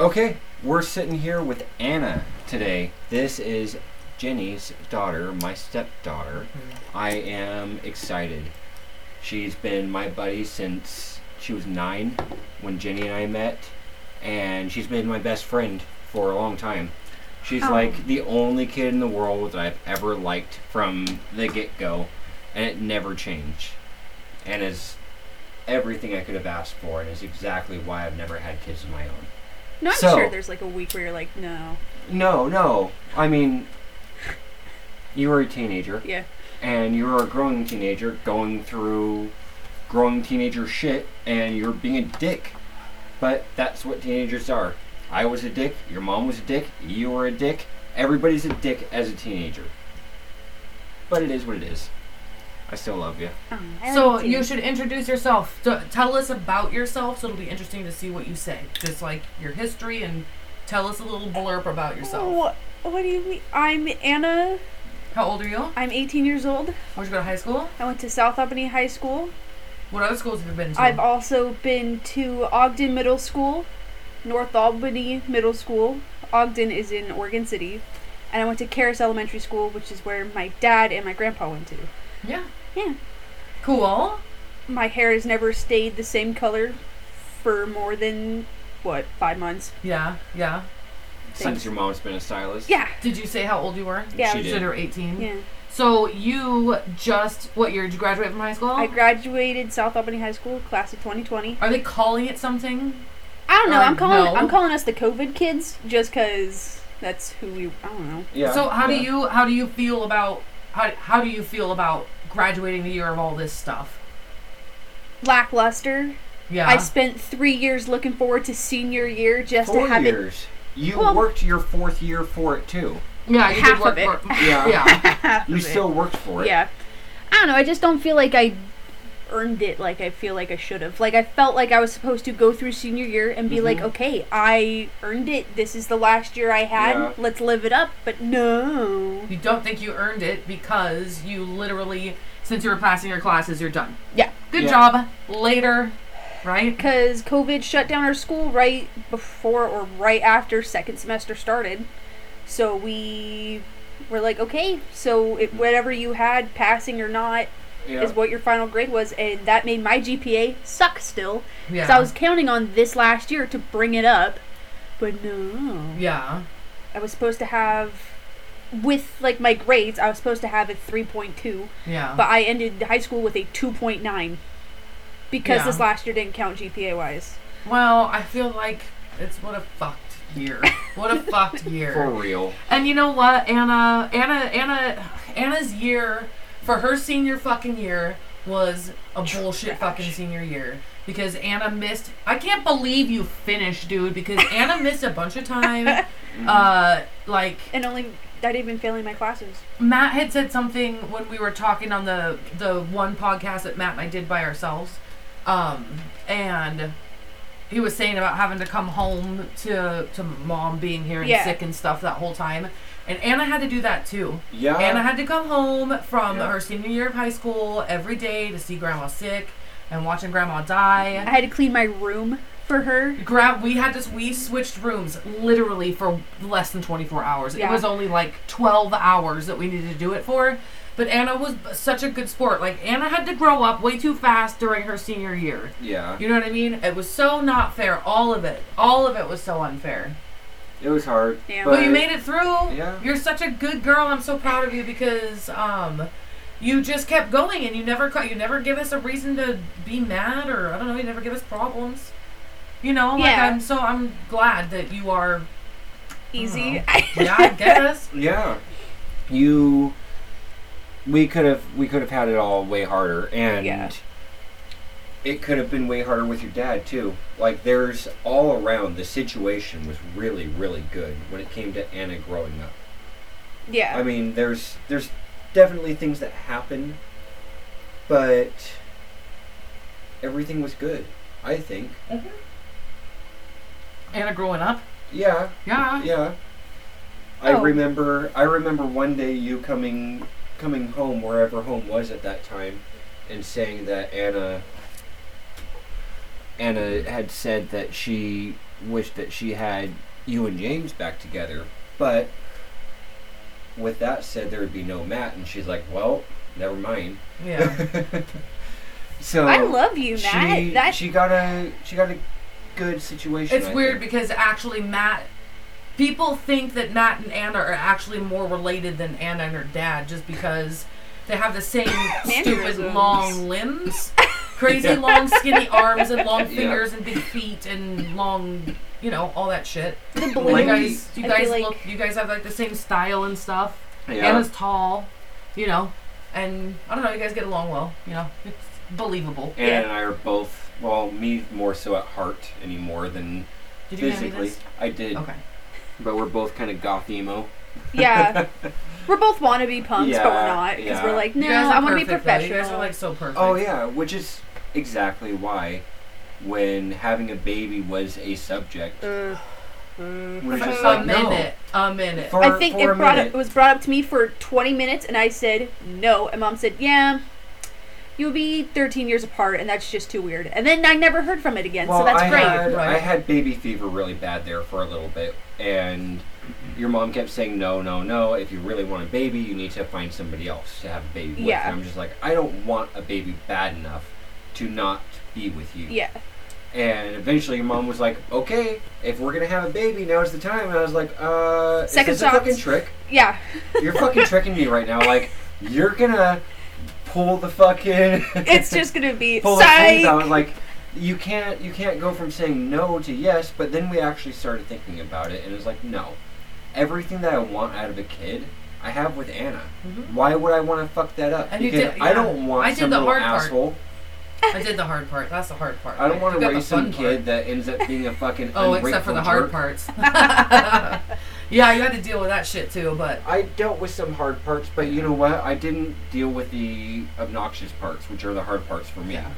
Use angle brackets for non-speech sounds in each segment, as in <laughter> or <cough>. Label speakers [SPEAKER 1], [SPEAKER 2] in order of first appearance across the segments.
[SPEAKER 1] Okay, we're sitting here with Anna today. This is Jenny's daughter, my stepdaughter. I am excited. She's been my buddy since she was nine when Jenny and I met, and she's been my best friend for a long time. She's
[SPEAKER 2] Oh.
[SPEAKER 1] like the only kid in the world that I've ever liked from the get go, and it never changed. And is everything I could have asked for, and is exactly why I've never had kids of my own.
[SPEAKER 2] No, I'm
[SPEAKER 1] So-
[SPEAKER 2] sure there's like a week where you're like, no,
[SPEAKER 1] No, no. I mean, you were a teenager,
[SPEAKER 2] yeah,
[SPEAKER 1] and you were a growing teenager going through growing teenager shit, and you're being a dick. But that's what teenagers are. I was a dick, your mom was a dick, you were a dick, everybody's a dick as a teenager. But it is what it is. I still love you.
[SPEAKER 2] oh, I
[SPEAKER 3] so
[SPEAKER 2] like
[SPEAKER 3] you should introduce yourself. So tell us about yourself. So it'll be interesting to see what you say. Just like your history and tell us a little blurb about yourself.
[SPEAKER 2] What, what do you mean? I'm Anna.
[SPEAKER 3] How old are you?
[SPEAKER 2] I'm 18 years old.
[SPEAKER 3] Where'd you go to high school?
[SPEAKER 2] I went to South Albany High School.
[SPEAKER 3] What other schools have you been to?
[SPEAKER 2] I've also been to Ogden Middle School, North Albany Middle School. Ogden is in Oregon City. And I went to Karis Elementary School, which is where my dad and my grandpa went to.
[SPEAKER 3] yeah.
[SPEAKER 2] Yeah.
[SPEAKER 3] Cool.
[SPEAKER 2] My hair has never stayed the same color for more than, what, five months?
[SPEAKER 3] Yeah. Yeah.
[SPEAKER 1] Since your mom's been a stylist.
[SPEAKER 2] Yeah.
[SPEAKER 3] Did you say how old you were?
[SPEAKER 2] Yeah.
[SPEAKER 1] She
[SPEAKER 3] You
[SPEAKER 1] did.
[SPEAKER 3] said you were 18.
[SPEAKER 2] Yeah.
[SPEAKER 3] So you just what year did you graduate from high school?
[SPEAKER 2] I graduated South Albany High School, class of 2020.
[SPEAKER 3] Are they calling it something?
[SPEAKER 2] I don't know.
[SPEAKER 3] Or
[SPEAKER 2] I'm calling.
[SPEAKER 3] no.
[SPEAKER 2] I'm calling us the COVID kids, just because that's who we. I don't know.
[SPEAKER 1] Yeah.
[SPEAKER 3] so how
[SPEAKER 1] yeah.
[SPEAKER 3] do you how do you feel about how, how do you feel about graduating the year of all this stuff?
[SPEAKER 2] Lackluster.
[SPEAKER 3] Yeah.
[SPEAKER 2] I spent three years looking forward to senior year just
[SPEAKER 1] Four
[SPEAKER 2] to have it.
[SPEAKER 1] years. You
[SPEAKER 2] Well-
[SPEAKER 1] worked your fourth year for it too.
[SPEAKER 3] yeah, you
[SPEAKER 2] half
[SPEAKER 3] did work
[SPEAKER 2] of it.
[SPEAKER 3] for- <laughs>
[SPEAKER 1] Yeah.
[SPEAKER 3] yeah.
[SPEAKER 2] half
[SPEAKER 1] You
[SPEAKER 2] of it.
[SPEAKER 1] still worked for it.
[SPEAKER 2] Yeah. I don't know. I just don't feel like I earned it like I feel like I should have. Like I felt like I was supposed to go through senior year and be like,
[SPEAKER 1] Mhm.
[SPEAKER 2] okay, I earned it. This is the last year I had.
[SPEAKER 1] Yeah.
[SPEAKER 2] Let's live it up. But no.
[SPEAKER 3] You don't think you earned it because you literally since you were passing your classes, you're done.
[SPEAKER 2] Yeah.
[SPEAKER 3] Good
[SPEAKER 1] Yeah.
[SPEAKER 3] job. Later. Right?
[SPEAKER 2] Because COVID shut down our school right before or right after second semester started. So we were like, okay, so it, whatever you had, passing or not,
[SPEAKER 1] Yeah.
[SPEAKER 2] is what your final grade was. And that made my GPA suck still.
[SPEAKER 3] Yeah.
[SPEAKER 2] So I was counting on this last year to bring it up. But no.
[SPEAKER 3] yeah.
[SPEAKER 2] I was supposed to have, with like my grades, I was supposed to have a 3.2.
[SPEAKER 3] Yeah.
[SPEAKER 2] But I ended high school with a 2.9 because
[SPEAKER 3] Yeah.
[SPEAKER 2] this last year didn't count GPA wise.
[SPEAKER 3] well, I feel like it's what a fucked year. What a fucked <laughs> year.
[SPEAKER 1] For real.
[SPEAKER 3] And you know what, Anna, Anna, Anna, Anna's year for her senior fucking year was a bullshit fucking senior year because Anna missed. I can't believe you finished, dude. Because Anna missed a bunch of time. Uh, like
[SPEAKER 2] And only, I didn't even fail in my classes.
[SPEAKER 3] Matt had said something when we were talking on the the one podcast that Matt and I did by ourselves, um, and he was saying about having to come home to to mom being here and
[SPEAKER 2] Yeah.
[SPEAKER 3] sick and stuff that whole time, and Anna had to do that too.
[SPEAKER 1] Yeah.
[SPEAKER 3] Anna had to come home from
[SPEAKER 1] Uh-huh. Yeah.
[SPEAKER 3] her senior year of high school every day to see grandma sick and watching grandma die.
[SPEAKER 2] I had to clean my room for her.
[SPEAKER 3] Gra- we had this we switched rooms literally for less than 24 hours
[SPEAKER 2] Yeah.
[SPEAKER 3] it was only like 12 hours that we needed to do it for but anna was b- such a good sport like anna had to grow up way too fast during her senior year
[SPEAKER 1] yeah.
[SPEAKER 3] you know what i mean it was so not fair all of it all of it was so unfair
[SPEAKER 1] It was hard.
[SPEAKER 2] Yeah.
[SPEAKER 3] but you made it through
[SPEAKER 1] Yeah.
[SPEAKER 3] you're such a good girl i'm so proud of you because um you just kept going and you never ca- you never give us a reason to be mad or i don't know you never give us problems you know like
[SPEAKER 2] Yeah.
[SPEAKER 3] i'm so i'm glad that you are
[SPEAKER 2] <laughs> Easy.
[SPEAKER 3] yeah i <laughs> guess
[SPEAKER 1] Yeah. You we could have we could have had it all way harder and
[SPEAKER 2] Yeah.
[SPEAKER 1] it could have been way harder with your dad too. Like there's all around the situation was really really good when it came to Anna growing up.
[SPEAKER 2] yeah.
[SPEAKER 1] I mean, there's there's definitely things that happen, but everything was good, I think.
[SPEAKER 3] anna growing up
[SPEAKER 1] Yeah.
[SPEAKER 3] yeah
[SPEAKER 1] Yeah. I
[SPEAKER 2] Oh.
[SPEAKER 1] remember I remember one day you coming coming home wherever home was at that time and saying that Anna Anna had said that she wished that she had you and James back together. But with that said, there would be no Matt, and she's like, well, never mind.
[SPEAKER 3] Yeah.
[SPEAKER 1] so
[SPEAKER 2] I love you, Matt.
[SPEAKER 1] she,
[SPEAKER 2] That's
[SPEAKER 1] she got a she got a good situation.
[SPEAKER 3] it's
[SPEAKER 1] I
[SPEAKER 3] weird
[SPEAKER 1] think.
[SPEAKER 3] because actually Matt people think that Matt and Anna are actually more related than Anna and her dad just because they have
[SPEAKER 1] <coughs>
[SPEAKER 3] the same stupid
[SPEAKER 2] Mannerisms.
[SPEAKER 1] <laughs>
[SPEAKER 3] long limbs. Crazy
[SPEAKER 1] Yeah.
[SPEAKER 3] long skinny arms and
[SPEAKER 1] <laughs>
[SPEAKER 3] long
[SPEAKER 1] Yeah.
[SPEAKER 3] fingers and big feet and long you know, all that shit.
[SPEAKER 2] the
[SPEAKER 3] You
[SPEAKER 1] Like,
[SPEAKER 2] balloons.
[SPEAKER 3] guys, you
[SPEAKER 2] I
[SPEAKER 3] guys
[SPEAKER 2] feel like-
[SPEAKER 3] look. You guys have like the same style and stuff.
[SPEAKER 1] Yeah.
[SPEAKER 3] Anna's tall, you know, and I don't know. You guys get along well, you know. It's believable.
[SPEAKER 1] Anna
[SPEAKER 2] Yeah.
[SPEAKER 1] and I are both well, me more so at heart anymore than
[SPEAKER 3] Did you hand me
[SPEAKER 1] physically.
[SPEAKER 3] this?
[SPEAKER 1] I did,
[SPEAKER 3] Okay.
[SPEAKER 1] but we're both kind of goth emo. <laughs>
[SPEAKER 2] yeah, we're both wannabe punks, but
[SPEAKER 1] Yeah,
[SPEAKER 2] we're not because
[SPEAKER 1] yeah.
[SPEAKER 2] we're like,
[SPEAKER 3] You
[SPEAKER 2] no,
[SPEAKER 3] guys are
[SPEAKER 2] I want to be
[SPEAKER 3] perfect, though. You guys
[SPEAKER 2] professional.
[SPEAKER 3] are like so perfect.
[SPEAKER 1] Oh yeah, which is exactly why when having a baby was a subject, we're just
[SPEAKER 3] a
[SPEAKER 1] like no.
[SPEAKER 3] minute. A minute.
[SPEAKER 1] For,
[SPEAKER 2] I think
[SPEAKER 1] for
[SPEAKER 2] it
[SPEAKER 1] a
[SPEAKER 2] brought up,
[SPEAKER 1] minute,
[SPEAKER 2] it was brought up to me for 20 minutes, and I said no, and mom said yeah. You'll be 13 years apart, and that's just too weird. And then I never heard from it again,
[SPEAKER 1] well,
[SPEAKER 2] so that's
[SPEAKER 1] I
[SPEAKER 2] great.
[SPEAKER 1] Had,
[SPEAKER 3] Right.
[SPEAKER 1] I had baby fever really bad there for a little bit, and your mom kept saying no, no, no. If you really want a baby, you need to find somebody else to have a baby with.
[SPEAKER 2] Yeah.
[SPEAKER 1] And I'm just like, I don't want a baby bad enough to not be with you.
[SPEAKER 2] yeah,
[SPEAKER 1] And eventually, your mom was like, "Okay, if we're gonna have a baby, now's the time." And I was like, "Uh, is
[SPEAKER 2] Second
[SPEAKER 1] this
[SPEAKER 2] thoughts.
[SPEAKER 1] a fucking trick?
[SPEAKER 2] yeah.
[SPEAKER 1] You're fucking tricking me right now. Like, you're gonna pull the fucking <laughs>
[SPEAKER 2] It's just gonna be
[SPEAKER 1] pull the things
[SPEAKER 2] psych.
[SPEAKER 1] out. Like, you can't you can't go from saying no to yes. But then we actually started thinking about it, and it was like, no, everything that I want out of a kid, I have with Anna.
[SPEAKER 3] Mhm.
[SPEAKER 1] Why would I want to fuck that up?
[SPEAKER 3] And you
[SPEAKER 1] because
[SPEAKER 3] did-
[SPEAKER 1] I
[SPEAKER 3] yeah.
[SPEAKER 1] don't want
[SPEAKER 3] I did
[SPEAKER 1] some
[SPEAKER 3] the
[SPEAKER 1] little
[SPEAKER 3] hard part.
[SPEAKER 1] asshole.
[SPEAKER 3] I did the hard part. That's the hard part.
[SPEAKER 1] I don't want
[SPEAKER 3] You
[SPEAKER 1] to
[SPEAKER 3] got the
[SPEAKER 1] raise some
[SPEAKER 3] fun part.
[SPEAKER 1] kid that ends up being a fucking
[SPEAKER 3] <laughs> Oh, except for
[SPEAKER 1] ungrateful
[SPEAKER 3] the hard
[SPEAKER 1] jerk.
[SPEAKER 3] parts.
[SPEAKER 1] <laughs>
[SPEAKER 3] <laughs> yeah, you had to deal with that shit too, but
[SPEAKER 1] I dealt with some hard parts, but you know what? I didn't deal with the obnoxious parts, which are the hard parts for me.
[SPEAKER 3] Yeah.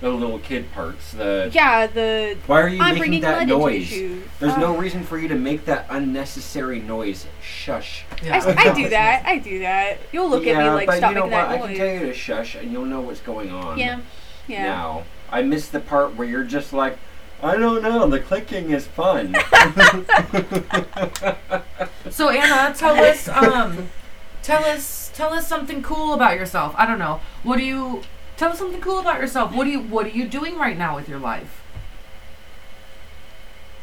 [SPEAKER 1] The little kid parts. The
[SPEAKER 2] Yeah, the
[SPEAKER 1] why are you
[SPEAKER 2] I'm
[SPEAKER 1] making
[SPEAKER 2] bringing
[SPEAKER 1] that
[SPEAKER 2] lead
[SPEAKER 1] noise?
[SPEAKER 2] into your shoe.
[SPEAKER 1] There's no
[SPEAKER 2] Uh,
[SPEAKER 1] reason for you to make that unnecessary noise. Shush.
[SPEAKER 3] yeah.
[SPEAKER 2] I, I do that. I do that. You'll look
[SPEAKER 1] yeah,
[SPEAKER 2] at me like
[SPEAKER 1] but
[SPEAKER 2] stop
[SPEAKER 1] you know
[SPEAKER 2] making
[SPEAKER 1] what?
[SPEAKER 2] that
[SPEAKER 1] I can
[SPEAKER 2] noise.
[SPEAKER 1] tell you to shush, and you'll know what's going on.
[SPEAKER 2] yeah, yeah.
[SPEAKER 1] Now I miss the part where you're just like, I don't know. The clicking is
[SPEAKER 2] <laughs>
[SPEAKER 1] fun.
[SPEAKER 3] So Anna, tell us, um, tell us, tell us something cool about yourself. I don't know. What do you? Tell us something cool about yourself. What do you? What are you doing right now with
[SPEAKER 1] <laughs>
[SPEAKER 3] your life? <laughs>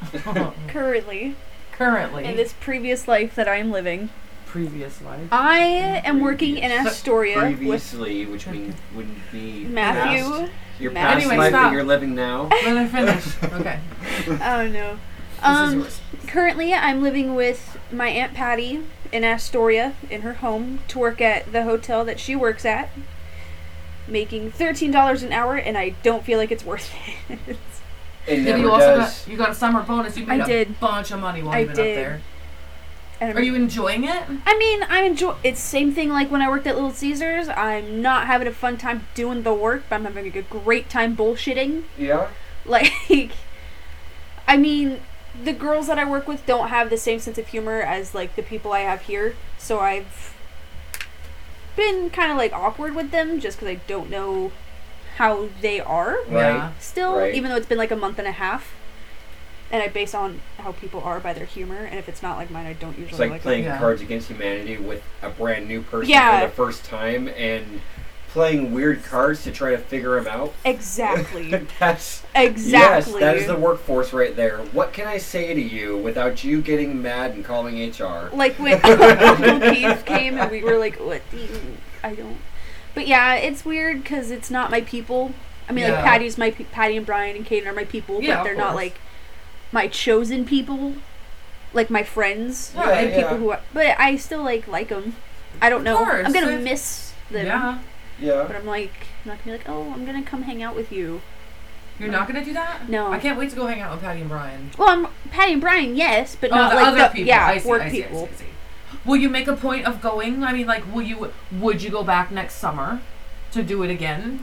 [SPEAKER 2] Currently,
[SPEAKER 3] Currently,
[SPEAKER 2] in this previous life that I am living,
[SPEAKER 3] previous life.
[SPEAKER 2] I am working in
[SPEAKER 1] Previous-
[SPEAKER 2] Astoria with
[SPEAKER 1] Previously, which mean, would be
[SPEAKER 2] Matthew.
[SPEAKER 1] past- your past
[SPEAKER 2] Matthew.
[SPEAKER 3] Anyway,
[SPEAKER 1] life
[SPEAKER 3] stop.
[SPEAKER 1] that you're living now.
[SPEAKER 3] Let her finish. Okay.
[SPEAKER 2] <laughs>
[SPEAKER 1] <laughs>
[SPEAKER 2] Oh no.
[SPEAKER 3] This is
[SPEAKER 2] Um,
[SPEAKER 3] yours.
[SPEAKER 2] currently, I'm living with my aunt Patty in Astoria in her home to work at the hotel that she works at, making thirteen dollars an hour, and I don't feel like it's worth <laughs> it.
[SPEAKER 1] It
[SPEAKER 3] Then
[SPEAKER 1] never
[SPEAKER 3] you also
[SPEAKER 1] does.
[SPEAKER 3] got you got a summer bonus. You made
[SPEAKER 2] I
[SPEAKER 3] a
[SPEAKER 2] did.
[SPEAKER 3] bunch of money while
[SPEAKER 2] I
[SPEAKER 3] you've been
[SPEAKER 2] did.
[SPEAKER 3] up there.
[SPEAKER 2] And
[SPEAKER 3] Are you enjoying it?
[SPEAKER 2] I mean, I enjoy. It's same thing like when I worked at Little Caesars. I'm not having a fun time doing the work, but I'm having a great time bullshitting. <laughs>
[SPEAKER 1] Yeah.
[SPEAKER 2] Like, I mean, the girls that I work with don't have the same sense of humor as like the people I have here. So I've been kind of like awkward with them just because I don't know how they are
[SPEAKER 1] Right.
[SPEAKER 2] still,
[SPEAKER 1] Right.
[SPEAKER 2] even though it's been like a month and a half. And I base on how people are by their humor, and if it's not like mine, I don't usually
[SPEAKER 1] It's
[SPEAKER 2] like,
[SPEAKER 1] like
[SPEAKER 2] it.
[SPEAKER 1] playing
[SPEAKER 3] Yeah.
[SPEAKER 1] Cards Against Humanity with a brand new person
[SPEAKER 2] Yeah.
[SPEAKER 1] for the first time and playing weird cards to try to figure them out. <laughs>
[SPEAKER 2] Exactly.
[SPEAKER 1] That's
[SPEAKER 2] Exactly.
[SPEAKER 1] yes, that is the workforce right there. What can I say to you without you getting mad and calling HR?
[SPEAKER 2] like
[SPEAKER 3] <laughs>
[SPEAKER 2] when Uncle Keith came and we were like, "What? Do you, I don't." But yeah, it's weird because it's not my people. I mean,
[SPEAKER 3] Yeah.
[SPEAKER 2] like Patty's my pe- Patty and Brian and Caden are my people,
[SPEAKER 3] Yeah,
[SPEAKER 2] but
[SPEAKER 3] of
[SPEAKER 2] they're not
[SPEAKER 3] course.
[SPEAKER 2] like my chosen people, like my friends
[SPEAKER 1] Yeah,
[SPEAKER 2] and
[SPEAKER 1] yeah.
[SPEAKER 2] people who. Are, but I still like like them. I don't know.
[SPEAKER 3] course,
[SPEAKER 2] I'm gonna
[SPEAKER 3] it's-
[SPEAKER 2] miss them,
[SPEAKER 3] Yeah.
[SPEAKER 2] but
[SPEAKER 1] Yeah.
[SPEAKER 2] I'm like I'm not gonna be like, "Oh, I'm gonna come hang out with you."
[SPEAKER 3] You're not gonna do that.
[SPEAKER 2] No.
[SPEAKER 3] I can't wait to go hang out with Patty and Brian.
[SPEAKER 2] Well, I'm Patty and Brian, yes, but not
[SPEAKER 3] oh, the
[SPEAKER 2] like
[SPEAKER 3] other
[SPEAKER 2] the,
[SPEAKER 3] people.
[SPEAKER 2] yeah
[SPEAKER 3] I see,
[SPEAKER 2] work
[SPEAKER 3] I see, I see,
[SPEAKER 2] people.
[SPEAKER 3] I see. Will you make a point of going? I mean, like, will you? Would you go back next summer to do it again?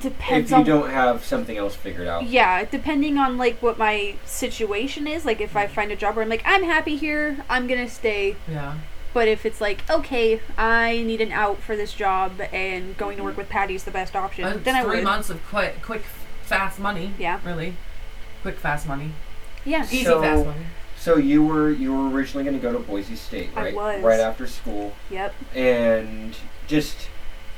[SPEAKER 1] If
[SPEAKER 2] Depends
[SPEAKER 1] you
[SPEAKER 2] on
[SPEAKER 1] don't have something else figured out.
[SPEAKER 2] Yeah, depending on like what my situation is, like if
[SPEAKER 3] Mm-hmm.
[SPEAKER 2] I find a job where I'm like I'm happy here, I'm going to stay.
[SPEAKER 3] Yeah.
[SPEAKER 2] But if it's like okay, I need an out for this job and going to work with Patty is the best option,
[SPEAKER 3] Uh,
[SPEAKER 2] then I
[SPEAKER 3] Mm-hmm. three
[SPEAKER 2] would.
[SPEAKER 3] months of quick, quick, fast money.
[SPEAKER 2] Yeah.
[SPEAKER 3] Really, quick, fast money.
[SPEAKER 2] Yeah.
[SPEAKER 3] Easy,
[SPEAKER 1] So-
[SPEAKER 3] fast
[SPEAKER 1] <laughs>
[SPEAKER 3] one.
[SPEAKER 1] So you were you were originally going to go to Boise State,
[SPEAKER 2] I
[SPEAKER 1] right?
[SPEAKER 2] was.
[SPEAKER 1] Right after school,
[SPEAKER 2] Yep.
[SPEAKER 1] and just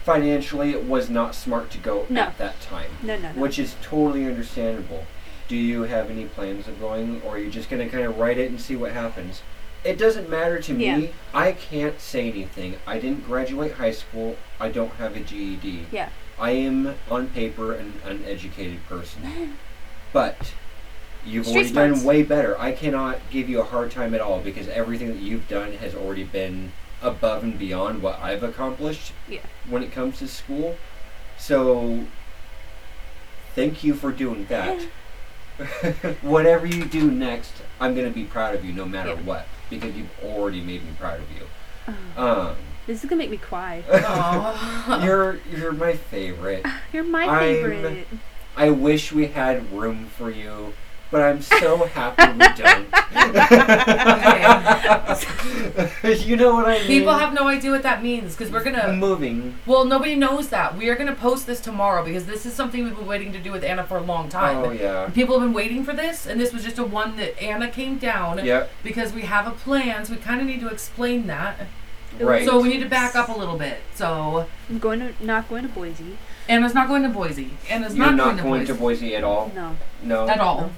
[SPEAKER 1] financially, it was not smart to go
[SPEAKER 2] No.
[SPEAKER 1] at that time,
[SPEAKER 2] No, no, no.
[SPEAKER 1] which is totally understandable. Do you have any plans of going, or are you just going to kind of write it and see what happens? It doesn't matter to
[SPEAKER 2] Yeah.
[SPEAKER 1] me. I can't say anything. I didn't graduate high school. I don't have a GED.
[SPEAKER 2] Yeah.
[SPEAKER 1] I am on paper an uneducated
[SPEAKER 2] <laughs>
[SPEAKER 1] person. But you've already
[SPEAKER 2] Street smarts.
[SPEAKER 1] done way better. I cannot give you a hard time at all because everything that you've done has already been above and beyond what I've accomplished
[SPEAKER 2] Yeah.
[SPEAKER 1] when it comes to school. So thank you for doing that. <laughs> Whatever you do next, I'm going to be proud of you no matter
[SPEAKER 2] Yeah.
[SPEAKER 1] what because you've already made me proud of you.
[SPEAKER 2] Uh-huh.
[SPEAKER 1] Um,
[SPEAKER 2] This is gonna make me cry.
[SPEAKER 3] Uh, Aw. <laughs>
[SPEAKER 1] you're you're my
[SPEAKER 2] <laughs>
[SPEAKER 1] favorite.
[SPEAKER 2] You're my
[SPEAKER 1] I'm-
[SPEAKER 2] favorite.
[SPEAKER 1] I wish we had room for you, but I'm so happy we
[SPEAKER 2] <laughs>
[SPEAKER 1] don't. <laughs> you know what I mean?
[SPEAKER 3] People have no idea what that means because we're gonna.
[SPEAKER 1] moving.
[SPEAKER 3] Well, nobody knows that. We are gonna post this tomorrow because this is something we've been waiting to do with Anna for a long time.
[SPEAKER 1] Oh yeah.
[SPEAKER 3] People have been waiting for this, and this was just a one that Anna came down
[SPEAKER 1] Yep.
[SPEAKER 3] because we have a plan, so we kind of need to explain that.
[SPEAKER 1] Right.
[SPEAKER 3] So we need to back up a little bit. So
[SPEAKER 2] I'm going to not going to Boise.
[SPEAKER 3] Anna's not going to Boise. Anna's
[SPEAKER 1] You're
[SPEAKER 3] not,
[SPEAKER 1] not
[SPEAKER 3] going,
[SPEAKER 1] going
[SPEAKER 3] to
[SPEAKER 1] to
[SPEAKER 3] Boise
[SPEAKER 1] Boise at all.
[SPEAKER 2] No.
[SPEAKER 1] No.
[SPEAKER 3] at all.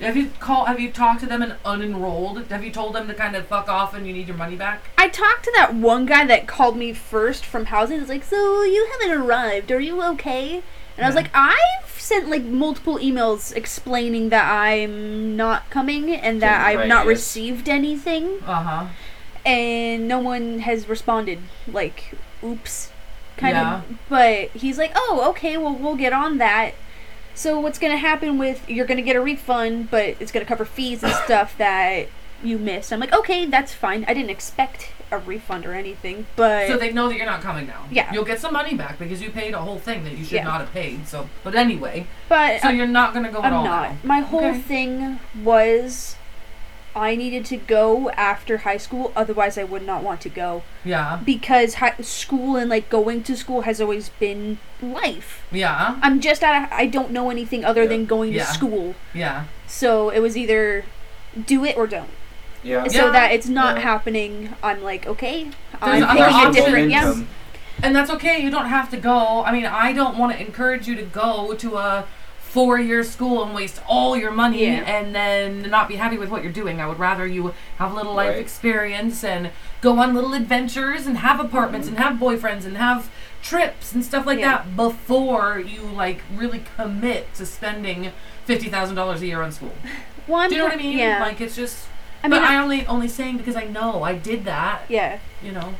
[SPEAKER 3] Have you call? Have you talked to them and unenrolled? Have you told them to kind of fuck off and you need your money back?
[SPEAKER 2] I talked to that one guy that called me first from housing. He's like, "So you haven't arrived? Are you okay?" And I was
[SPEAKER 3] Yeah.
[SPEAKER 2] like, "I've sent like multiple emails explaining that I'm not coming and that
[SPEAKER 1] Didn't
[SPEAKER 2] I've not
[SPEAKER 1] write it.
[SPEAKER 2] received anything,
[SPEAKER 3] Uh huh.
[SPEAKER 2] and no one has responded. Like, oops, kind
[SPEAKER 3] Yeah.
[SPEAKER 2] of." But he's like, "Oh, okay. Well, we'll get on that." So what's gonna happen with you're gonna get a refund, but it's gonna cover
[SPEAKER 3] <coughs>
[SPEAKER 2] fees and stuff that you missed. I'm like, okay, that's fine. I didn't expect a refund or anything, but
[SPEAKER 3] So they know that you're not coming now.
[SPEAKER 2] Yeah.
[SPEAKER 3] You'll get some money back because you paid a whole thing that you should
[SPEAKER 2] Yeah.
[SPEAKER 3] not have paid. So, but anyway,
[SPEAKER 2] but
[SPEAKER 3] so you're not gonna go
[SPEAKER 2] I'm
[SPEAKER 3] at all.
[SPEAKER 2] not.
[SPEAKER 3] now.
[SPEAKER 2] My whole
[SPEAKER 3] Okay.
[SPEAKER 2] thing was I needed to go after high school, otherwise I would not want to go
[SPEAKER 3] Yeah.
[SPEAKER 2] because high, school and like going to school has always been life.
[SPEAKER 3] Yeah.
[SPEAKER 2] I'm just out. Of, I don't know anything other
[SPEAKER 1] Yeah.
[SPEAKER 2] than going
[SPEAKER 3] Yeah.
[SPEAKER 2] to school,
[SPEAKER 3] Yeah.
[SPEAKER 2] so it was either do it or don't.
[SPEAKER 1] Yeah.
[SPEAKER 2] so
[SPEAKER 3] Yeah.
[SPEAKER 2] that it's not
[SPEAKER 1] Yeah.
[SPEAKER 2] happening, I'm like, okay,
[SPEAKER 3] There's
[SPEAKER 2] I'm
[SPEAKER 3] other
[SPEAKER 2] picking a
[SPEAKER 3] options.
[SPEAKER 2] different. Yeah,
[SPEAKER 1] Momentum.
[SPEAKER 3] And that's okay. You don't have to go. I mean, I don't want to encourage you to go to a four-year school and waste all your money
[SPEAKER 2] Yeah.
[SPEAKER 3] and then not be happy with what you're doing. I would rather you have a little life
[SPEAKER 1] Right.
[SPEAKER 3] experience and go on little adventures and have apartments and have boyfriends and have trips and stuff like
[SPEAKER 2] Mm-hmm. Yeah.
[SPEAKER 3] that before you like really commit to spending fifty thousand dollars a year on school.
[SPEAKER 2] one.
[SPEAKER 3] Do you know
[SPEAKER 2] <laughs>
[SPEAKER 3] what I mean?
[SPEAKER 2] Yeah,
[SPEAKER 3] Like it's just.
[SPEAKER 2] I
[SPEAKER 3] but
[SPEAKER 2] mean, I-
[SPEAKER 3] I only only saying because I know I did that.
[SPEAKER 2] yeah.
[SPEAKER 3] You know.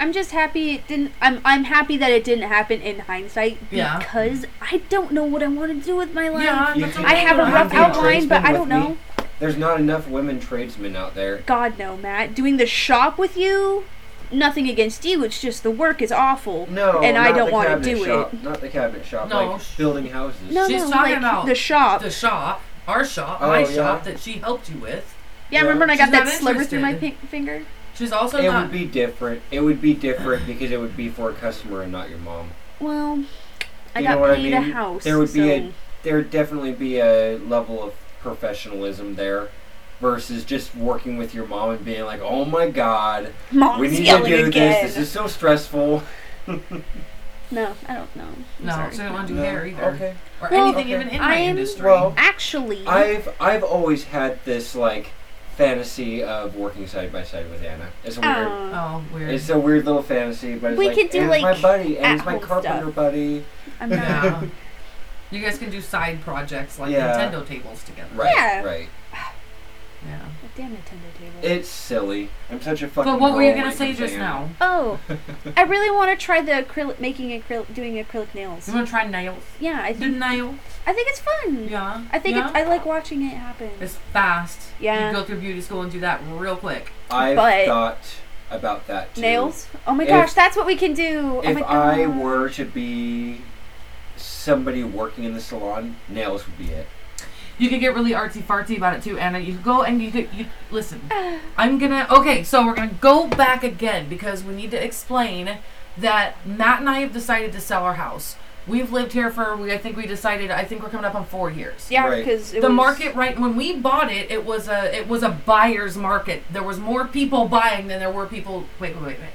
[SPEAKER 2] I'm just happy it didn't. I'm I'm happy that it didn't happen in hindsight
[SPEAKER 3] Yeah.
[SPEAKER 2] because I don't know what I want to do with my life.
[SPEAKER 3] Yeah,
[SPEAKER 1] You
[SPEAKER 3] that's
[SPEAKER 1] can-
[SPEAKER 3] okay.
[SPEAKER 2] I have a
[SPEAKER 1] I have
[SPEAKER 2] rough
[SPEAKER 1] the
[SPEAKER 2] outline, but I
[SPEAKER 1] tradesman with
[SPEAKER 2] don't
[SPEAKER 1] me.
[SPEAKER 2] know.
[SPEAKER 1] There's not enough women tradesmen out there.
[SPEAKER 2] God no, Matt. Doing the shop with you, nothing against you. It's just the work is awful,
[SPEAKER 1] No.
[SPEAKER 2] and I
[SPEAKER 1] not
[SPEAKER 2] don't
[SPEAKER 1] the
[SPEAKER 2] want to
[SPEAKER 1] cabinet
[SPEAKER 2] do
[SPEAKER 1] shop.
[SPEAKER 2] it.
[SPEAKER 1] Not the cabinet shop.
[SPEAKER 3] No.
[SPEAKER 1] Like building houses.
[SPEAKER 2] No,
[SPEAKER 3] She's
[SPEAKER 2] no,
[SPEAKER 3] talking
[SPEAKER 2] like
[SPEAKER 3] about
[SPEAKER 2] the shop.
[SPEAKER 3] the shop, our shop,
[SPEAKER 1] Oh,
[SPEAKER 3] my
[SPEAKER 1] yeah.
[SPEAKER 3] shop that she helped you with.
[SPEAKER 2] yeah,
[SPEAKER 1] Yeah.
[SPEAKER 2] remember when I got
[SPEAKER 3] She's
[SPEAKER 2] that
[SPEAKER 3] not
[SPEAKER 2] sliver through my
[SPEAKER 3] interested.
[SPEAKER 2] pink finger?
[SPEAKER 3] She's also
[SPEAKER 1] It
[SPEAKER 3] not.
[SPEAKER 1] would be different. It would be different because it would be for a customer and not your mom.
[SPEAKER 2] Well, I
[SPEAKER 1] You know
[SPEAKER 2] got
[SPEAKER 1] what I
[SPEAKER 2] paid
[SPEAKER 1] mean?
[SPEAKER 2] a house.
[SPEAKER 1] There would be a-
[SPEAKER 2] so-
[SPEAKER 1] there would definitely be a level of professionalism there versus just working with your mom and being like, oh my god,
[SPEAKER 2] mom's
[SPEAKER 1] we need to
[SPEAKER 2] yelling
[SPEAKER 1] do
[SPEAKER 2] again.
[SPEAKER 1] this. This is so stressful.
[SPEAKER 2] no, I don't know. I'm
[SPEAKER 3] no,
[SPEAKER 2] sorry.
[SPEAKER 3] she didn't want to do
[SPEAKER 1] No.
[SPEAKER 3] hair either,
[SPEAKER 1] Okay.
[SPEAKER 3] or
[SPEAKER 2] Well,
[SPEAKER 3] anything
[SPEAKER 1] okay.
[SPEAKER 3] even in
[SPEAKER 2] I
[SPEAKER 3] my
[SPEAKER 2] am-
[SPEAKER 3] industry.
[SPEAKER 1] Well,
[SPEAKER 2] Actually, um,
[SPEAKER 1] I've I've always had this like fantasy of working side by side with Anna. It's weird.
[SPEAKER 2] um,
[SPEAKER 3] oh, weird.
[SPEAKER 1] It's a weird little fantasy, but it's
[SPEAKER 2] We
[SPEAKER 1] like,
[SPEAKER 2] could do,
[SPEAKER 1] Anna's
[SPEAKER 2] like,
[SPEAKER 1] my buddy, Anna's my
[SPEAKER 2] at-home
[SPEAKER 1] carpenter
[SPEAKER 2] stuff.
[SPEAKER 1] buddy.
[SPEAKER 2] I'm not.
[SPEAKER 1] <laughs>
[SPEAKER 3] yeah. You guys can do side projects like
[SPEAKER 1] Yeah.
[SPEAKER 3] Nintendo tables together.
[SPEAKER 1] Right,
[SPEAKER 2] Yeah.
[SPEAKER 1] right.
[SPEAKER 3] Yeah.
[SPEAKER 2] Damn Nintendo table.
[SPEAKER 1] It's silly. I'm such a fucking.
[SPEAKER 3] But what were
[SPEAKER 1] girl
[SPEAKER 3] you
[SPEAKER 1] when
[SPEAKER 3] gonna
[SPEAKER 1] it
[SPEAKER 3] say
[SPEAKER 1] comes to
[SPEAKER 3] just
[SPEAKER 1] Anna.
[SPEAKER 3] now?
[SPEAKER 1] <laughs>
[SPEAKER 2] Oh, I really want to try the acrylic, making acrylic, doing acrylic nails.
[SPEAKER 3] You want to try nails?
[SPEAKER 2] Yeah, I
[SPEAKER 3] Do
[SPEAKER 2] think
[SPEAKER 3] nails?
[SPEAKER 2] I think it's fun.
[SPEAKER 3] Mm-hmm. Yeah.
[SPEAKER 2] I think
[SPEAKER 3] yeah.
[SPEAKER 2] it's, I like watching it happen.
[SPEAKER 3] It's fast.
[SPEAKER 2] Yeah.
[SPEAKER 3] You go through beauty school and do that real quick.
[SPEAKER 1] I've
[SPEAKER 2] But-
[SPEAKER 1] thought about that too.
[SPEAKER 2] Nails. Oh my
[SPEAKER 1] If-
[SPEAKER 2] gosh, that's what we can do. oh
[SPEAKER 1] if
[SPEAKER 2] my gosh.
[SPEAKER 1] I were to be somebody working in the salon, nails would be it.
[SPEAKER 3] You could get really artsy fartsy about it too, Anna. You could go and you could you listen. I'm gonna okay, so we're gonna go back again because we need to explain that Matt and I have decided to sell our house. We've lived here for we I think we decided I think we're coming up on four years.
[SPEAKER 2] Yeah,
[SPEAKER 1] Right.
[SPEAKER 2] because
[SPEAKER 3] the market right when we bought it, it was a it was a buyer's market. There was more people buying than there were people. Wait, wait, wait, wait.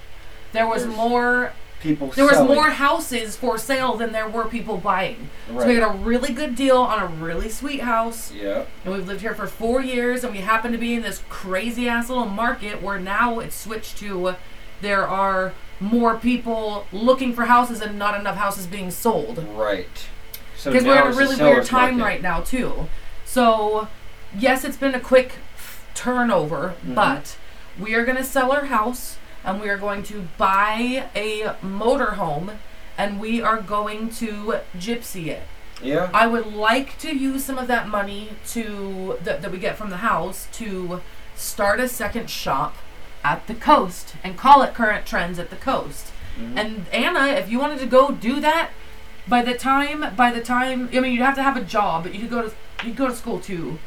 [SPEAKER 3] There was
[SPEAKER 1] There's
[SPEAKER 3] more.
[SPEAKER 1] People
[SPEAKER 3] There was
[SPEAKER 1] selling.
[SPEAKER 3] more houses for sale than there were people buying.
[SPEAKER 1] Right.
[SPEAKER 3] So we got a really good deal on a really sweet house,
[SPEAKER 1] yeah.
[SPEAKER 3] and we've lived here for four years. And we happen to be in this crazy ass little market where now it's switched to there are more people looking for houses and not enough houses being sold
[SPEAKER 1] Right. So
[SPEAKER 3] because
[SPEAKER 1] now
[SPEAKER 3] we're in a
[SPEAKER 1] it's
[SPEAKER 3] really
[SPEAKER 1] seller's
[SPEAKER 3] weird time
[SPEAKER 1] market.
[SPEAKER 3] right now too. So yes, it's been a quick turnover,
[SPEAKER 1] Mhm.
[SPEAKER 3] but we are going to sell our house and we are going to buy a motorhome and we are going to gypsy it.
[SPEAKER 1] Yeah.
[SPEAKER 3] I would like to use some of that money to that, that we get from the house to start a second shop at the coast and call it Current Trends at the Coast.
[SPEAKER 1] Mhm.
[SPEAKER 3] And Anna, if you wanted to go do that, by the time by the time I mean you'd have to have a job, but you could go to you'd go to school too.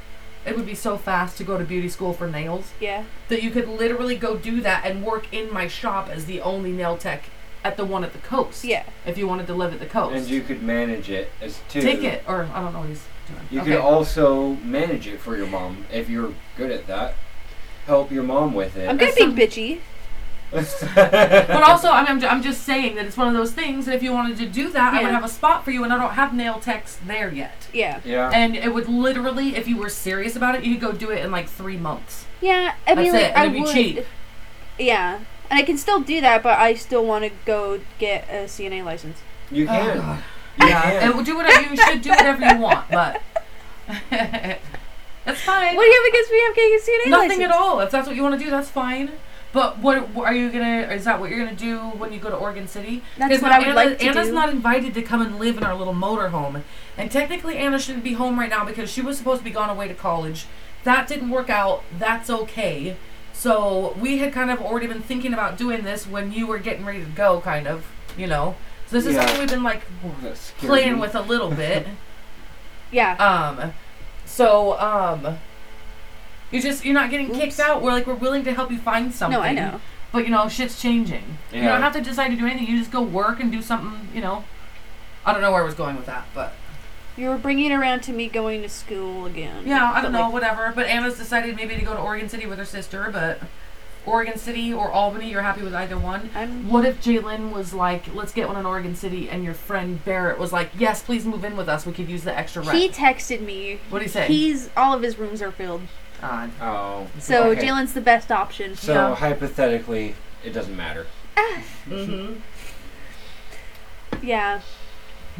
[SPEAKER 3] It would be so fast to go to beauty school for nails
[SPEAKER 2] Yeah.
[SPEAKER 3] that you could literally go do that and work in my shop as the only nail tech at the one at the coast.
[SPEAKER 2] Yeah.
[SPEAKER 3] If you wanted to live at the coast.
[SPEAKER 1] And you could manage it as two.
[SPEAKER 3] Take it or I don't know what he's doing.
[SPEAKER 1] You
[SPEAKER 3] okay.
[SPEAKER 1] could also manage it for your mom if you're good at that. Help your mom with it.
[SPEAKER 2] I'm gonna
[SPEAKER 3] That's
[SPEAKER 2] be
[SPEAKER 3] some-
[SPEAKER 2] bitchy.
[SPEAKER 3] but also, I mean, I'm, ju- I'm just saying that it's one of those things that if you wanted to do that, I would
[SPEAKER 2] Yeah.
[SPEAKER 3] have a spot for you, and I don't have nail techs there yet.
[SPEAKER 2] Yeah.
[SPEAKER 1] <laughs> yeah.
[SPEAKER 3] And it would literally, if you were serious about it, you could go do it in like three months.
[SPEAKER 2] Yeah. I mean,
[SPEAKER 3] That's
[SPEAKER 2] like
[SPEAKER 3] it.
[SPEAKER 2] I
[SPEAKER 3] And it'd
[SPEAKER 2] would.
[SPEAKER 3] be cheap.
[SPEAKER 2] Yeah. And I can still do that, but I still want to go get a CNA license.
[SPEAKER 1] you can.
[SPEAKER 3] God.
[SPEAKER 1] You
[SPEAKER 3] Uh, Yeah,
[SPEAKER 1] can.
[SPEAKER 3] and do whatever you should do whatever you want, but <laughs> that's fine.
[SPEAKER 2] What do you have against me? I'm getting a CNA license.
[SPEAKER 3] Nothing at all. If that's what you want to do, that's fine. But what, what are you gonna? Is that what you're gonna do when you go to Oregon City?
[SPEAKER 2] That's
[SPEAKER 3] 'Cause
[SPEAKER 2] what
[SPEAKER 3] now
[SPEAKER 2] I would like to
[SPEAKER 3] Anna's
[SPEAKER 2] do.
[SPEAKER 3] not invited to come and live in our little motorhome, and technically Anna shouldn't be home right now because she was supposed to be gone away to college. That didn't work out. That's okay. So we had kind of already been thinking about doing this when you were getting ready to go, kind of. You know. So this is
[SPEAKER 1] Yeah.
[SPEAKER 3] something we've been like
[SPEAKER 1] Oh, that scared
[SPEAKER 3] playing
[SPEAKER 1] me.
[SPEAKER 3] with a little bit.
[SPEAKER 2] Yeah.
[SPEAKER 3] Um, so um, you just you're not getting
[SPEAKER 2] Oops.
[SPEAKER 3] kicked out. We're like we're willing to help you find something.
[SPEAKER 2] no, I know.
[SPEAKER 3] But you know, shit's changing. You
[SPEAKER 1] Yeah.
[SPEAKER 3] don't have to decide to do anything. You just go work and do something. You know, I don't know where I was going with that, but
[SPEAKER 2] You were bringing it around to me going to school again.
[SPEAKER 3] yeah, I
[SPEAKER 2] But,
[SPEAKER 3] don't know,
[SPEAKER 2] like,
[SPEAKER 3] whatever. But Anna's decided maybe to go to Oregon City with her sister, but Oregon City or Albany, you're happy with either one.
[SPEAKER 2] I'm.
[SPEAKER 3] What if Jalen was like, let's get one in Oregon City, and your friend Barrett was like, yes, please move in with us. We could use the extra rent.
[SPEAKER 2] He texted me.
[SPEAKER 3] What'd he say?
[SPEAKER 2] He's all of his rooms are filled,
[SPEAKER 3] Ah,
[SPEAKER 1] Oh.
[SPEAKER 2] so
[SPEAKER 1] okay.
[SPEAKER 2] Jalen's the best option.
[SPEAKER 1] So
[SPEAKER 3] Yeah.
[SPEAKER 1] hypothetically, it doesn't matter.
[SPEAKER 3] hmm
[SPEAKER 2] Yeah,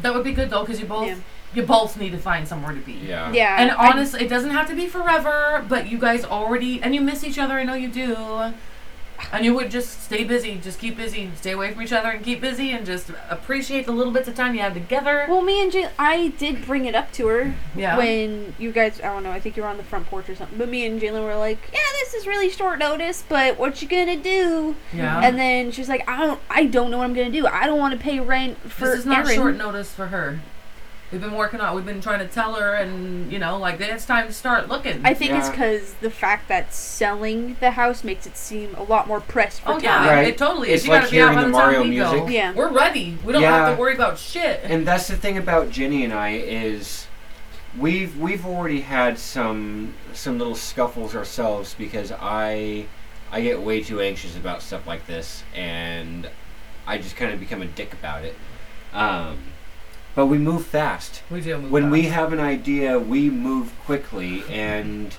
[SPEAKER 3] That would be good though, because you both
[SPEAKER 2] Yeah.
[SPEAKER 3] you both need to find somewhere to be.
[SPEAKER 1] Yeah.
[SPEAKER 2] yeah.
[SPEAKER 3] Oh. And
[SPEAKER 2] I-
[SPEAKER 3] honestly, it doesn't have to be forever, but you guys already and you miss each other. I know you do. And you would just stay busy, just keep busy, stay away from each other, and keep busy, and just appreciate the little bits of time you have together.
[SPEAKER 2] well, me and Jalen, I did bring it up to her
[SPEAKER 3] yeah.
[SPEAKER 2] when you guys. I don't know. I think you were on the front porch or something. But me and Jalen were like, "Yeah, this is really short notice, but what you gonna do?"
[SPEAKER 3] yeah.
[SPEAKER 2] And then she's like, "I don't. I don't know what I'm gonna do. I don't want to pay rent for
[SPEAKER 3] this is not
[SPEAKER 2] Aaron."
[SPEAKER 3] short notice for her. We've been working on. We've been trying to tell her, and you know, like it's time to start looking.
[SPEAKER 2] I think it's
[SPEAKER 1] Yeah.
[SPEAKER 2] because the fact that selling the house makes it seem a lot more pressed for
[SPEAKER 3] oh yeah,
[SPEAKER 2] time.
[SPEAKER 1] Right.
[SPEAKER 3] it totally. is.
[SPEAKER 1] It's
[SPEAKER 3] you
[SPEAKER 1] like
[SPEAKER 3] gotta be out by
[SPEAKER 1] hearing the
[SPEAKER 3] the, time
[SPEAKER 1] Mario
[SPEAKER 3] we go.
[SPEAKER 1] music.
[SPEAKER 2] Yeah.
[SPEAKER 3] We're ready. We don't
[SPEAKER 1] Yeah.
[SPEAKER 3] have to worry about shit.
[SPEAKER 1] And that's the thing about Jenny and I is we've we've already had some some little scuffles ourselves because I I get way too anxious about stuff like this and I just kind of become a dick about it. Um, but we move fast.
[SPEAKER 3] We do. Move
[SPEAKER 1] When we
[SPEAKER 3] fast.
[SPEAKER 1] have an idea, we move quickly and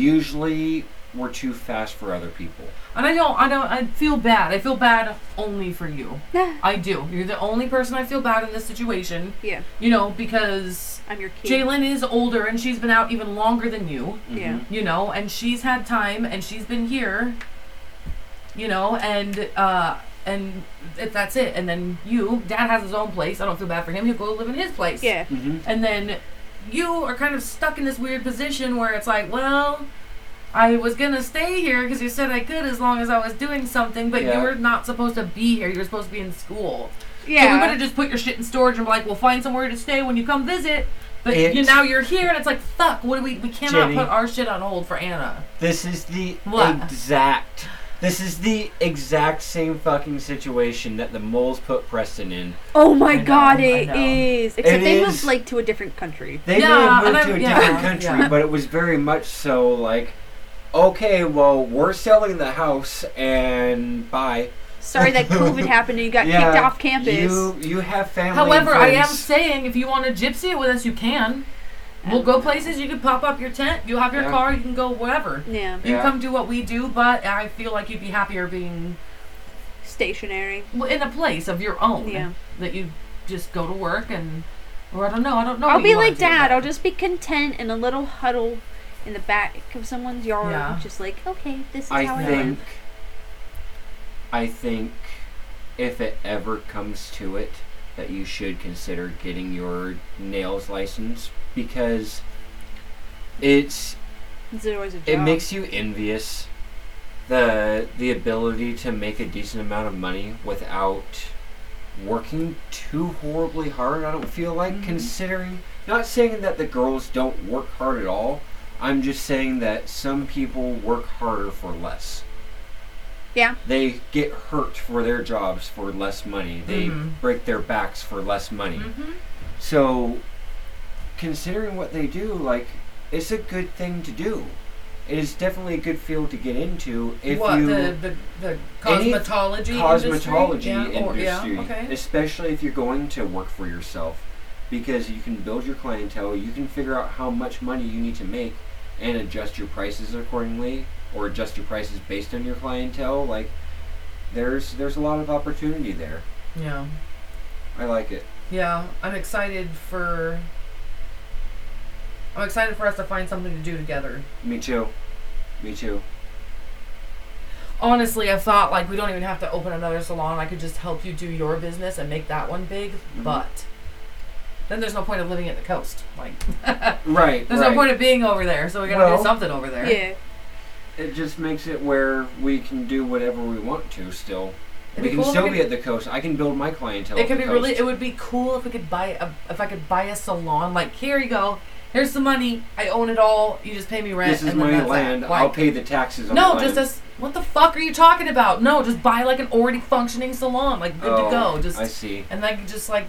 [SPEAKER 1] usually we're too fast for other people.
[SPEAKER 3] and I don't, I don't, I feel bad. I feel bad only for you. I do. You're the only person I feel bad in this situation.
[SPEAKER 2] yeah,
[SPEAKER 3] You know, because
[SPEAKER 2] I'm your kid.
[SPEAKER 3] Jalen is older and she's been out even longer than you.
[SPEAKER 2] Yeah.
[SPEAKER 1] Mhm.
[SPEAKER 3] You know, and she's had time and she's been here. You know, and uh, and it, that's it. And then you, Dad has his own place. I don't feel bad for him. He'll go live in his place.
[SPEAKER 2] Yeah,
[SPEAKER 1] Mhm.
[SPEAKER 3] and then you are kind of stuck in this weird position where it's like, well, I was gonna stay here because you said I could as long as I was doing something, but
[SPEAKER 1] Yeah.
[SPEAKER 3] you were not supposed to be here. You were supposed to be in school. So we
[SPEAKER 2] yeah.
[SPEAKER 3] would have just put your shit in storage and be like, we'll find somewhere to stay when you come visit. But
[SPEAKER 1] It-
[SPEAKER 3] you, now you're here, and it's like, fuck. What do we? We cannot
[SPEAKER 1] Jenny.
[SPEAKER 3] put our shit on hold for Anna.
[SPEAKER 1] This is the
[SPEAKER 3] What?
[SPEAKER 1] exact This is the exact same fucking situation that the moles put Preston in.
[SPEAKER 2] Oh my
[SPEAKER 3] I know,
[SPEAKER 2] god,
[SPEAKER 3] I
[SPEAKER 2] it
[SPEAKER 3] know.
[SPEAKER 2] is. Except they
[SPEAKER 1] is.
[SPEAKER 2] moved like to a different country.
[SPEAKER 1] They
[SPEAKER 3] Yeah,
[SPEAKER 1] may
[SPEAKER 3] and
[SPEAKER 1] have moved to
[SPEAKER 3] I-
[SPEAKER 1] a
[SPEAKER 3] yeah,
[SPEAKER 1] different country,
[SPEAKER 3] yeah.
[SPEAKER 1] but it was very much so like, okay, well, we're selling the house and bye.
[SPEAKER 2] Sorry that COVID happened and you got
[SPEAKER 1] Yeah,
[SPEAKER 2] kicked off campus.
[SPEAKER 1] You you have family.
[SPEAKER 3] However,
[SPEAKER 1] and
[SPEAKER 3] I am
[SPEAKER 1] friends.
[SPEAKER 3] saying if you want to gypsy it with us, you can. We'll
[SPEAKER 2] Um,
[SPEAKER 3] go places. You can pop up your tent. You have your
[SPEAKER 1] Yeah.
[SPEAKER 3] car. You can go wherever.
[SPEAKER 2] Yeah,
[SPEAKER 3] You
[SPEAKER 1] Yeah.
[SPEAKER 3] come do what we do, but I feel like you'd be happier being
[SPEAKER 2] stationary.
[SPEAKER 3] well, in a place of your own.
[SPEAKER 2] Yeah.
[SPEAKER 3] That you just go to work and, or I don't know. I don't know.
[SPEAKER 2] I'll
[SPEAKER 3] what you
[SPEAKER 2] be
[SPEAKER 3] wanna
[SPEAKER 2] like
[SPEAKER 3] do,
[SPEAKER 2] dad.
[SPEAKER 3] but-
[SPEAKER 2] I'll just be content in a little huddle in the back of someone's yard.
[SPEAKER 3] Yeah.
[SPEAKER 2] Just like, okay, this is how
[SPEAKER 1] I
[SPEAKER 2] I
[SPEAKER 1] think.
[SPEAKER 2] am.
[SPEAKER 1] I think, if it ever comes to it, that you should consider getting your nails license because it's
[SPEAKER 2] It's always a job.
[SPEAKER 1] it makes you envious. The the ability to make a decent amount of money without working too horribly hard, I don't feel like
[SPEAKER 2] Mm-hmm.
[SPEAKER 3] Mhm.
[SPEAKER 1] considering not saying that the girls don't work hard at all. I'm just saying that some people work harder for less.
[SPEAKER 2] Yeah.
[SPEAKER 1] They get hurt for their jobs for less money. They
[SPEAKER 3] Mhm.
[SPEAKER 2] Mm-hmm.
[SPEAKER 1] break their backs for less money.
[SPEAKER 3] Mhm.
[SPEAKER 1] So, considering what they do, like, it's a good thing to do. It is definitely a good field to get into if
[SPEAKER 3] what
[SPEAKER 1] you
[SPEAKER 3] the, the the
[SPEAKER 1] any
[SPEAKER 3] cosmetology
[SPEAKER 1] cosmetology
[SPEAKER 3] industry, yeah, or,
[SPEAKER 1] industry,
[SPEAKER 3] yeah, okay.
[SPEAKER 1] especially if you're going to work for yourself, because you can build your clientele, you can figure out how much money you need to make, and adjust your prices accordingly, or adjust your prices based on your clientele. Like, there's there's a lot of opportunity there.
[SPEAKER 3] yeah.
[SPEAKER 1] I like it.
[SPEAKER 3] Yeah, I'm excited for. I'm excited for us to find something to do together.
[SPEAKER 1] Me too. Me too.
[SPEAKER 3] Honestly, I thought like we don't even have to open another salon. I could just help you do your business and make that one big.
[SPEAKER 1] Mhm.
[SPEAKER 3] But then there's no point of living at the coast. Like
[SPEAKER 1] Right.
[SPEAKER 3] there's
[SPEAKER 1] right.
[SPEAKER 3] no point of being over there. So we gotta
[SPEAKER 1] Well-
[SPEAKER 3] do something over there.
[SPEAKER 2] Yeah.
[SPEAKER 1] it just makes it where we can do whatever we want to still. we
[SPEAKER 3] It'd be
[SPEAKER 1] can
[SPEAKER 3] cool if
[SPEAKER 1] still
[SPEAKER 3] we
[SPEAKER 1] be
[SPEAKER 3] could-
[SPEAKER 1] at the coast. I can build my clientele.
[SPEAKER 3] It
[SPEAKER 1] at
[SPEAKER 3] could
[SPEAKER 1] the
[SPEAKER 3] be really.
[SPEAKER 1] coast.
[SPEAKER 3] It would be cool if we could buy a. If I could buy a salon. Like here you go. Here's some money. I own it all. You just pay me rent.
[SPEAKER 1] This is
[SPEAKER 3] and then
[SPEAKER 1] my
[SPEAKER 3] that's that.
[SPEAKER 1] land.
[SPEAKER 3] Like-
[SPEAKER 1] I'll pay the taxes on
[SPEAKER 3] No,
[SPEAKER 1] the
[SPEAKER 3] just
[SPEAKER 1] land.
[SPEAKER 3] as what the fuck are you talking about? No, just buy like an already functioning salon, like good
[SPEAKER 1] oh,
[SPEAKER 3] to go. Just
[SPEAKER 1] I see.
[SPEAKER 3] and like just like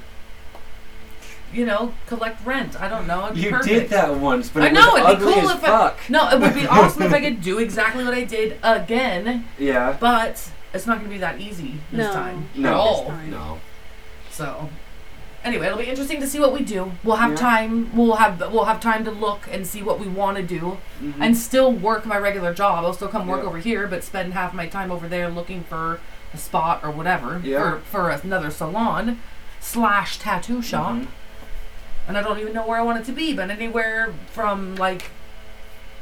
[SPEAKER 3] you know, collect rent. I don't know. It'd be
[SPEAKER 1] You
[SPEAKER 3] perfect.
[SPEAKER 1] did that once, but
[SPEAKER 3] I
[SPEAKER 1] it
[SPEAKER 3] know
[SPEAKER 1] was
[SPEAKER 3] it'd be
[SPEAKER 1] ugly
[SPEAKER 3] cool
[SPEAKER 1] as
[SPEAKER 3] if
[SPEAKER 1] fuck.
[SPEAKER 3] I No, it
[SPEAKER 1] <laughs>
[SPEAKER 3] would be awesome if I could do exactly what I did again,
[SPEAKER 1] Yeah.
[SPEAKER 3] but it's not gonna be that easy this
[SPEAKER 2] No.
[SPEAKER 3] time.
[SPEAKER 1] No.
[SPEAKER 3] At all.
[SPEAKER 2] Fine.
[SPEAKER 1] No.
[SPEAKER 3] So anyway, it'll be interesting to see what we do. We'll have
[SPEAKER 1] Yeah.
[SPEAKER 3] time we'll have we'll have time to look and see what we wanna do.
[SPEAKER 1] Mhm.
[SPEAKER 3] and still work my regular job. I'll still come work
[SPEAKER 1] Yeah.
[SPEAKER 3] over here, but spend half my time over there looking for a spot or whatever
[SPEAKER 1] Yeah.
[SPEAKER 3] for, for another salon slash tattoo shop.
[SPEAKER 1] Mhm.
[SPEAKER 3] And I don't even know where I want it to be, but anywhere from like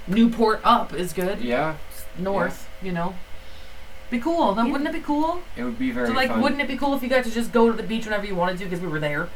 [SPEAKER 3] Newport up is good.
[SPEAKER 1] Yeah,
[SPEAKER 3] North, you know. Be cool. Then
[SPEAKER 2] Yeah.
[SPEAKER 3] wouldn't it be cool?
[SPEAKER 1] it would be very
[SPEAKER 3] so like,
[SPEAKER 1] fun.
[SPEAKER 3] wouldn't it be cool if you got to just go to the beach whenever you wanted to because we were there?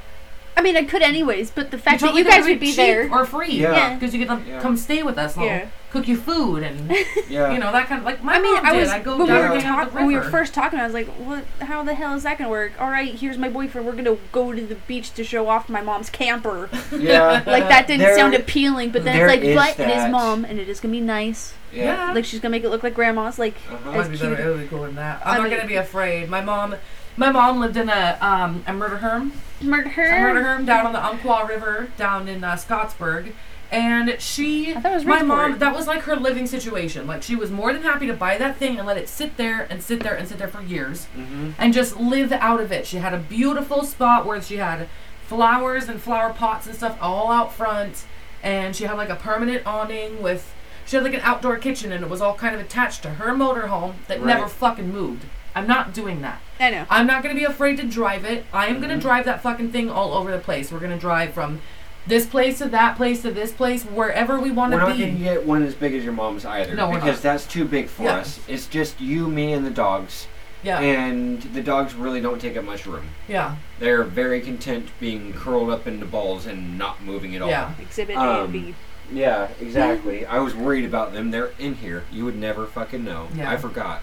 [SPEAKER 2] I mean, I could anyways, but the fact
[SPEAKER 3] totally
[SPEAKER 2] that you guys
[SPEAKER 3] could. It
[SPEAKER 2] would be
[SPEAKER 3] cheap
[SPEAKER 2] there.
[SPEAKER 3] or free.
[SPEAKER 1] Yeah.
[SPEAKER 2] Yeah.
[SPEAKER 3] Because you could like,
[SPEAKER 1] Yeah.
[SPEAKER 3] come stay with us, and I'll
[SPEAKER 2] Yeah.
[SPEAKER 3] cook you food, and
[SPEAKER 1] yeah.
[SPEAKER 3] you know that kind of like my
[SPEAKER 2] I mean,
[SPEAKER 3] mom
[SPEAKER 2] I
[SPEAKER 3] did.
[SPEAKER 2] was
[SPEAKER 3] I go
[SPEAKER 2] when, we
[SPEAKER 3] down
[SPEAKER 2] were
[SPEAKER 3] and down
[SPEAKER 2] talk-
[SPEAKER 3] the
[SPEAKER 2] when we were
[SPEAKER 3] river.
[SPEAKER 2] first talking. I was like, "What? How the hell is that gonna work?" All right, here's my boyfriend. We're gonna go to the beach to show off my mom's
[SPEAKER 3] <laughs>
[SPEAKER 2] camper.
[SPEAKER 1] <laughs> yeah.
[SPEAKER 2] Like that didn't
[SPEAKER 1] There-
[SPEAKER 2] sound appealing, but then
[SPEAKER 1] there
[SPEAKER 2] it's like,
[SPEAKER 1] is
[SPEAKER 2] but it
[SPEAKER 1] that.
[SPEAKER 2] is mom, and it is gonna be nice.
[SPEAKER 1] Yeah.
[SPEAKER 2] Like she's gonna make it look like grandma's. Like
[SPEAKER 1] Uh-huh.
[SPEAKER 2] As
[SPEAKER 3] Might be better.
[SPEAKER 2] cute.
[SPEAKER 3] It would be cooler than that. I'm
[SPEAKER 2] I
[SPEAKER 3] not
[SPEAKER 2] mean-
[SPEAKER 3] gonna be afraid. My mom, my mom lived in a um a murder herm,
[SPEAKER 2] murder
[SPEAKER 3] a
[SPEAKER 2] her.
[SPEAKER 3] murder herm down on the Umpqua River down in uh, Scottsburg, and she,
[SPEAKER 2] I thought it was
[SPEAKER 3] my mom,
[SPEAKER 2] Reedsport.
[SPEAKER 3] that was like her living situation. Like she was more than happy to buy that thing and let it sit there and sit there and sit there for years
[SPEAKER 1] Mm-hmm.
[SPEAKER 3] and just live out of it. She had a beautiful spot where she had flowers and flower pots and stuff all out front, and she had like a permanent awning with. She had like an outdoor kitchen, and it was all kind of attached to her motorhome that never
[SPEAKER 1] Right.
[SPEAKER 3] fucking moved. I'm not doing that.
[SPEAKER 2] I know.
[SPEAKER 3] I'm not gonna be afraid to drive it. I am gonna
[SPEAKER 1] Mhm.
[SPEAKER 3] drive that fucking thing all over the place. We're gonna drive from this place to that place to this place, wherever we want
[SPEAKER 1] We're
[SPEAKER 3] to
[SPEAKER 1] not gonna
[SPEAKER 3] be.
[SPEAKER 1] get one as big as your mom's either,
[SPEAKER 3] No, we're
[SPEAKER 1] because
[SPEAKER 3] not.
[SPEAKER 1] that's too big for
[SPEAKER 3] Yeah.
[SPEAKER 1] us. It's just you, me, and the dogs.
[SPEAKER 3] Yeah,
[SPEAKER 1] and the dogs really don't take up much room.
[SPEAKER 3] yeah,
[SPEAKER 1] They're very content being curled up into balls and not moving at all.
[SPEAKER 3] yeah.
[SPEAKER 2] Exhibit A
[SPEAKER 1] Um,
[SPEAKER 2] and B.
[SPEAKER 1] Yeah, exactly. I was worried about them. They're in here. You would never fucking know.
[SPEAKER 3] Yeah.
[SPEAKER 1] I forgot.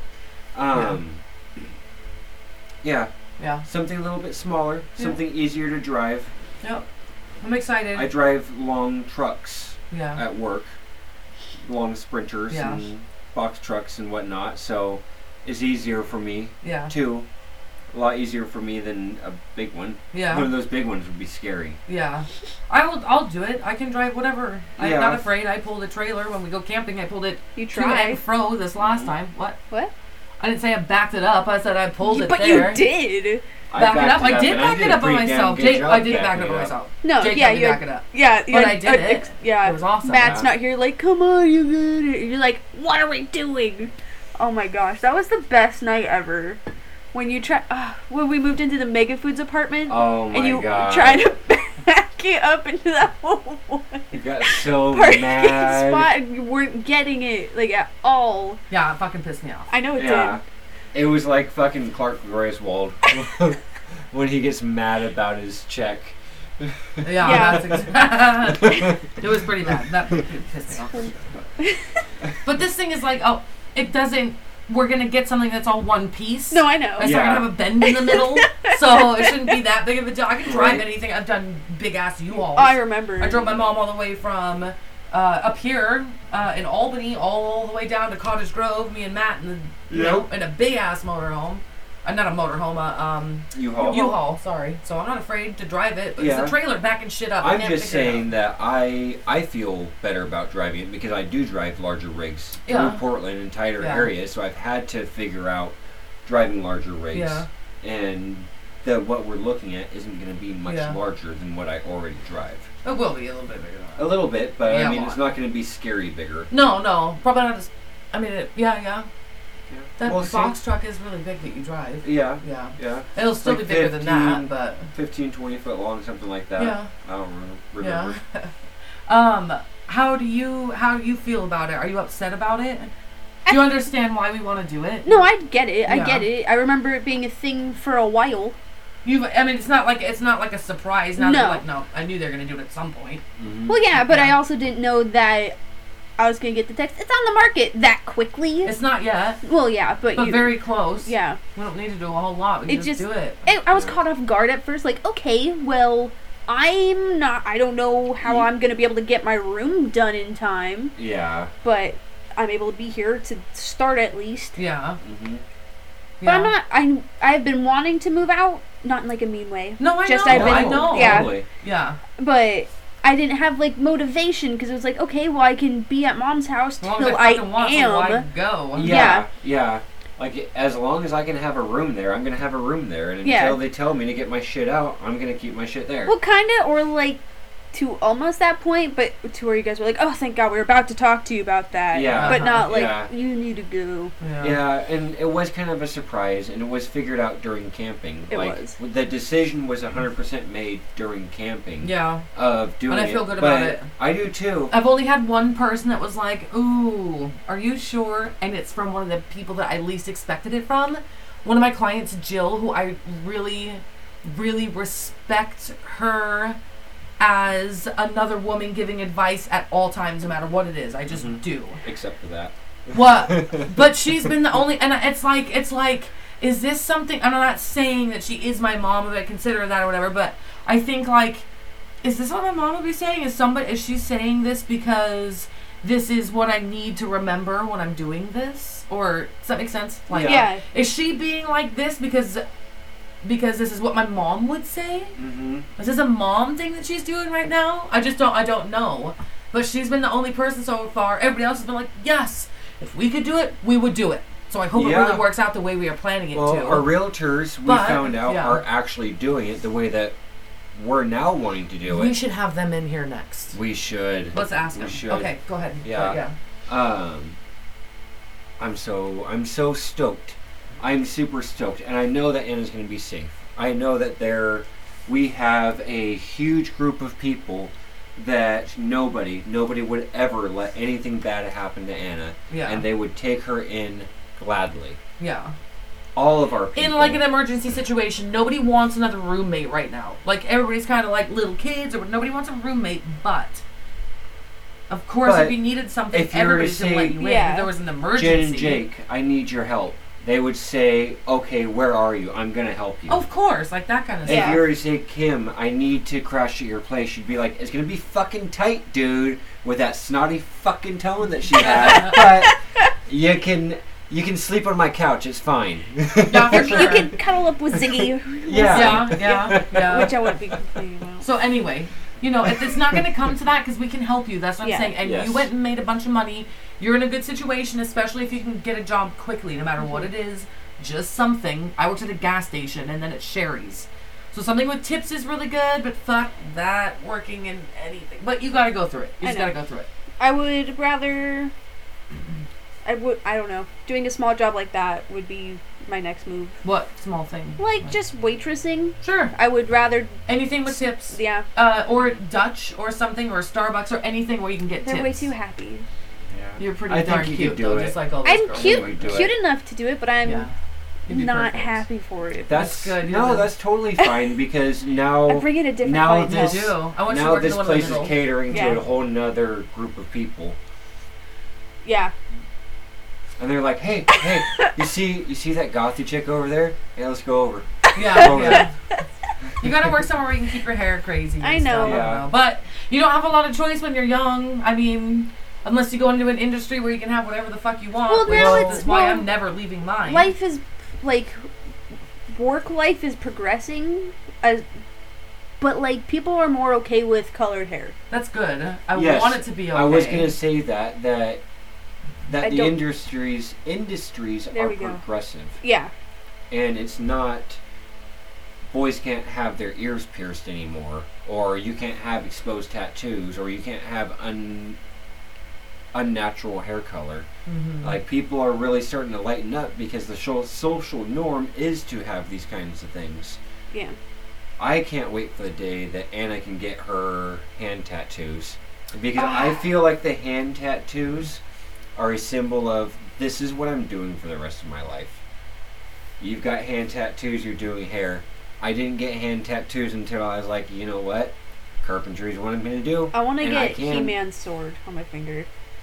[SPEAKER 1] Um, yeah.
[SPEAKER 3] Yeah.
[SPEAKER 1] something a little bit smaller,
[SPEAKER 3] Yeah.
[SPEAKER 1] something easier to drive.
[SPEAKER 3] Yep. I'm excited.
[SPEAKER 1] I drive long trucks
[SPEAKER 3] yeah.
[SPEAKER 1] at work, long sprinters
[SPEAKER 3] Yeah.
[SPEAKER 1] and box trucks and whatnot. So is easier for me.
[SPEAKER 3] Yeah.
[SPEAKER 1] Two, a lot easier for me than a big one. One
[SPEAKER 3] Yeah.
[SPEAKER 1] of those big ones would be scary.
[SPEAKER 3] Yeah. I will. I'll do it. I can drive whatever. I'm
[SPEAKER 1] Yeah.
[SPEAKER 3] not afraid. I pulled a trailer when we go camping. I pulled it
[SPEAKER 2] You
[SPEAKER 3] to and
[SPEAKER 2] tried.
[SPEAKER 3] fro this
[SPEAKER 1] Mm-hmm.
[SPEAKER 3] last time. What?
[SPEAKER 2] What?
[SPEAKER 3] I didn't say I backed it up. I said I pulled
[SPEAKER 2] You-
[SPEAKER 3] it
[SPEAKER 2] but
[SPEAKER 3] there.
[SPEAKER 2] you did.
[SPEAKER 3] Back it up. I did
[SPEAKER 1] and
[SPEAKER 3] back it
[SPEAKER 1] a
[SPEAKER 3] up on
[SPEAKER 1] pretty damn
[SPEAKER 3] myself.
[SPEAKER 1] good
[SPEAKER 3] Jake,
[SPEAKER 1] job
[SPEAKER 3] I did back
[SPEAKER 1] backing
[SPEAKER 3] it up on myself.
[SPEAKER 2] No,
[SPEAKER 3] Jake
[SPEAKER 2] Oh, yeah,
[SPEAKER 3] let me
[SPEAKER 2] you
[SPEAKER 3] back it up.
[SPEAKER 2] yeah,
[SPEAKER 3] But
[SPEAKER 2] yeah,
[SPEAKER 3] I did it.
[SPEAKER 2] yeah.
[SPEAKER 3] It was awesome.
[SPEAKER 2] Matt's
[SPEAKER 1] Yeah.
[SPEAKER 2] not here. Like, come on, you good? You're like, what are we doing? Oh my gosh, that was the best night ever. When you try, uh, when we moved into the Mega Foods apartment,
[SPEAKER 1] Oh my
[SPEAKER 2] and you
[SPEAKER 1] god.
[SPEAKER 2] tried to <laughs> back it up into that whole <laughs> one
[SPEAKER 1] You got
[SPEAKER 3] <laughs>
[SPEAKER 1] so
[SPEAKER 2] parking
[SPEAKER 1] mad.
[SPEAKER 2] spot, and you weren't getting it like at all.
[SPEAKER 3] Yeah, it fucking pissed me
[SPEAKER 2] <laughs>
[SPEAKER 3] off.
[SPEAKER 2] I know it
[SPEAKER 1] Yeah. It was like fucking Clark Griswold <laughs> when he gets mad about his check.
[SPEAKER 3] Yeah,
[SPEAKER 2] Yeah.
[SPEAKER 3] that's exactly. <laughs> it was pretty bad. That pissed me off.
[SPEAKER 2] <laughs>
[SPEAKER 3] But this thing is like, oh, it doesn't. We're gonna get something that's all one piece.
[SPEAKER 2] did. No, I know.
[SPEAKER 3] It's
[SPEAKER 1] Yeah.
[SPEAKER 3] not gonna have a bend in
[SPEAKER 1] <laughs>
[SPEAKER 3] the middle, so it shouldn't be that big of a deal. I can drive
[SPEAKER 1] Right.
[SPEAKER 3] anything. I've done big ass U
[SPEAKER 2] Oh,
[SPEAKER 3] hauls.
[SPEAKER 2] I remember.
[SPEAKER 3] I drove my mom all the way from uh, up here uh, in Albany all the way down to Cottage Grove. Me and Matt in, the, you know, in a big ass motorhome. Uh, not a motorhome, a um,
[SPEAKER 1] You haul.
[SPEAKER 3] U-Haul. Sorry. So I'm not afraid to drive it. But
[SPEAKER 1] Oh. Yeah.
[SPEAKER 3] It's a trailer backing shit up. I
[SPEAKER 1] I'm
[SPEAKER 3] can't
[SPEAKER 1] just
[SPEAKER 3] figure it out.
[SPEAKER 1] saying that I I feel better about driving it because I do drive larger rigs
[SPEAKER 3] Yeah.
[SPEAKER 1] through Portland and tighter
[SPEAKER 3] Yeah.
[SPEAKER 1] areas, so I've had to figure out driving larger rigs.
[SPEAKER 3] Yeah.
[SPEAKER 1] And that what we're looking at isn't going to be much
[SPEAKER 3] Yeah.
[SPEAKER 1] larger than what I already drive.
[SPEAKER 3] It will be a little bit bigger. Than
[SPEAKER 1] A
[SPEAKER 3] that.
[SPEAKER 1] little bit, but
[SPEAKER 3] Yeah, a
[SPEAKER 1] I mean,
[SPEAKER 3] lot.
[SPEAKER 1] it's not going to be scary bigger.
[SPEAKER 3] No, no, probably not. As, I mean, it, yeah, yeah. That
[SPEAKER 1] Well, see-
[SPEAKER 3] box truck is really big that you drive.
[SPEAKER 1] Yeah,
[SPEAKER 3] Yeah.
[SPEAKER 1] yeah.
[SPEAKER 3] It'll still
[SPEAKER 1] Like
[SPEAKER 3] be bigger than
[SPEAKER 1] 15,
[SPEAKER 3] that, but
[SPEAKER 1] 15, 20 foot long, something like that.
[SPEAKER 3] yeah,
[SPEAKER 1] I don't re- remember.
[SPEAKER 3] yeah. um, how do you how do you feel about it? Are you upset about it? Do you understand why we want to do it?
[SPEAKER 2] No, I get it. I
[SPEAKER 3] Yeah.
[SPEAKER 2] get it. I remember it being a thing for a while.
[SPEAKER 3] You, I mean, it's not like it's not like a surprise. Now they're
[SPEAKER 2] No.
[SPEAKER 3] like, no, I knew they were gonna do it at some point.
[SPEAKER 1] Mhm.
[SPEAKER 2] Well, yeah, but I
[SPEAKER 3] Yeah.
[SPEAKER 2] also didn't know that I was gonna get the text. It's on the market that quickly.
[SPEAKER 3] It's not yet,
[SPEAKER 2] well, yeah, but,
[SPEAKER 3] but
[SPEAKER 2] you,
[SPEAKER 3] very close.
[SPEAKER 2] yeah.
[SPEAKER 3] we don't need to do a whole lot. We
[SPEAKER 2] It
[SPEAKER 3] just,
[SPEAKER 2] just-
[SPEAKER 3] do it.
[SPEAKER 2] I, I was
[SPEAKER 1] Yeah.
[SPEAKER 2] caught off guard at first. Like, okay, well, I'm not. I don't know how
[SPEAKER 3] Mm-hmm.
[SPEAKER 1] Ye-
[SPEAKER 2] I'm gonna be able to get my room done in time,
[SPEAKER 1] Yeah.
[SPEAKER 2] but I'm able to be here to start at least.
[SPEAKER 3] Yeah,
[SPEAKER 1] hmm
[SPEAKER 3] yeah.
[SPEAKER 2] But I'm not. I I've been wanting to move out, not in like a mean way,
[SPEAKER 3] No, I
[SPEAKER 2] Just
[SPEAKER 3] know.
[SPEAKER 2] I've been-
[SPEAKER 3] I know.
[SPEAKER 2] yeah.
[SPEAKER 1] Totally.
[SPEAKER 3] Yeah.
[SPEAKER 2] but. I didn't have like motivation because it was like okay, well I can be at mom's house
[SPEAKER 3] As
[SPEAKER 2] till
[SPEAKER 3] long as
[SPEAKER 2] I
[SPEAKER 3] I fucking want,
[SPEAKER 2] am.
[SPEAKER 3] so why go?
[SPEAKER 1] Yeah.
[SPEAKER 2] Yeah.
[SPEAKER 1] yeah. Like as long as I can have a room there, I'm gonna have a room there, and until
[SPEAKER 2] Yeah.
[SPEAKER 1] they tell me to get my shit out, I'm gonna keep my shit there.
[SPEAKER 2] Well, kind of, or like to almost that point, but to where you guys were like, oh, thank God, we were about to talk to you about that.
[SPEAKER 1] Yeah.
[SPEAKER 2] But not
[SPEAKER 1] Uh-huh.
[SPEAKER 2] like,
[SPEAKER 1] Yeah.
[SPEAKER 2] you need to go.
[SPEAKER 3] Yeah.
[SPEAKER 1] yeah, and it was kind of a surprise, and it was figured out during camping.
[SPEAKER 2] It
[SPEAKER 1] like
[SPEAKER 2] was.
[SPEAKER 1] the decision was 100% made during camping
[SPEAKER 3] Yeah.
[SPEAKER 1] of doing
[SPEAKER 3] I
[SPEAKER 1] it,
[SPEAKER 3] feel good
[SPEAKER 1] but
[SPEAKER 3] about it.
[SPEAKER 1] I do too.
[SPEAKER 3] I've only had one person that was like, "Ooh, are you sure?" And it's from one of the people that I least expected it from. One of my clients, Jill, who I really, really respect her as another woman giving advice at all times, no matter what it is. I just
[SPEAKER 1] Mhm.
[SPEAKER 3] do.
[SPEAKER 1] Except for that.
[SPEAKER 3] What? but she's been the only, and I- it's like, it's like, is this something? I'm not saying that she is my mom, or that I consider her that or whatever, but I think like, is this what my mom would be saying? Is somebody is she saying this because this is what I need to remember when I'm doing this, or does that make sense? Like,
[SPEAKER 1] Yeah.
[SPEAKER 2] Yeah.
[SPEAKER 3] is she being like this because? Because this is what my mom would say.
[SPEAKER 1] hmm
[SPEAKER 3] Is this a mom thing that she's doing right now? I just don't I don't know. But she's been the only person so far. Everybody else has been like, yes, if we could do it, we would do it. So I hope it
[SPEAKER 1] Yeah.
[SPEAKER 3] really works out the way we are planning it
[SPEAKER 1] Well,
[SPEAKER 3] to.
[SPEAKER 1] our realtors, we
[SPEAKER 3] But,
[SPEAKER 1] found out,
[SPEAKER 3] yeah.
[SPEAKER 1] are actually doing it the way that we're now wanting to do
[SPEAKER 3] we
[SPEAKER 1] it.
[SPEAKER 3] should have them in here next.
[SPEAKER 1] We should.
[SPEAKER 3] Let's ask
[SPEAKER 1] We
[SPEAKER 3] them.
[SPEAKER 1] should.
[SPEAKER 3] Okay, go ahead.
[SPEAKER 1] Yeah.
[SPEAKER 3] But yeah.
[SPEAKER 1] Um, I'm so I'm so stoked. I'm super stoked, and I know that Anna's going to be safe. I know that there, we have a huge group of people that nobody nobody would ever let anything bad happen to Anna,
[SPEAKER 3] Yeah.
[SPEAKER 1] and they would take her in gladly.
[SPEAKER 3] yeah.
[SPEAKER 1] All of our people.
[SPEAKER 3] In like an emergency situation, nobody wants another roommate right now. Like everybody's kind of like little kids, or nobody wants a roommate. But of course,
[SPEAKER 1] But
[SPEAKER 3] if you needed something,
[SPEAKER 1] if you were to
[SPEAKER 3] everybody's gonna let
[SPEAKER 1] say-
[SPEAKER 3] you in.
[SPEAKER 2] Yeah.
[SPEAKER 3] If there was an
[SPEAKER 1] Jen
[SPEAKER 3] emergency,
[SPEAKER 1] and Jake, I need your help. They would say, "Okay, where are you? I'm going to help you."
[SPEAKER 3] of course, like that kind of
[SPEAKER 1] If
[SPEAKER 2] Yeah.
[SPEAKER 1] you were to say, Kim, I need to crash at your place, you'd be like, it's going to be fucking tight,
[SPEAKER 3] <laughs>
[SPEAKER 1] dude, with that snotty fucking tone that she had. but you can, You can sleep on my couch. It's fine.
[SPEAKER 3] Yeah, for
[SPEAKER 2] And
[SPEAKER 3] sure.
[SPEAKER 2] you can cuddle up with Ziggy,
[SPEAKER 1] <laughs> Yeah.
[SPEAKER 3] yeah, yeah, yeah.
[SPEAKER 2] <laughs> which I wouldn't be complaining about.
[SPEAKER 3] So anyway, you know, if it's not going to come to that because we can help you. That's what
[SPEAKER 2] Yeah.
[SPEAKER 3] I'm saying. And
[SPEAKER 1] Yes.
[SPEAKER 3] you went and made a bunch of money. You're in a good situation, especially if you can get a job quickly, no matter
[SPEAKER 2] Mm-hmm.
[SPEAKER 3] what it is. Just something. I worked at a gas station, and then at Sherry's. So something with tips is really good, but fuck that working in anything. But you got to go through it. You
[SPEAKER 2] I
[SPEAKER 3] just got
[SPEAKER 2] know.
[SPEAKER 3] to go through it.
[SPEAKER 2] I would rather. I would. I don't know. Doing a small job like that would be my next move.
[SPEAKER 3] What small thing?
[SPEAKER 2] Like just waitressing.
[SPEAKER 3] sure
[SPEAKER 2] I would rather.
[SPEAKER 3] anything with tips.
[SPEAKER 2] Yeah,
[SPEAKER 3] Uh, or Dutch or something or Starbucks or anything where you can get
[SPEAKER 2] they're
[SPEAKER 3] tips.
[SPEAKER 2] way too happy.
[SPEAKER 1] Yeah.
[SPEAKER 3] You're pretty
[SPEAKER 1] I think
[SPEAKER 3] darn
[SPEAKER 1] you could
[SPEAKER 3] cute
[SPEAKER 1] do
[SPEAKER 3] though,
[SPEAKER 1] it.
[SPEAKER 3] just like all those
[SPEAKER 2] I'm
[SPEAKER 3] girls.
[SPEAKER 1] we
[SPEAKER 2] cute,
[SPEAKER 1] do it.
[SPEAKER 2] cute enough to do it, but I'm
[SPEAKER 3] Yeah. You'd be
[SPEAKER 2] not
[SPEAKER 3] perfect.
[SPEAKER 2] happy for it.
[SPEAKER 1] That's,
[SPEAKER 3] That's good, you
[SPEAKER 1] No,
[SPEAKER 3] know.
[SPEAKER 1] that's totally fine because now
[SPEAKER 2] I bring in a different
[SPEAKER 1] now
[SPEAKER 2] now
[SPEAKER 3] I
[SPEAKER 1] this-
[SPEAKER 3] do. I want you to
[SPEAKER 1] now
[SPEAKER 3] work
[SPEAKER 1] this
[SPEAKER 3] in the one in
[SPEAKER 1] place
[SPEAKER 3] the
[SPEAKER 1] is
[SPEAKER 3] middle.
[SPEAKER 1] catering
[SPEAKER 2] Yeah.
[SPEAKER 1] to a whole nother group of people,
[SPEAKER 2] Yeah,
[SPEAKER 1] and they're like, "Hey, hey, you see, you see that gothy chick over there? Yeah, let's go over."
[SPEAKER 3] Yeah,
[SPEAKER 1] Over
[SPEAKER 3] yeah. you gotta work somewhere where you can keep your hair crazy. and
[SPEAKER 2] I
[SPEAKER 3] stuff,
[SPEAKER 2] know.
[SPEAKER 3] you
[SPEAKER 1] Yeah.
[SPEAKER 3] But you don't have a lot of choice when you're young. I mean, unless you go into an industry where you can have whatever the fuck you want.
[SPEAKER 2] Well,
[SPEAKER 3] which
[SPEAKER 2] now
[SPEAKER 3] is
[SPEAKER 2] it's-
[SPEAKER 3] why
[SPEAKER 2] well,
[SPEAKER 3] I'm never leaving mine.
[SPEAKER 2] life is like work life is progressing, as, but like people are more okay with colored hair.
[SPEAKER 3] That's good. I
[SPEAKER 1] Yes,
[SPEAKER 3] want it to be okay.
[SPEAKER 1] I was gonna say that that that
[SPEAKER 2] I
[SPEAKER 1] the
[SPEAKER 2] don't-
[SPEAKER 1] industries industries
[SPEAKER 2] There
[SPEAKER 1] are
[SPEAKER 2] we go.
[SPEAKER 1] progressive,
[SPEAKER 2] Yeah,
[SPEAKER 1] and it's not boys can't have their ears pierced anymore, or you can't have exposed tattoos, or you can't have un unnatural hair color.
[SPEAKER 2] Mm-hmm.
[SPEAKER 3] Mhm.
[SPEAKER 1] Like people are really starting to lighten up because the sho- social norm is to have these kinds of things.
[SPEAKER 2] yeah.
[SPEAKER 1] I can't wait for the day that Anna can get her hand tattoos because I feel like the hand tattoos are a symbol of this is what I'm doing for the rest of my life. You've got hand tattoos, you're doing hair. I didn't get hand tattoos until I was like, you know what? Carpentry is what I'm going to do.
[SPEAKER 2] I want to
[SPEAKER 1] And I
[SPEAKER 2] get
[SPEAKER 1] can-
[SPEAKER 2] He-Man's sword on my finger.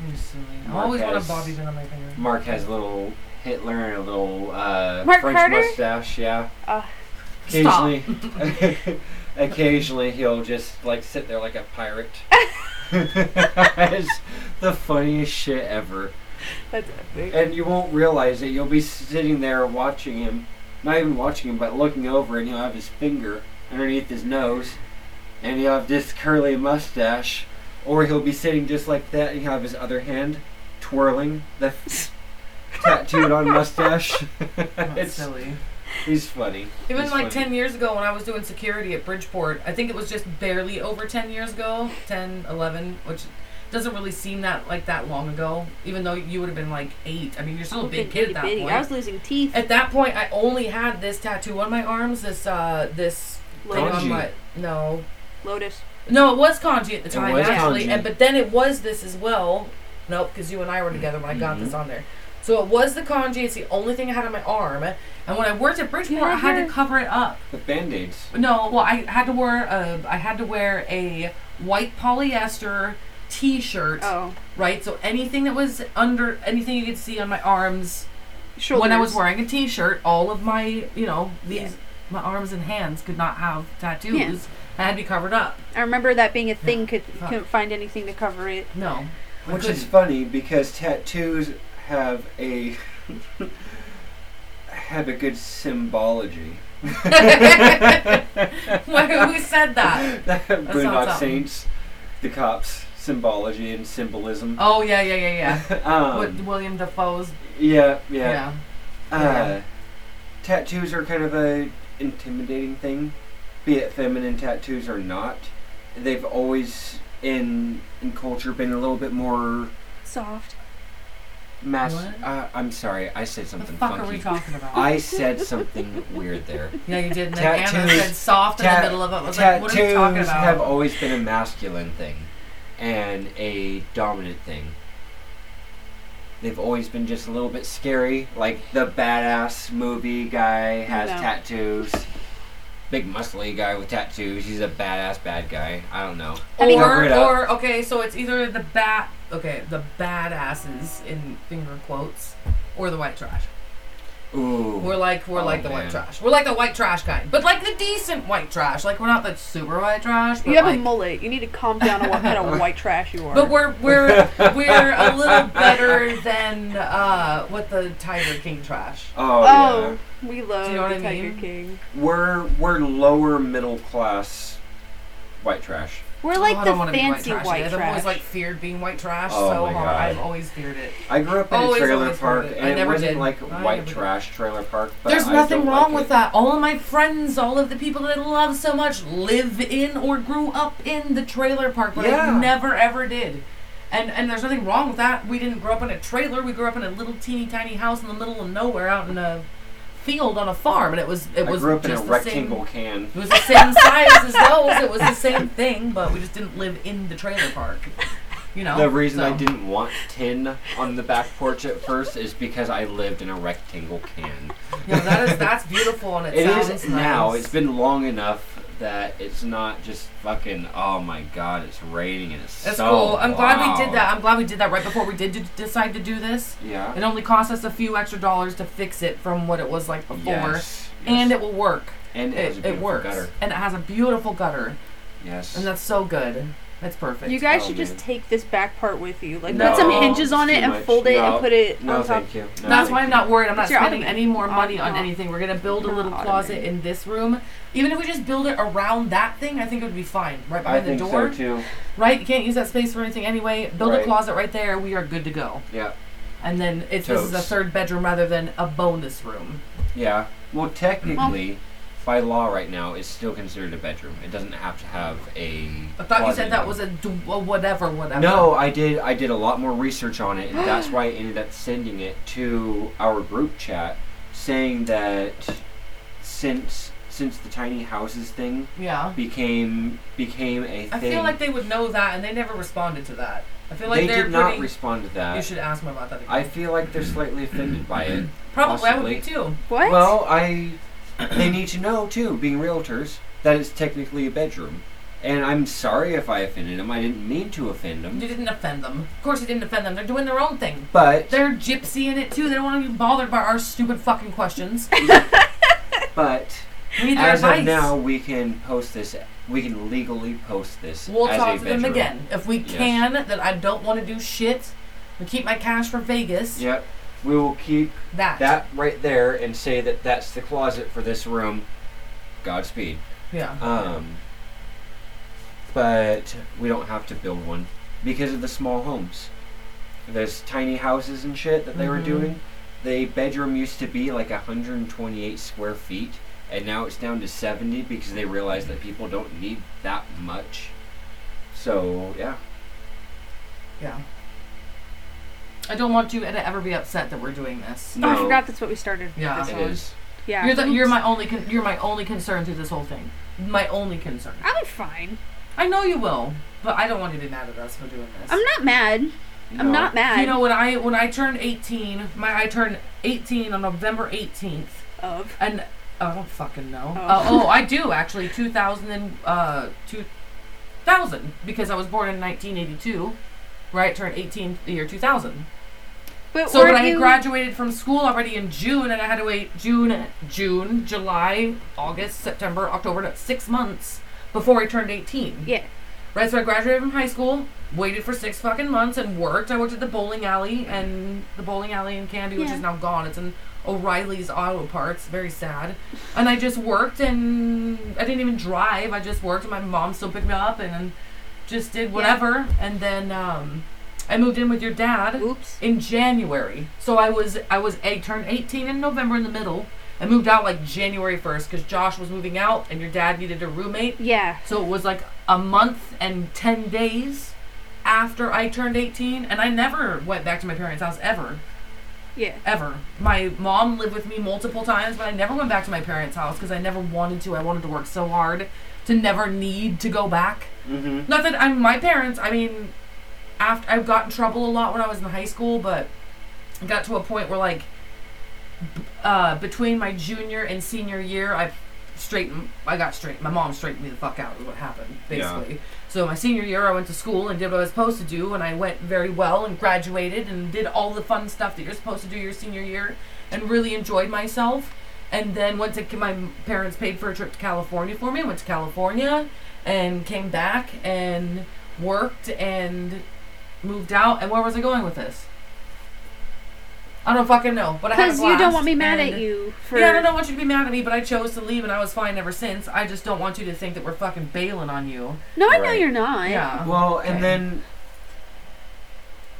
[SPEAKER 3] You're silly. I
[SPEAKER 1] Mark
[SPEAKER 3] always want
[SPEAKER 1] has-
[SPEAKER 3] a bobby pin on my finger.
[SPEAKER 1] Mark has a little Hitler and a little uh,
[SPEAKER 2] Mark
[SPEAKER 1] French
[SPEAKER 2] Carter?
[SPEAKER 1] mustache, yeah.
[SPEAKER 2] Uh,
[SPEAKER 1] occasionally, <laughs> occasionally he'll just like sit there like a
[SPEAKER 2] <laughs>
[SPEAKER 1] pirate. <laughs> it's the funniest shit ever,
[SPEAKER 2] That's epic.
[SPEAKER 1] and you won't realize it. You'll be sitting there watching him, not even watching him, but looking over, and he'll have his finger underneath his nose, and he'll have this curly mustache, or he'll be sitting just like that, and he'll have his other hand twirling the.
[SPEAKER 3] <laughs>
[SPEAKER 1] Tattooed on mustache.
[SPEAKER 3] That's
[SPEAKER 1] <laughs> it's,
[SPEAKER 3] silly.
[SPEAKER 1] he's funny.
[SPEAKER 3] Even
[SPEAKER 1] He's
[SPEAKER 3] like
[SPEAKER 1] funny.
[SPEAKER 3] 10 years ago when I was doing security at Bridgeport, I think it was just barely over 10 years ago, 10, 11, which doesn't really seem that like that long ago, even though you would have been like 8. I mean, you're still a big kid at that
[SPEAKER 2] Itty bitty.
[SPEAKER 3] point.
[SPEAKER 2] I was losing teeth.
[SPEAKER 3] at that point, I only had this tattoo on my arms, this uh this thing
[SPEAKER 2] Lotus.
[SPEAKER 1] Kanji.
[SPEAKER 3] on my no.
[SPEAKER 2] Lotus.
[SPEAKER 3] No, it was kanji at the
[SPEAKER 1] It
[SPEAKER 3] time
[SPEAKER 1] was
[SPEAKER 3] actually,
[SPEAKER 1] kanji.
[SPEAKER 3] and but then it was this as well. Nope, because you and I were together when I got this
[SPEAKER 1] Mhm.
[SPEAKER 3] on there. So it was the kanji. It's the only thing I had on my arm, and when I worked at Bridgeport, I had
[SPEAKER 2] Yeah.
[SPEAKER 3] to cover it up.
[SPEAKER 1] With band-aids.
[SPEAKER 3] No, well, I had to wear a I had to wear a white polyester T-shirt,
[SPEAKER 2] Oh,
[SPEAKER 3] right? So anything that was under anything you could see on my arms
[SPEAKER 2] shoulders.
[SPEAKER 3] when I was wearing a T-shirt, all of my you know these my arms and hands could not have tattoos. I had to be covered up.
[SPEAKER 2] I remember that being a thing. Could
[SPEAKER 3] Fuck.
[SPEAKER 2] couldn't find anything to cover it.
[SPEAKER 3] No, I
[SPEAKER 1] Which is <laughs>
[SPEAKER 3] couldn't.
[SPEAKER 1] funny because tattoos have a <laughs> have a good symbology.
[SPEAKER 3] Why- <laughs> who said that?
[SPEAKER 1] Boondock
[SPEAKER 3] something.
[SPEAKER 1] Saints, the cops, symbology and symbolism.
[SPEAKER 3] Oh yeah, yeah, yeah, yeah. With
[SPEAKER 1] Um,
[SPEAKER 3] William Defoe's,
[SPEAKER 1] yeah, yeah.
[SPEAKER 3] yeah.
[SPEAKER 1] Uh,
[SPEAKER 3] yeah.
[SPEAKER 1] tattoos are kind of a intimidating thing, be it feminine tattoos or not. They've always in in culture been a little bit more
[SPEAKER 2] Soft.
[SPEAKER 1] mass.
[SPEAKER 3] What?
[SPEAKER 1] Uh, I'm sorry, I said
[SPEAKER 3] What the
[SPEAKER 1] something
[SPEAKER 3] fuck
[SPEAKER 1] funky.
[SPEAKER 3] are we talking about?
[SPEAKER 1] I said something weird there.
[SPEAKER 3] Yeah, you did. And then Anna
[SPEAKER 1] Tattoos-
[SPEAKER 3] said soft in
[SPEAKER 1] tat-
[SPEAKER 3] the middle of it. I was like,
[SPEAKER 1] Tattoos
[SPEAKER 3] what are you talking about?
[SPEAKER 1] have always been a masculine thing and a dominant thing. They've always been just a little bit scary, like the badass movie guy has
[SPEAKER 2] No.
[SPEAKER 1] tattoos. Big muscly guy with tattoos. He's a badass bad guy. I don't know.
[SPEAKER 2] I mean-
[SPEAKER 3] or,
[SPEAKER 1] Cover it up.
[SPEAKER 3] or okay, so it's either the bat, okay, the badasses in finger quotes, or the white trash.
[SPEAKER 1] Ooh.
[SPEAKER 3] We're like we're
[SPEAKER 1] Oh,
[SPEAKER 3] like the
[SPEAKER 1] man.
[SPEAKER 3] white trash. We're like the white trash kind, but like the decent white trash. Like we're not the super white trash. But
[SPEAKER 2] You have
[SPEAKER 3] like,
[SPEAKER 2] a mullet. You need to calm down on what
[SPEAKER 3] <laughs>
[SPEAKER 2] kind of white trash you are.
[SPEAKER 3] But we're
[SPEAKER 1] <laughs>
[SPEAKER 3] we're we're a little better than uh, what the Tiger King trash.
[SPEAKER 1] oh, yeah.
[SPEAKER 2] oh, we love
[SPEAKER 3] Do you know what
[SPEAKER 2] the
[SPEAKER 3] I
[SPEAKER 2] Tiger
[SPEAKER 3] mean? Oh,
[SPEAKER 2] King.
[SPEAKER 1] We're we're lower middle class white trash.
[SPEAKER 2] We're
[SPEAKER 3] Oh,
[SPEAKER 2] like
[SPEAKER 3] I
[SPEAKER 2] the
[SPEAKER 3] don't wanna be
[SPEAKER 2] fancy
[SPEAKER 3] white trash.
[SPEAKER 2] white
[SPEAKER 3] yet.
[SPEAKER 2] trash.
[SPEAKER 3] I've always like feared being white trash
[SPEAKER 1] Oh
[SPEAKER 3] so
[SPEAKER 1] my
[SPEAKER 3] hard.
[SPEAKER 1] God.
[SPEAKER 3] I've always feared it.
[SPEAKER 1] I grew up in
[SPEAKER 3] Always,
[SPEAKER 1] a trailer
[SPEAKER 3] always
[SPEAKER 1] park,
[SPEAKER 3] hated it. I
[SPEAKER 1] and it
[SPEAKER 3] never
[SPEAKER 1] wasn't
[SPEAKER 3] did.
[SPEAKER 1] like
[SPEAKER 3] I
[SPEAKER 1] white
[SPEAKER 3] never did.
[SPEAKER 1] trash trailer park. But
[SPEAKER 3] There's
[SPEAKER 1] I
[SPEAKER 3] nothing
[SPEAKER 1] don't
[SPEAKER 3] wrong
[SPEAKER 1] like
[SPEAKER 3] with
[SPEAKER 1] it.
[SPEAKER 3] that. All of my friends, all of the people that I love so much, live in or grew up in the trailer park, but
[SPEAKER 1] Yeah.
[SPEAKER 3] I never ever did. And and there's nothing wrong with that. We didn't grow up in a trailer. We grew up in a little teeny tiny house in the middle of nowhere, out in a field on a farm, and it was it
[SPEAKER 1] I
[SPEAKER 3] was
[SPEAKER 1] grew up in a
[SPEAKER 3] just the same-
[SPEAKER 1] rectangle can.
[SPEAKER 3] It was the same size as those. It was the same thing, but we just didn't live in the trailer park. You know.
[SPEAKER 1] The reason I
[SPEAKER 3] so.
[SPEAKER 1] didn't want tin on the back porch at first is because I lived in a rectangle can.
[SPEAKER 3] Yeah, that is
[SPEAKER 1] <laughs>
[SPEAKER 3] that's beautiful and it,
[SPEAKER 1] It
[SPEAKER 3] sounds
[SPEAKER 1] is
[SPEAKER 3] nice.
[SPEAKER 1] now. It's been long enough that it's not just fucking. Oh my god, it's raining and it's
[SPEAKER 3] That's
[SPEAKER 1] so
[SPEAKER 3] cool. I'm glad we
[SPEAKER 1] loud."
[SPEAKER 3] did that. I'm glad we did that right before we did d- decide to do this.
[SPEAKER 1] Yeah.
[SPEAKER 3] It only cost us a few extra dollars to fix it from what it was like before,
[SPEAKER 1] Yes,
[SPEAKER 3] and
[SPEAKER 1] yes.
[SPEAKER 3] it will work.
[SPEAKER 1] and it, has a
[SPEAKER 3] It, it
[SPEAKER 1] beautiful
[SPEAKER 3] works,
[SPEAKER 1] gutter.
[SPEAKER 3] and it has a beautiful gutter,
[SPEAKER 1] Yes.
[SPEAKER 3] and that's so good. That's perfect.
[SPEAKER 2] you guys
[SPEAKER 1] Oh,
[SPEAKER 2] should
[SPEAKER 1] man.
[SPEAKER 2] just take this back part with you. Like,
[SPEAKER 1] No,
[SPEAKER 2] put some hinges on
[SPEAKER 1] it's
[SPEAKER 2] it
[SPEAKER 1] too
[SPEAKER 2] and
[SPEAKER 1] much.
[SPEAKER 2] fold it
[SPEAKER 1] No,
[SPEAKER 2] and put it
[SPEAKER 1] no,
[SPEAKER 2] on top.
[SPEAKER 1] thank you. No,
[SPEAKER 3] That's
[SPEAKER 1] thank
[SPEAKER 3] why I'm
[SPEAKER 1] you.
[SPEAKER 3] not worried. I'm not
[SPEAKER 2] It's your
[SPEAKER 3] spending
[SPEAKER 2] ottoman.
[SPEAKER 3] any more money on
[SPEAKER 2] Ottoman.
[SPEAKER 3] anything. We're gonna build a
[SPEAKER 2] Not
[SPEAKER 3] little
[SPEAKER 2] ottoman.
[SPEAKER 3] closet in this room. Even if we just build it around that thing, I think it would be fine. Right
[SPEAKER 1] I
[SPEAKER 3] behind the
[SPEAKER 1] think
[SPEAKER 3] door,
[SPEAKER 1] so too.
[SPEAKER 3] right? You can't use that space for anything anyway. Build
[SPEAKER 1] Right.
[SPEAKER 3] a closet right there. We are good to go.
[SPEAKER 1] Yeah.
[SPEAKER 3] And then if this is a
[SPEAKER 1] Totes.
[SPEAKER 3] third bedroom rather than a bonus room.
[SPEAKER 1] Yeah. Well, technically,
[SPEAKER 3] Um,
[SPEAKER 1] by law, right now, it's still considered a bedroom. It doesn't have to have a.
[SPEAKER 3] I thought you
[SPEAKER 1] closet
[SPEAKER 3] said
[SPEAKER 1] in it.
[SPEAKER 3] that was a, d- a whatever, whatever.
[SPEAKER 1] No, I did. I did a lot more research on it, and that's why I ended up sending it to our group chat, saying that since since the tiny houses thing
[SPEAKER 3] Yeah.
[SPEAKER 1] became became a thing,
[SPEAKER 3] I feel like they would know that, and they never responded to that. I feel like
[SPEAKER 1] they
[SPEAKER 3] are
[SPEAKER 1] did
[SPEAKER 3] pretty.
[SPEAKER 1] not respond to
[SPEAKER 3] you
[SPEAKER 1] that.
[SPEAKER 3] should ask them about that. Again.
[SPEAKER 1] I feel like they're slightly offended by it.
[SPEAKER 3] Probably I
[SPEAKER 1] possibly.
[SPEAKER 3] would be too.
[SPEAKER 2] What?
[SPEAKER 1] Well, I they need to know too, being realtors, that it's technically a bedroom. And I'm sorry if I offended them. I didn't mean to offend
[SPEAKER 3] You
[SPEAKER 1] them.
[SPEAKER 3] didn't offend them. Of course, you didn't offend them. They're doing their own thing.
[SPEAKER 1] But
[SPEAKER 3] They're gypsy in it too. They don't want to be bothered by our stupid fucking questions.
[SPEAKER 1] but
[SPEAKER 3] We need their
[SPEAKER 1] as
[SPEAKER 3] advice.
[SPEAKER 1] of now, we can post this. We can legally post this.
[SPEAKER 3] we'll
[SPEAKER 1] as
[SPEAKER 3] talk
[SPEAKER 1] a
[SPEAKER 3] to
[SPEAKER 1] bedroom.
[SPEAKER 3] them again if we
[SPEAKER 1] Yes.
[SPEAKER 3] can. That I don't want to do shit. We keep my cash for Vegas.
[SPEAKER 1] Yep. We will keep
[SPEAKER 3] That.
[SPEAKER 1] that right there and say that that's the closet for this room. Godspeed.
[SPEAKER 3] Yeah.
[SPEAKER 1] Um, but we don't have to build one because of the small homes. There's tiny houses and shit that they were
[SPEAKER 2] Mm-hmm.
[SPEAKER 3] Mhm.
[SPEAKER 1] doing. The bedroom used to be like 128 square feet, and now it's down to 70 because they realize that people don't need that much. So yeah,
[SPEAKER 3] Yeah. I don't want you to ever be upset that we're doing this.
[SPEAKER 2] oh, I
[SPEAKER 1] no.
[SPEAKER 2] forgot that's what we started.
[SPEAKER 3] Yeah.
[SPEAKER 2] This
[SPEAKER 1] it
[SPEAKER 2] one.
[SPEAKER 1] is.
[SPEAKER 2] Yeah.
[SPEAKER 3] You're the,
[SPEAKER 2] Oops.
[SPEAKER 3] you're my only con- you're my only concern through this whole thing. My only concern.
[SPEAKER 2] I'll be fine.
[SPEAKER 3] I know you will, but I don't want you to be mad at us for doing this.
[SPEAKER 2] I'm not mad. I'm
[SPEAKER 1] No.
[SPEAKER 2] not mad.
[SPEAKER 3] You know when I when I turned 18, my I turned 18 on November 18th.
[SPEAKER 2] of.
[SPEAKER 3] And I don't fucking know.
[SPEAKER 2] Oh.
[SPEAKER 3] Uh, oh, I do actually. 2000 and uh, 2000 because I was born in 1982. Right, turned 18 the year 2000.
[SPEAKER 2] But
[SPEAKER 3] So
[SPEAKER 2] were
[SPEAKER 3] when I
[SPEAKER 2] you,
[SPEAKER 3] graduated from school already in June, and I had to wait June, June, July, August, September, October, no, six months before I turned 18.
[SPEAKER 2] Yeah.
[SPEAKER 3] Right, so I graduated from high school, waited for six fucking months, and worked. I worked at the bowling alley and the bowling alley in Candy, which
[SPEAKER 2] Yeah.
[SPEAKER 3] is now gone. It's in O'Reilly's Auto Parts. Very sad. And I just worked, and I didn't even drive. I just worked, and my mom still picked me up, and then just did whatever. And then um, I moved in with your dad
[SPEAKER 2] Oops.
[SPEAKER 3] in January. So I was I was a turned 18 in November in the middle. I moved out like January 1st because Josh was moving out, and your dad needed a roommate.
[SPEAKER 2] Yeah.
[SPEAKER 3] So it was like a month and 10 days after I turned 18, and I never went back to my parents' house ever.
[SPEAKER 2] Yeah.
[SPEAKER 3] Ever. My mom lived with me multiple times, but I never went back to my parents' house because I never wanted to. I wanted to work so hard to never need to go back.
[SPEAKER 1] Mm-hmm.
[SPEAKER 3] Not that I'm my parents, I mean, after I got in trouble a lot when I was in high school, but I got to a point where, like, b- uh, between my junior and senior year, I straightened. I got straight. My mom straightened me the fuck out. Is what happened
[SPEAKER 1] Yeah.
[SPEAKER 3] basically. So my senior year, I went to school and did what I was supposed to do, and I went very well and graduated and did all the fun stuff that you're supposed to do your senior year, and really enjoyed myself. And then went to my parents paid for a trip to California for me. I went to California and came back and worked and moved out. And where was I going with this? I don't fucking know. But I had a
[SPEAKER 2] Because you don't
[SPEAKER 3] blast,
[SPEAKER 2] want me mad
[SPEAKER 3] and-
[SPEAKER 2] at you for.
[SPEAKER 3] yeah, I don't want you to be mad at me, but I chose to leave and I was fine ever since. I just don't want you to think that we're fucking bailing on you.
[SPEAKER 2] No, I know
[SPEAKER 1] Right.
[SPEAKER 2] you're not.
[SPEAKER 3] yeah.
[SPEAKER 1] Well,
[SPEAKER 3] Okay.
[SPEAKER 1] and then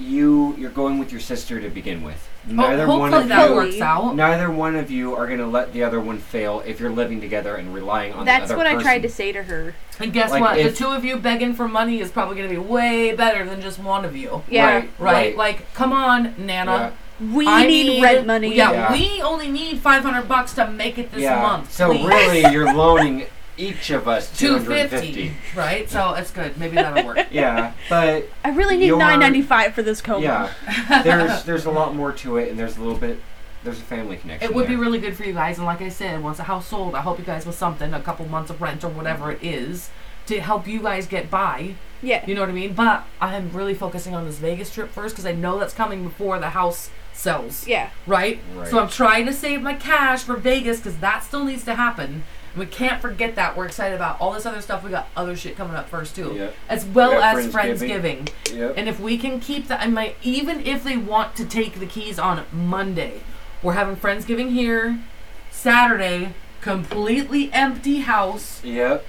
[SPEAKER 1] you you're going with your sister to begin with.
[SPEAKER 2] Oh,
[SPEAKER 1] Neither
[SPEAKER 3] Ho-
[SPEAKER 1] one
[SPEAKER 3] hopefully
[SPEAKER 1] of
[SPEAKER 3] that
[SPEAKER 1] you,
[SPEAKER 3] works out.
[SPEAKER 1] neither one of you are going to let the other one fail if you're living together and relying on
[SPEAKER 2] That's
[SPEAKER 1] the other
[SPEAKER 2] what I tried to
[SPEAKER 1] person.
[SPEAKER 2] say to her.
[SPEAKER 3] And guess
[SPEAKER 1] Like,
[SPEAKER 3] what?
[SPEAKER 1] if-
[SPEAKER 3] the two of you begging for money is probably going to be way better than just one of you.
[SPEAKER 2] Yeah.
[SPEAKER 1] Right.
[SPEAKER 3] Right? Like, come on, Nana.
[SPEAKER 2] We
[SPEAKER 3] I
[SPEAKER 2] need, rent money.
[SPEAKER 3] Yeah,
[SPEAKER 1] Yeah.
[SPEAKER 3] we only need 500 bucks to make it this
[SPEAKER 1] yeah.
[SPEAKER 3] month.
[SPEAKER 1] So
[SPEAKER 3] please. <laughs>
[SPEAKER 1] really, you're loaning each of us
[SPEAKER 3] 250.
[SPEAKER 1] 250.
[SPEAKER 3] Right? So it's good. Maybe that'll work.
[SPEAKER 1] <laughs> yeah, but
[SPEAKER 2] I really need
[SPEAKER 1] Your-
[SPEAKER 2] nine ninety five for this
[SPEAKER 3] Oh.
[SPEAKER 2] coma.
[SPEAKER 1] yeah, there's there's a lot more to it, and there's a little bit there's a family connection.
[SPEAKER 3] It would be
[SPEAKER 1] there.
[SPEAKER 3] really good for you guys, and like I said, once a house sold, I hope you guys with something, a couple months of rent or whatever it is, to help you guys get by.
[SPEAKER 2] Yeah.
[SPEAKER 3] You know what I mean? But I'm really focusing on this Vegas trip first because I know that's coming before the house sells,
[SPEAKER 2] Yeah.
[SPEAKER 3] right?
[SPEAKER 1] Right.
[SPEAKER 3] So I'm trying to save my cash for Vegas because that still needs to happen. And we can't forget that. We're excited about all this other stuff. We got other shit coming up first too,
[SPEAKER 1] Yep.
[SPEAKER 3] as well
[SPEAKER 1] We got
[SPEAKER 3] as
[SPEAKER 1] Friendsgiving.
[SPEAKER 3] Friendsgiving.
[SPEAKER 1] Yep.
[SPEAKER 3] And if we can keep that, I might even if they want to take the keys on Monday, we're having Friendsgiving here. Saturday, completely empty house
[SPEAKER 1] yep.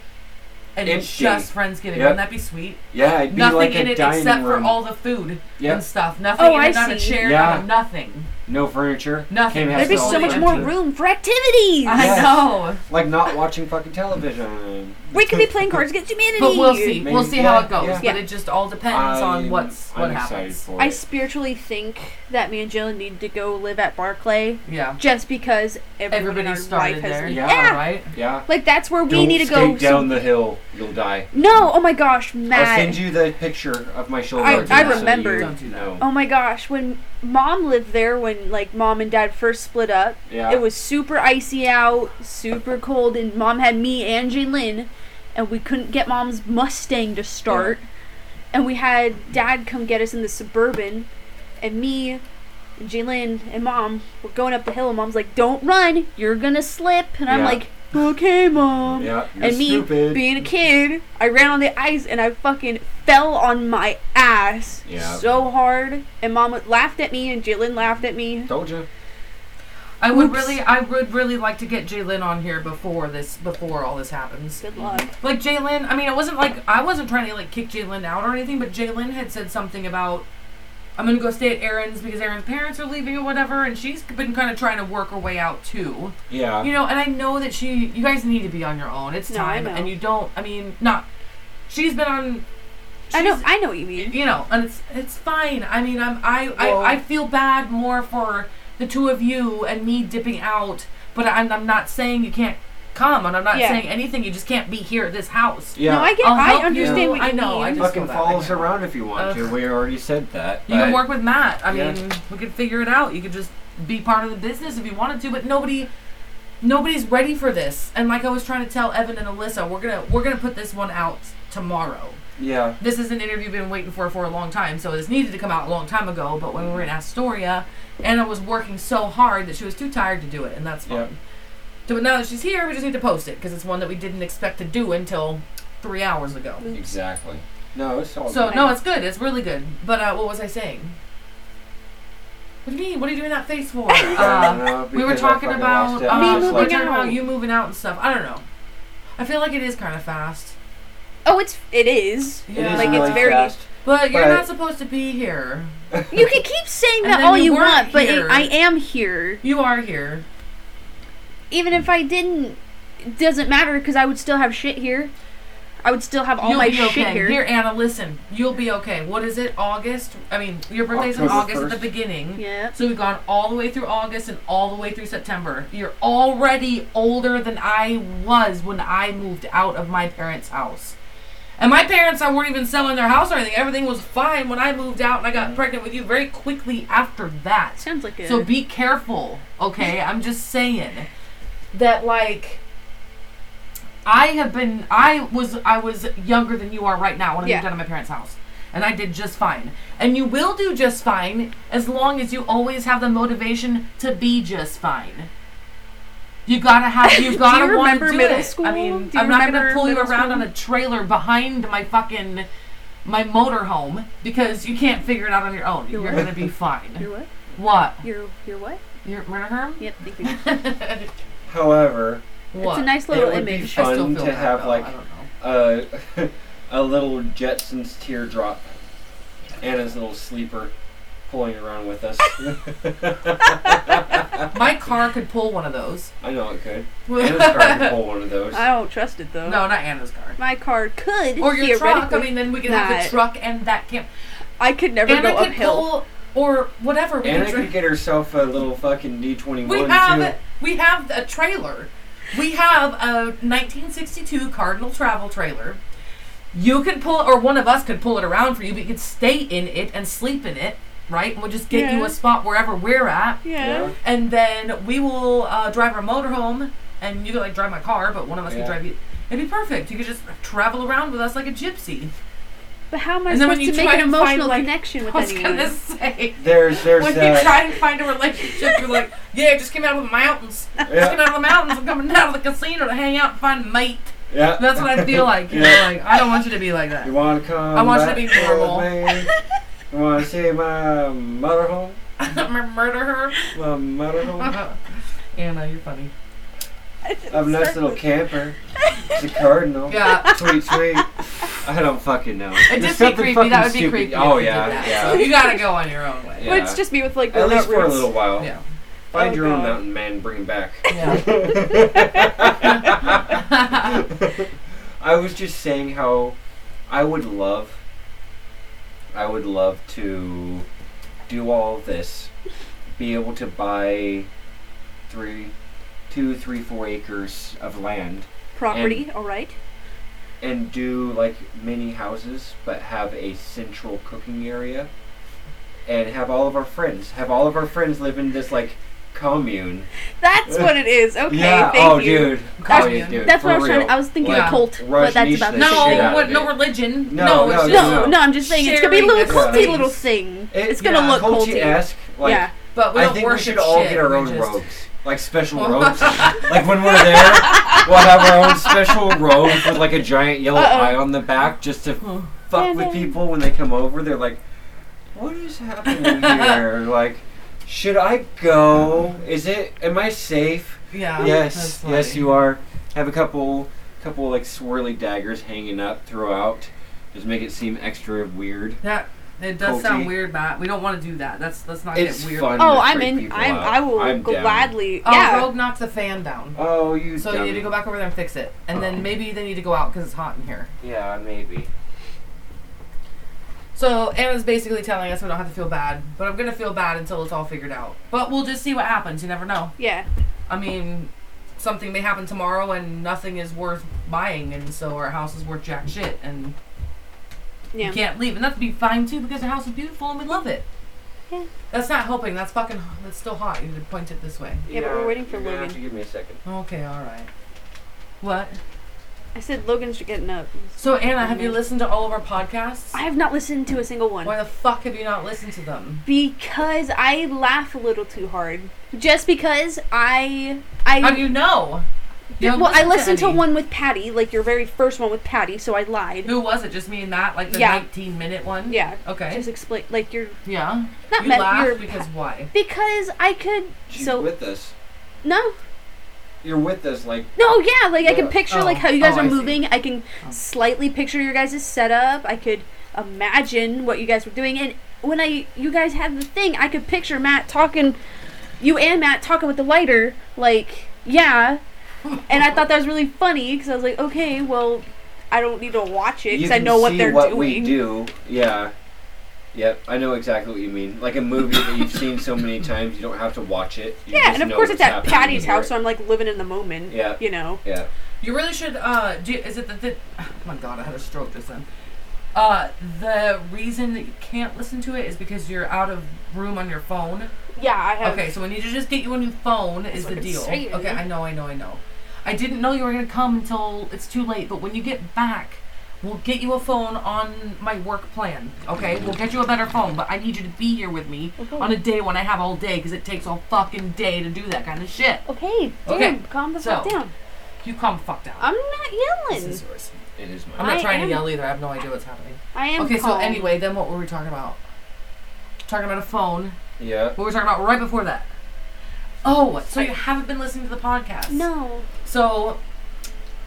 [SPEAKER 3] and
[SPEAKER 1] Empty.
[SPEAKER 3] just Friendsgiving.
[SPEAKER 1] Yep.
[SPEAKER 3] Wouldn't that be sweet?
[SPEAKER 1] Yeah, it'd be
[SPEAKER 3] Nothing
[SPEAKER 1] like
[SPEAKER 3] in
[SPEAKER 1] a
[SPEAKER 3] it
[SPEAKER 1] dining
[SPEAKER 3] except
[SPEAKER 1] room.
[SPEAKER 3] for all the food
[SPEAKER 1] yep.
[SPEAKER 3] and stuff. Nothing
[SPEAKER 2] Oh,
[SPEAKER 3] in
[SPEAKER 2] I
[SPEAKER 3] it, not a
[SPEAKER 2] see.
[SPEAKER 3] chair,
[SPEAKER 1] Yeah.
[SPEAKER 3] not a nothing.
[SPEAKER 1] No furniture.
[SPEAKER 3] Nothing.
[SPEAKER 1] Came
[SPEAKER 3] There'd
[SPEAKER 2] There'd be
[SPEAKER 1] has to
[SPEAKER 2] so
[SPEAKER 1] all
[SPEAKER 2] much
[SPEAKER 1] the
[SPEAKER 2] more
[SPEAKER 1] furniture.
[SPEAKER 2] room for activities.
[SPEAKER 1] Yes.
[SPEAKER 3] I know.
[SPEAKER 1] Like not watching fucking television.
[SPEAKER 2] we could be playing Cards Against Humanity.
[SPEAKER 3] But we'll see.
[SPEAKER 1] Maybe.
[SPEAKER 3] We'll see how
[SPEAKER 1] Yeah,
[SPEAKER 3] it goes.
[SPEAKER 1] yeah.
[SPEAKER 2] Yeah.
[SPEAKER 3] But it just all depends on what's
[SPEAKER 1] I'm
[SPEAKER 3] what
[SPEAKER 1] excited
[SPEAKER 3] happens.
[SPEAKER 1] for
[SPEAKER 2] I
[SPEAKER 1] it.
[SPEAKER 2] spiritually think that me and Jill need to go live at Barclay
[SPEAKER 3] Yeah.
[SPEAKER 2] just because everyone in
[SPEAKER 3] Everybody
[SPEAKER 2] our
[SPEAKER 3] started
[SPEAKER 2] life has
[SPEAKER 3] there.
[SPEAKER 2] lived-
[SPEAKER 1] Yeah.
[SPEAKER 2] Yeah.
[SPEAKER 3] Right?
[SPEAKER 1] yeah.
[SPEAKER 2] <laughs> Like that's where we
[SPEAKER 1] Don't
[SPEAKER 2] need to
[SPEAKER 1] skate
[SPEAKER 2] go.
[SPEAKER 1] down the hill. You'll die.
[SPEAKER 2] no, oh my gosh,
[SPEAKER 1] I'll
[SPEAKER 2] Matt.
[SPEAKER 1] send you the picture of my shoulder.
[SPEAKER 2] I-
[SPEAKER 1] again
[SPEAKER 2] I
[SPEAKER 1] so you
[SPEAKER 2] remember.
[SPEAKER 3] Don't do that.
[SPEAKER 1] know.
[SPEAKER 2] Oh my gosh, when mom lived there when like mom and dad first split up,
[SPEAKER 1] Yeah.
[SPEAKER 2] it was super icy out, super cold, and mom had me and Jaylin, and we couldn't get mom's Mustang to start. And we had dad come get us in the suburban, and me and Jaylin and mom were going up the hill, and mom's like, Don't run, you're gonna slip. And I'm
[SPEAKER 1] Yeah.
[SPEAKER 2] like, Okay, mom.
[SPEAKER 1] yeah. You're
[SPEAKER 2] And me
[SPEAKER 1] stupid.
[SPEAKER 2] being a kid, I ran on the ice and I fucking fell on my ass
[SPEAKER 1] Yeah.
[SPEAKER 2] so hard. And mom laughed at me and Jalen laughed at me.
[SPEAKER 1] Told you.
[SPEAKER 3] I would
[SPEAKER 2] Oops.
[SPEAKER 3] really, I would really like to get Jalen on here before this, before all this happens.
[SPEAKER 2] Good luck.
[SPEAKER 3] Like Jalen, I mean, it wasn't like I wasn't trying to like kick Jalen out or anything, but Jalen had said something about I'm gonna go stay at Aaron's because Aaron's parents are leaving or whatever, and she's been kind of trying to work her way out too.
[SPEAKER 1] Yeah.
[SPEAKER 3] You know, and I know that she, you guys need to be on your own. It's
[SPEAKER 2] No, I
[SPEAKER 3] time,
[SPEAKER 2] know.
[SPEAKER 3] and you don't. I mean, not. She's been on.
[SPEAKER 2] I know.
[SPEAKER 3] she's-
[SPEAKER 2] I know what you mean.
[SPEAKER 3] you know, and it's it's fine. I mean, I'm I
[SPEAKER 1] Well-
[SPEAKER 3] I, I feel bad more for the two of you and me dipping out, but I'm I'm not saying you can't come, and I'm not
[SPEAKER 2] Yeah.
[SPEAKER 3] saying anything. You just can't be here at this house.
[SPEAKER 1] yeah.
[SPEAKER 2] No, I get.
[SPEAKER 3] I'll help
[SPEAKER 2] I
[SPEAKER 3] you.
[SPEAKER 2] understand what you
[SPEAKER 3] I know, I
[SPEAKER 2] mean.
[SPEAKER 3] just
[SPEAKER 1] fucking
[SPEAKER 3] feel that
[SPEAKER 1] follow
[SPEAKER 3] right
[SPEAKER 1] us
[SPEAKER 3] now.
[SPEAKER 1] around if you want to.
[SPEAKER 3] Ugh.
[SPEAKER 1] We already said that.
[SPEAKER 3] You can
[SPEAKER 1] but-
[SPEAKER 3] work with Matt. I
[SPEAKER 1] Yeah.
[SPEAKER 3] mean, we could figure it out. You could just be part of the business if you wanted to, but nobody nobody's ready for this. And like I was trying to tell Evan and Alyssa, we're gonna we're gonna put this one out tomorrow.
[SPEAKER 1] Yeah.
[SPEAKER 3] this is an interview we've been waiting for for a long time, so this needed to come out a long time ago. But when we were in Astoria, Anna was working so hard that she was too tired to do it, and that's fine.
[SPEAKER 1] Yeah.
[SPEAKER 3] So but now that she's here, we just need to post it because it's one that we didn't expect to do until three hours ago.
[SPEAKER 1] Exactly. No, it's all.
[SPEAKER 3] So
[SPEAKER 1] good.
[SPEAKER 3] no, it's good. It's really good. But uh, what was I saying? What do you mean? What are you doing that face
[SPEAKER 2] <laughs>
[SPEAKER 3] for?
[SPEAKER 1] I <laughs>
[SPEAKER 3] Uh,
[SPEAKER 1] don't know,
[SPEAKER 3] we were
[SPEAKER 1] because I
[SPEAKER 3] talking
[SPEAKER 1] fucking
[SPEAKER 3] about
[SPEAKER 1] lost it.
[SPEAKER 3] uh,
[SPEAKER 2] Me
[SPEAKER 1] I was
[SPEAKER 2] moving
[SPEAKER 3] we're
[SPEAKER 1] like,
[SPEAKER 3] talking
[SPEAKER 2] out.
[SPEAKER 3] about you moving out and stuff. I don't know. I feel like it is kind of fast.
[SPEAKER 2] Oh, it's it is.
[SPEAKER 1] It is
[SPEAKER 2] Like, it's
[SPEAKER 1] really
[SPEAKER 2] very-
[SPEAKER 1] fast.
[SPEAKER 3] But you're
[SPEAKER 1] but-
[SPEAKER 3] not supposed to be here.
[SPEAKER 2] You can keep
[SPEAKER 3] <laughs>
[SPEAKER 2] saying
[SPEAKER 3] And
[SPEAKER 2] that
[SPEAKER 3] then
[SPEAKER 2] all
[SPEAKER 3] you
[SPEAKER 2] you
[SPEAKER 3] weren't
[SPEAKER 2] want, but
[SPEAKER 3] here.
[SPEAKER 2] it, I am here.
[SPEAKER 3] You are here.
[SPEAKER 2] Even if I didn't, it doesn't matter because I would still have shit here. I would still have all
[SPEAKER 3] You'll
[SPEAKER 2] my
[SPEAKER 3] be
[SPEAKER 2] shit
[SPEAKER 3] okay.
[SPEAKER 2] here.
[SPEAKER 3] Anna, listen. You'll be okay. What is it? August? I mean, your birthday's in
[SPEAKER 1] October
[SPEAKER 3] August at the
[SPEAKER 1] 1st.
[SPEAKER 3] beginning.
[SPEAKER 2] Yeah.
[SPEAKER 3] So we've gone all the way through August and all the way through September. You're already older than I was when I moved out of my parents' house. And my parents, I weren't even selling their house or anything. Everything was fine when I moved out and I got pregnant with you very quickly after that.
[SPEAKER 2] Sounds like a
[SPEAKER 3] So be careful, okay? I'm just saying that like I have been. I was. I was younger than you are right now when I
[SPEAKER 2] Yeah.
[SPEAKER 3] moved out of my parents' house, and I did just fine. And you will do just fine as long as you always have the motivation to be just fine. You gotta have. You
[SPEAKER 2] <laughs> Do
[SPEAKER 3] gotta
[SPEAKER 2] you
[SPEAKER 3] want
[SPEAKER 2] remember
[SPEAKER 3] to do
[SPEAKER 2] middle
[SPEAKER 3] it. I
[SPEAKER 2] school?
[SPEAKER 3] mean,
[SPEAKER 2] Do you
[SPEAKER 3] I'm not gonna
[SPEAKER 2] remember
[SPEAKER 3] pull you
[SPEAKER 2] middle
[SPEAKER 3] around on
[SPEAKER 2] school?
[SPEAKER 3] a trailer behind my fucking my motorhome because you can't figure it out on your own.
[SPEAKER 2] You're
[SPEAKER 3] You're,
[SPEAKER 2] right.
[SPEAKER 3] gonna be fine.
[SPEAKER 2] You're what?
[SPEAKER 3] What?
[SPEAKER 2] You're you're what?
[SPEAKER 3] You're murder
[SPEAKER 2] Yep.
[SPEAKER 3] <laughs>
[SPEAKER 2] Thank you.
[SPEAKER 1] However,
[SPEAKER 3] What?
[SPEAKER 2] It's a nice little
[SPEAKER 1] It would be
[SPEAKER 2] image.
[SPEAKER 3] I still
[SPEAKER 1] Fun
[SPEAKER 3] feel
[SPEAKER 1] to
[SPEAKER 3] bad,
[SPEAKER 1] have,
[SPEAKER 3] though.
[SPEAKER 1] like-
[SPEAKER 3] I don't know.
[SPEAKER 1] uh, <laughs> a little Jetsons teardrop, Anna's little sleeper, pulling around with us. <laughs>
[SPEAKER 3] <laughs> My car could pull one of those.
[SPEAKER 1] I know it could. Anna's car could
[SPEAKER 3] no,
[SPEAKER 1] pull one of those.
[SPEAKER 2] <laughs> I don't trust it though.
[SPEAKER 3] not Anna's car.
[SPEAKER 2] My car could
[SPEAKER 3] Or your truck. I
[SPEAKER 2] theoretically-
[SPEAKER 3] mean, then we could have the
[SPEAKER 2] Not-
[SPEAKER 3] truck and that camp.
[SPEAKER 2] I could never
[SPEAKER 3] Anna
[SPEAKER 2] go
[SPEAKER 3] could
[SPEAKER 2] uphill.
[SPEAKER 3] pull or whatever. We,
[SPEAKER 1] Anna
[SPEAKER 3] could
[SPEAKER 1] could
[SPEAKER 3] tra-
[SPEAKER 1] get herself a little fucking D twenty
[SPEAKER 3] we
[SPEAKER 1] one
[SPEAKER 3] have
[SPEAKER 1] too.
[SPEAKER 3] we have a trailer. We have a 1962 Cardinal travel trailer. You could pull, or one of us could pull it around for you, but you could stay in it and sleep in it, right? And we'll just get you
[SPEAKER 2] Yeah.
[SPEAKER 3] a spot wherever we're at.
[SPEAKER 2] Yeah.
[SPEAKER 3] and then we will uh, drive our motorhome, and you could like drive my car, but one of us
[SPEAKER 1] Yeah.
[SPEAKER 3] could drive you. It'd be perfect. You could just travel around with us like a gypsy.
[SPEAKER 2] But how am I
[SPEAKER 3] And then when
[SPEAKER 2] supposed
[SPEAKER 3] you
[SPEAKER 2] to make
[SPEAKER 3] try
[SPEAKER 2] an
[SPEAKER 3] and find,
[SPEAKER 2] emotional
[SPEAKER 3] like-
[SPEAKER 2] connection
[SPEAKER 3] <laughs>
[SPEAKER 2] with
[SPEAKER 3] I was
[SPEAKER 2] anyone? <laughs>
[SPEAKER 3] gonna say.
[SPEAKER 1] There's there's uh,
[SPEAKER 3] When you
[SPEAKER 1] that.
[SPEAKER 3] try and find a relationship, you're like, yeah, I just came out of the mountains. Just came
[SPEAKER 1] <laughs> Yeah,
[SPEAKER 3] out of the mountains. I'm coming out of the casino to hang out and find a mate.
[SPEAKER 1] yeah.
[SPEAKER 3] That's what
[SPEAKER 1] <laughs>
[SPEAKER 3] I feel like. You
[SPEAKER 1] Yeah.
[SPEAKER 3] know, like I don't want you to be like
[SPEAKER 1] You
[SPEAKER 3] <laughs> that.
[SPEAKER 1] want to come?
[SPEAKER 3] I want you to
[SPEAKER 1] back
[SPEAKER 3] be
[SPEAKER 1] with
[SPEAKER 3] normal.
[SPEAKER 1] me? You want to see my mother home?
[SPEAKER 3] Murder her.
[SPEAKER 1] My mother home?
[SPEAKER 3] <laughs> Anna, you're funny.
[SPEAKER 1] I'm a nice little camper. It's a cardinal.
[SPEAKER 3] Yeah.
[SPEAKER 1] Sweet, sweet. I don't fucking know.
[SPEAKER 3] It'd
[SPEAKER 1] There's
[SPEAKER 3] just be
[SPEAKER 1] something
[SPEAKER 3] creepy.
[SPEAKER 1] fucking
[SPEAKER 3] That would be
[SPEAKER 1] stupid.
[SPEAKER 3] creepy.
[SPEAKER 1] Oh
[SPEAKER 3] if you did
[SPEAKER 1] yeah,
[SPEAKER 3] that. So
[SPEAKER 1] yeah.
[SPEAKER 3] you gotta go on your own way.
[SPEAKER 1] Yeah.
[SPEAKER 2] But it's just me with like
[SPEAKER 1] At
[SPEAKER 2] grown-up
[SPEAKER 1] least for a
[SPEAKER 2] roots.
[SPEAKER 1] little while.
[SPEAKER 3] Yeah.
[SPEAKER 1] Find
[SPEAKER 2] Oh,
[SPEAKER 1] your own
[SPEAKER 2] God.
[SPEAKER 1] mountain man. and Bring him back.
[SPEAKER 3] Yeah.
[SPEAKER 1] I was just saying how I would love, I would love to do all of this, be able to buy three, two, three, four acres of land
[SPEAKER 2] property, all right?
[SPEAKER 1] and do like mini houses, but have a central cooking area, and have all of our friends, have all of our friends live in this like commune.
[SPEAKER 2] That's what it is. Okay,
[SPEAKER 1] yeah.
[SPEAKER 2] thank
[SPEAKER 1] oh,
[SPEAKER 2] you.
[SPEAKER 1] dude.
[SPEAKER 3] That's-
[SPEAKER 1] oh, yeah, dude.
[SPEAKER 2] That's
[SPEAKER 1] for
[SPEAKER 2] what I was
[SPEAKER 1] real.
[SPEAKER 2] trying. I was thinking
[SPEAKER 3] Like,
[SPEAKER 2] cult,
[SPEAKER 1] Rush
[SPEAKER 2] but that's about
[SPEAKER 1] Niche the shit
[SPEAKER 3] no,
[SPEAKER 1] out
[SPEAKER 3] what,
[SPEAKER 1] of
[SPEAKER 3] no
[SPEAKER 1] it.
[SPEAKER 3] religion.
[SPEAKER 1] No,
[SPEAKER 3] No,
[SPEAKER 1] no,
[SPEAKER 3] it's just,
[SPEAKER 2] No,
[SPEAKER 1] no.
[SPEAKER 2] no, I'm just saying it's gonna be a
[SPEAKER 3] Sharing
[SPEAKER 2] little
[SPEAKER 1] is
[SPEAKER 2] culty
[SPEAKER 1] nice.
[SPEAKER 2] little thing.
[SPEAKER 1] It-
[SPEAKER 2] it's gonna
[SPEAKER 3] yeah,
[SPEAKER 2] look culty.
[SPEAKER 1] culty-esque. Like,
[SPEAKER 2] yeah,
[SPEAKER 3] But we
[SPEAKER 1] I
[SPEAKER 3] don't
[SPEAKER 1] think we
[SPEAKER 3] worship
[SPEAKER 1] should all
[SPEAKER 3] shit,
[SPEAKER 1] get our
[SPEAKER 3] we
[SPEAKER 1] own
[SPEAKER 3] just-
[SPEAKER 1] robes, like special
[SPEAKER 3] <laughs>
[SPEAKER 1] robes. like when we're there, we'll have our own special robe with like a giant yellow
[SPEAKER 2] Uh-oh.
[SPEAKER 1] eye on the back, just to
[SPEAKER 3] Hmm.
[SPEAKER 1] fuck with
[SPEAKER 2] Ta-da.
[SPEAKER 1] people when they come over. They're like, "What is
[SPEAKER 3] <laughs>
[SPEAKER 1] happening here? like, should I go? Is it? Am I safe?
[SPEAKER 3] Yeah.
[SPEAKER 1] yes, yes, you are. Have a couple, couple like swirly daggers hanging up throughout, just make it seem extra weird.
[SPEAKER 3] That it does
[SPEAKER 1] Culty.
[SPEAKER 3] sound weird, Matt. We don't want to do that. That's let's not
[SPEAKER 1] It's
[SPEAKER 3] get weird.
[SPEAKER 1] fun.
[SPEAKER 2] Oh,
[SPEAKER 1] to
[SPEAKER 2] I'm
[SPEAKER 1] freak
[SPEAKER 2] in.
[SPEAKER 1] people
[SPEAKER 2] I'm.
[SPEAKER 1] out.
[SPEAKER 2] I will
[SPEAKER 1] I'm down.
[SPEAKER 2] gladly.
[SPEAKER 3] Oh,
[SPEAKER 2] yeah.
[SPEAKER 3] Rogue knocked the fan down.
[SPEAKER 1] Oh, you.
[SPEAKER 3] So you need to
[SPEAKER 1] dummy.
[SPEAKER 3] go back over there and fix it, and
[SPEAKER 1] Oh.
[SPEAKER 3] then maybe they need to go out because it's hot in here.
[SPEAKER 1] Yeah, maybe.
[SPEAKER 3] So Anna's basically telling us we don't have to feel bad, but I'm gonna feel bad until it's all figured out. But we'll just see what happens. You never know.
[SPEAKER 2] Yeah.
[SPEAKER 3] I mean, something may happen tomorrow, and nothing is worth buying, and so our house is worth jack shit, and
[SPEAKER 2] Yeah.
[SPEAKER 3] you can't leave, and that'd be fine too because our house is beautiful and we love it.
[SPEAKER 2] Yeah.
[SPEAKER 3] That's not helping. That's fucking. That's still hot. You need to point it this way.
[SPEAKER 2] Yeah, but we're waiting for
[SPEAKER 1] you're gonna
[SPEAKER 2] Logan.
[SPEAKER 1] Have to give me a second.
[SPEAKER 3] Okay, all right. What?
[SPEAKER 2] I said Logan's getting up.
[SPEAKER 3] So Anna, have you listened to all of our podcasts?
[SPEAKER 2] I have not listened to a single one
[SPEAKER 3] Why the fuck have you not listened to them?
[SPEAKER 2] because I laugh a little too hard. Just because I I
[SPEAKER 3] How do you know? You haven't
[SPEAKER 2] well I listened to,
[SPEAKER 3] any.
[SPEAKER 2] one with Patty, like your very first one with Patty, so I lied.
[SPEAKER 3] Who was it? Just me and Matt, like the
[SPEAKER 2] Yeah.
[SPEAKER 3] 19 minute one.
[SPEAKER 2] Yeah.
[SPEAKER 3] Okay.
[SPEAKER 2] Just explain like your
[SPEAKER 3] yeah.
[SPEAKER 2] not
[SPEAKER 3] you
[SPEAKER 2] met
[SPEAKER 3] laughed
[SPEAKER 2] your
[SPEAKER 3] because why?
[SPEAKER 2] because I could
[SPEAKER 1] She's
[SPEAKER 2] so
[SPEAKER 1] with us.
[SPEAKER 2] no
[SPEAKER 1] You're with us, like
[SPEAKER 2] no yeah like I can
[SPEAKER 1] Yeah.
[SPEAKER 2] picture
[SPEAKER 3] Oh.
[SPEAKER 2] like how you guys
[SPEAKER 3] Oh,
[SPEAKER 2] are
[SPEAKER 3] I see.
[SPEAKER 2] moving. I can
[SPEAKER 3] Oh.
[SPEAKER 2] slightly picture your guys' setup. I could imagine what you guys were doing and when I you guys had the thing, I could picture Matt talking you and Matt talking with the lighter like yeah and I thought that was really funny because I was like, okay, well, I don't need to watch it
[SPEAKER 1] you
[SPEAKER 2] because I
[SPEAKER 1] can
[SPEAKER 2] know what
[SPEAKER 1] see
[SPEAKER 2] they're
[SPEAKER 1] what
[SPEAKER 2] doing.
[SPEAKER 1] we do. Yeah. Yep, I know exactly what you mean. Like a movie that you've seen so
[SPEAKER 2] <laughs>
[SPEAKER 1] many times, you don't have to watch it. You
[SPEAKER 2] Yeah,
[SPEAKER 1] just
[SPEAKER 2] and of
[SPEAKER 1] know
[SPEAKER 2] course
[SPEAKER 1] what's
[SPEAKER 2] it's at
[SPEAKER 1] happening and
[SPEAKER 2] Patty's
[SPEAKER 1] hear
[SPEAKER 2] house,
[SPEAKER 1] it.
[SPEAKER 2] so I'm like living in the moment.
[SPEAKER 1] Yeah.
[SPEAKER 2] You know.
[SPEAKER 1] Yeah.
[SPEAKER 3] You really should. Uh, do is it the, the? Oh my god, I had a stroke just then. Uh, the reason that you can't listen to it is because you're out of room on your phone.
[SPEAKER 2] Yeah, I have.
[SPEAKER 3] Okay, so we need to just get you a new phone is
[SPEAKER 2] That's
[SPEAKER 3] the
[SPEAKER 2] what I'm
[SPEAKER 3] deal.
[SPEAKER 2] saying.
[SPEAKER 3] Okay, I know, I know, I know. I didn't know you were gonna come until it's too late. But when you get back, we'll get you a phone on my work plan. Okay, we'll get you a better phone. But I need you to be here with me on a day when I have all day because it takes all fucking day to do that kind of shit.
[SPEAKER 2] Okay, dude,
[SPEAKER 3] Okay,
[SPEAKER 2] calm the
[SPEAKER 3] so-
[SPEAKER 2] fuck down.
[SPEAKER 3] You calm the fuck down.
[SPEAKER 2] I'm not
[SPEAKER 3] this
[SPEAKER 2] yelling.
[SPEAKER 3] is yours.
[SPEAKER 1] It is
[SPEAKER 3] I'm
[SPEAKER 1] mine.
[SPEAKER 3] not
[SPEAKER 2] I
[SPEAKER 3] trying
[SPEAKER 2] am-
[SPEAKER 3] to yell either. I have no idea what's happening.
[SPEAKER 2] I am.
[SPEAKER 3] Okay, so
[SPEAKER 2] calm.
[SPEAKER 3] anyway, then what were we talking about? Talking about a phone.
[SPEAKER 1] Yeah.
[SPEAKER 3] What were we talking about right before that? Oh, so you haven't been listening to the podcast?
[SPEAKER 2] No.
[SPEAKER 3] So,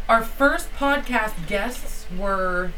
[SPEAKER 3] our first podcast guests were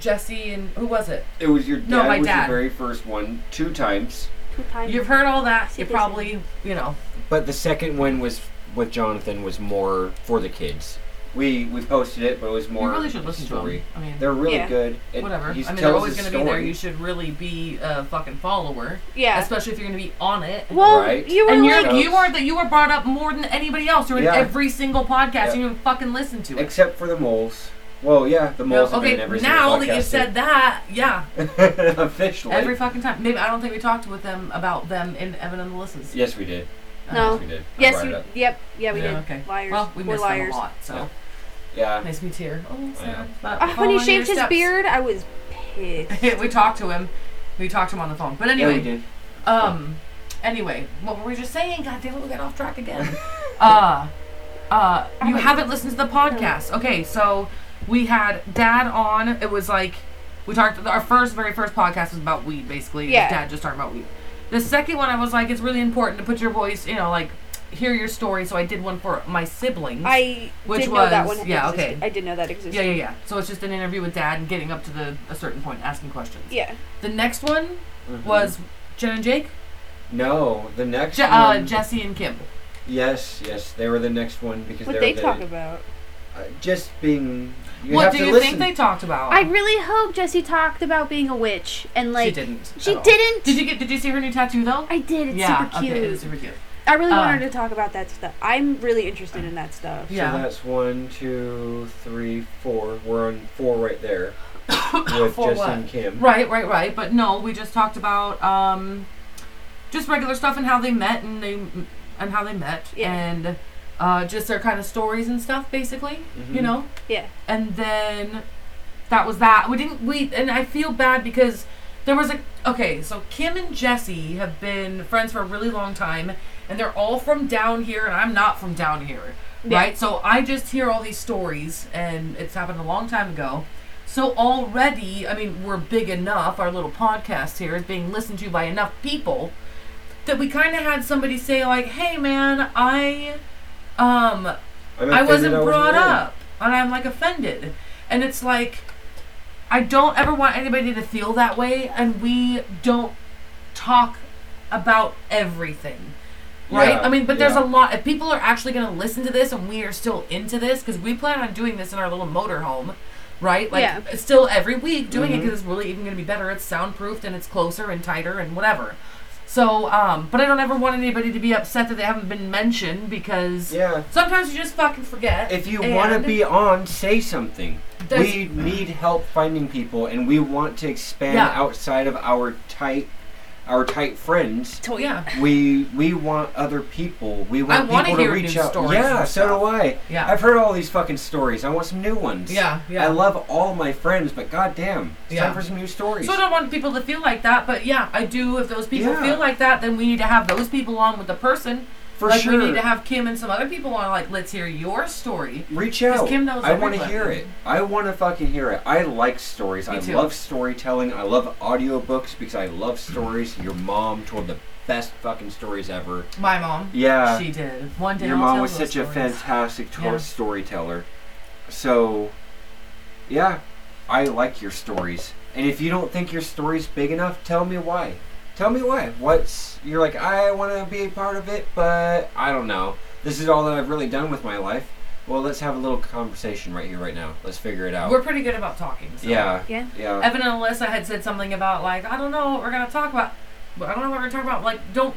[SPEAKER 3] Jesse and who was it?
[SPEAKER 1] It was your dad
[SPEAKER 3] No, my
[SPEAKER 1] was
[SPEAKER 3] dad.
[SPEAKER 1] the very first one, two times.
[SPEAKER 2] Two times.
[SPEAKER 3] You've heard all that. You
[SPEAKER 2] Secret
[SPEAKER 3] probably, you know,
[SPEAKER 1] But the second one was with Jonathan was more for the kids. We we posted it, but it was more
[SPEAKER 3] you really should listen
[SPEAKER 1] story.
[SPEAKER 3] to them. I mean,
[SPEAKER 1] They're really
[SPEAKER 2] Yeah.
[SPEAKER 1] good. It,
[SPEAKER 3] whatever. I
[SPEAKER 1] He
[SPEAKER 3] mean,
[SPEAKER 1] tells
[SPEAKER 3] they're always
[SPEAKER 1] his
[SPEAKER 3] going to be there.
[SPEAKER 1] story.
[SPEAKER 3] You should really be a fucking follower,
[SPEAKER 2] yeah.
[SPEAKER 3] especially if you're going to be on it.
[SPEAKER 2] well,
[SPEAKER 1] Right.
[SPEAKER 2] you were
[SPEAKER 3] And you're
[SPEAKER 2] like,
[SPEAKER 1] Shows.
[SPEAKER 3] you are that you were brought up more than anybody else. You're in
[SPEAKER 1] Yeah.
[SPEAKER 3] every single podcast.
[SPEAKER 1] Yeah.
[SPEAKER 3] You didn't fucking listen to it.
[SPEAKER 1] Except for the moles. Well, yeah, the moles
[SPEAKER 3] No,
[SPEAKER 1] have
[SPEAKER 3] okay,
[SPEAKER 1] been in every single
[SPEAKER 3] now that you
[SPEAKER 1] podcast
[SPEAKER 3] said that, yeah,
[SPEAKER 1] too. <laughs> officially.
[SPEAKER 3] every fucking time. Maybe I don't think we talked with them about them in Evan and the Listens.
[SPEAKER 1] yes, we did.
[SPEAKER 2] No.
[SPEAKER 1] Yes, we did. I
[SPEAKER 2] yes,
[SPEAKER 1] brought it
[SPEAKER 2] you.
[SPEAKER 1] up.
[SPEAKER 2] Yep. Yeah, we
[SPEAKER 1] Yeah.
[SPEAKER 2] did.
[SPEAKER 3] Okay.
[SPEAKER 2] Liars.
[SPEAKER 3] Well, we
[SPEAKER 2] We're
[SPEAKER 3] missed
[SPEAKER 2] liars.
[SPEAKER 3] them a lot, so
[SPEAKER 1] Yeah.
[SPEAKER 3] makes me tear. Oh,
[SPEAKER 1] know.
[SPEAKER 3] sad. But
[SPEAKER 2] Ah, when
[SPEAKER 3] follow
[SPEAKER 2] he
[SPEAKER 3] your
[SPEAKER 2] shaved his
[SPEAKER 3] steps.
[SPEAKER 2] beard, I was pissed.
[SPEAKER 3] <laughs> we talked to him. We talked to him on the phone. But
[SPEAKER 1] yeah, we
[SPEAKER 3] anyway,
[SPEAKER 1] did.
[SPEAKER 3] um, anyway, what were we just saying? God damn it, we got off track again. <laughs> uh, uh, you haven't listened to the podcast. Okay, so we had dad on. It was like we talked. Our first, very first podcast was about weed. Basically,
[SPEAKER 2] Yeah.
[SPEAKER 3] dad just talking about weed. The second one, I was like, it's really important to put your voice. You know, like hear your story. So I did one for my siblings.
[SPEAKER 2] I
[SPEAKER 3] Which
[SPEAKER 2] did know that
[SPEAKER 3] was-
[SPEAKER 2] one.
[SPEAKER 3] yeah,
[SPEAKER 2] existed.
[SPEAKER 3] okay.
[SPEAKER 2] I did know that existed.
[SPEAKER 3] yeah, yeah, yeah. So it's just an interview with dad and getting up to the a certain point, asking questions.
[SPEAKER 2] Yeah.
[SPEAKER 3] The next one
[SPEAKER 1] Mhm.
[SPEAKER 3] was Jen and Jake,
[SPEAKER 1] no the next
[SPEAKER 3] Je- uh,
[SPEAKER 1] one.
[SPEAKER 3] Jesse and Kim.
[SPEAKER 1] yes, yes, they were the next one because
[SPEAKER 2] What
[SPEAKER 1] they were
[SPEAKER 2] they
[SPEAKER 1] the,
[SPEAKER 2] talk about?
[SPEAKER 1] uh, just being. You
[SPEAKER 3] what
[SPEAKER 1] have
[SPEAKER 3] do
[SPEAKER 1] to
[SPEAKER 3] you
[SPEAKER 1] listen.
[SPEAKER 3] think they talked about?
[SPEAKER 2] I really hope Jesse talked about being a witch and like
[SPEAKER 3] she didn't.
[SPEAKER 2] She
[SPEAKER 3] at all.
[SPEAKER 2] didn't.
[SPEAKER 3] Did you get? Did you see her new tattoo though?
[SPEAKER 2] I did. It's
[SPEAKER 3] yeah.
[SPEAKER 2] super cute.
[SPEAKER 3] Okay, it is super cute.
[SPEAKER 2] I really want
[SPEAKER 3] Uh,
[SPEAKER 2] her to talk about that stuff. I'm really interested in that stuff.
[SPEAKER 1] So
[SPEAKER 3] Yeah.
[SPEAKER 1] that's one, two, three, four. We're on four right
[SPEAKER 3] <coughs>
[SPEAKER 1] there with
[SPEAKER 3] For
[SPEAKER 1] Justin
[SPEAKER 3] what?
[SPEAKER 1] Kim.
[SPEAKER 3] Right, right, right. But no, we just talked about um, just regular stuff and how they met and they and how they met
[SPEAKER 2] Yeah.
[SPEAKER 3] and uh, just their kind of stories and stuff, basically. You
[SPEAKER 1] Mhm.
[SPEAKER 3] know.
[SPEAKER 2] Yeah.
[SPEAKER 3] And then that was that. We didn't. We and I feel bad because there was a okay. So Kim and Jesse have been friends for a really long time, and they're all from down here, and I'm not from down here.
[SPEAKER 2] Yeah.
[SPEAKER 3] Right, so I just hear all these stories, and it's happened a long time ago. So already, I mean, we're big enough. Our little podcast here is being listened to by enough people that we kind of had somebody say like, "Hey, man, I,
[SPEAKER 1] I'm
[SPEAKER 3] um, I
[SPEAKER 1] offended
[SPEAKER 3] wasn't
[SPEAKER 1] I
[SPEAKER 3] brought
[SPEAKER 1] there.
[SPEAKER 3] up, and I'm like offended, and it's like, I don't ever want anybody to feel that way, and we don't talk about everything right?
[SPEAKER 1] Yeah,
[SPEAKER 3] I mean, but there's
[SPEAKER 1] yeah.
[SPEAKER 3] a lot. If people are actually going to listen to this, and we are still into this, because we plan on doing this in our little motorhome, right? Like,
[SPEAKER 2] Yeah.
[SPEAKER 3] it's still every week doing it
[SPEAKER 1] Mhm.
[SPEAKER 3] because it's really even going to be better. It's soundproofed and it's closer and tighter and whatever. So, um, but I don't ever want anybody to be upset that they haven't been mentioned because
[SPEAKER 1] Yeah.
[SPEAKER 3] sometimes you just fucking forget.
[SPEAKER 1] If you
[SPEAKER 3] and
[SPEAKER 1] want to be on, say something.
[SPEAKER 3] there's-
[SPEAKER 1] we need help finding people, and we want to expand
[SPEAKER 3] Yeah.
[SPEAKER 1] outside of our tight, our tight friends.
[SPEAKER 3] yeah,
[SPEAKER 1] We we want other people. We want
[SPEAKER 3] wanna
[SPEAKER 1] people to
[SPEAKER 3] hear
[SPEAKER 1] reach
[SPEAKER 3] new
[SPEAKER 1] out.
[SPEAKER 3] stories
[SPEAKER 1] yeah,
[SPEAKER 3] and
[SPEAKER 1] so
[SPEAKER 3] stuff.
[SPEAKER 1] do I.
[SPEAKER 3] Yeah.
[SPEAKER 1] I've heard all these fucking stories. I want some new ones.
[SPEAKER 3] Yeah, yeah.
[SPEAKER 1] I love all my friends, but goddamn, it's
[SPEAKER 3] Yeah.
[SPEAKER 1] time for some new stories.
[SPEAKER 3] So I don't want people to feel like that, but yeah, I do. If those people
[SPEAKER 1] Yeah.
[SPEAKER 3] feel like that, then we need to have those people on with the person.
[SPEAKER 1] for
[SPEAKER 3] like
[SPEAKER 1] sure.
[SPEAKER 3] we need to have Kim and some other people on. Like, let's hear your story.
[SPEAKER 1] Reach
[SPEAKER 3] 'Cause
[SPEAKER 1] out.
[SPEAKER 3] Kim knows
[SPEAKER 1] I want to
[SPEAKER 3] everybody.
[SPEAKER 1] hear it. I want to fucking hear it. I like stories.
[SPEAKER 3] Me
[SPEAKER 1] I
[SPEAKER 3] too.
[SPEAKER 1] love storytelling. I love audiobooks because I love stories. Your mom told the best fucking stories ever.
[SPEAKER 3] My mom.
[SPEAKER 1] Yeah.
[SPEAKER 3] she did. One day
[SPEAKER 1] your
[SPEAKER 3] I'll
[SPEAKER 1] mom
[SPEAKER 3] tell
[SPEAKER 1] was
[SPEAKER 3] those
[SPEAKER 1] such a
[SPEAKER 3] stories.
[SPEAKER 1] fantastic to-
[SPEAKER 3] Yeah.
[SPEAKER 1] storyteller. So, yeah, I like your stories. And if you don't think your story's big enough, tell me why. Tell me why. What's you're like? I want to be a part of it, but I don't know. This is all that I've really done with my life. Well, let's have a little conversation right here, right now. Let's figure it out.
[SPEAKER 3] We're pretty good about talking. So.
[SPEAKER 1] yeah,
[SPEAKER 2] Yeah.
[SPEAKER 1] yeah.
[SPEAKER 3] Evan and Alyssa had said something about like I don't know what we're gonna talk about. But I don't know what we're gonna talk about. Like don't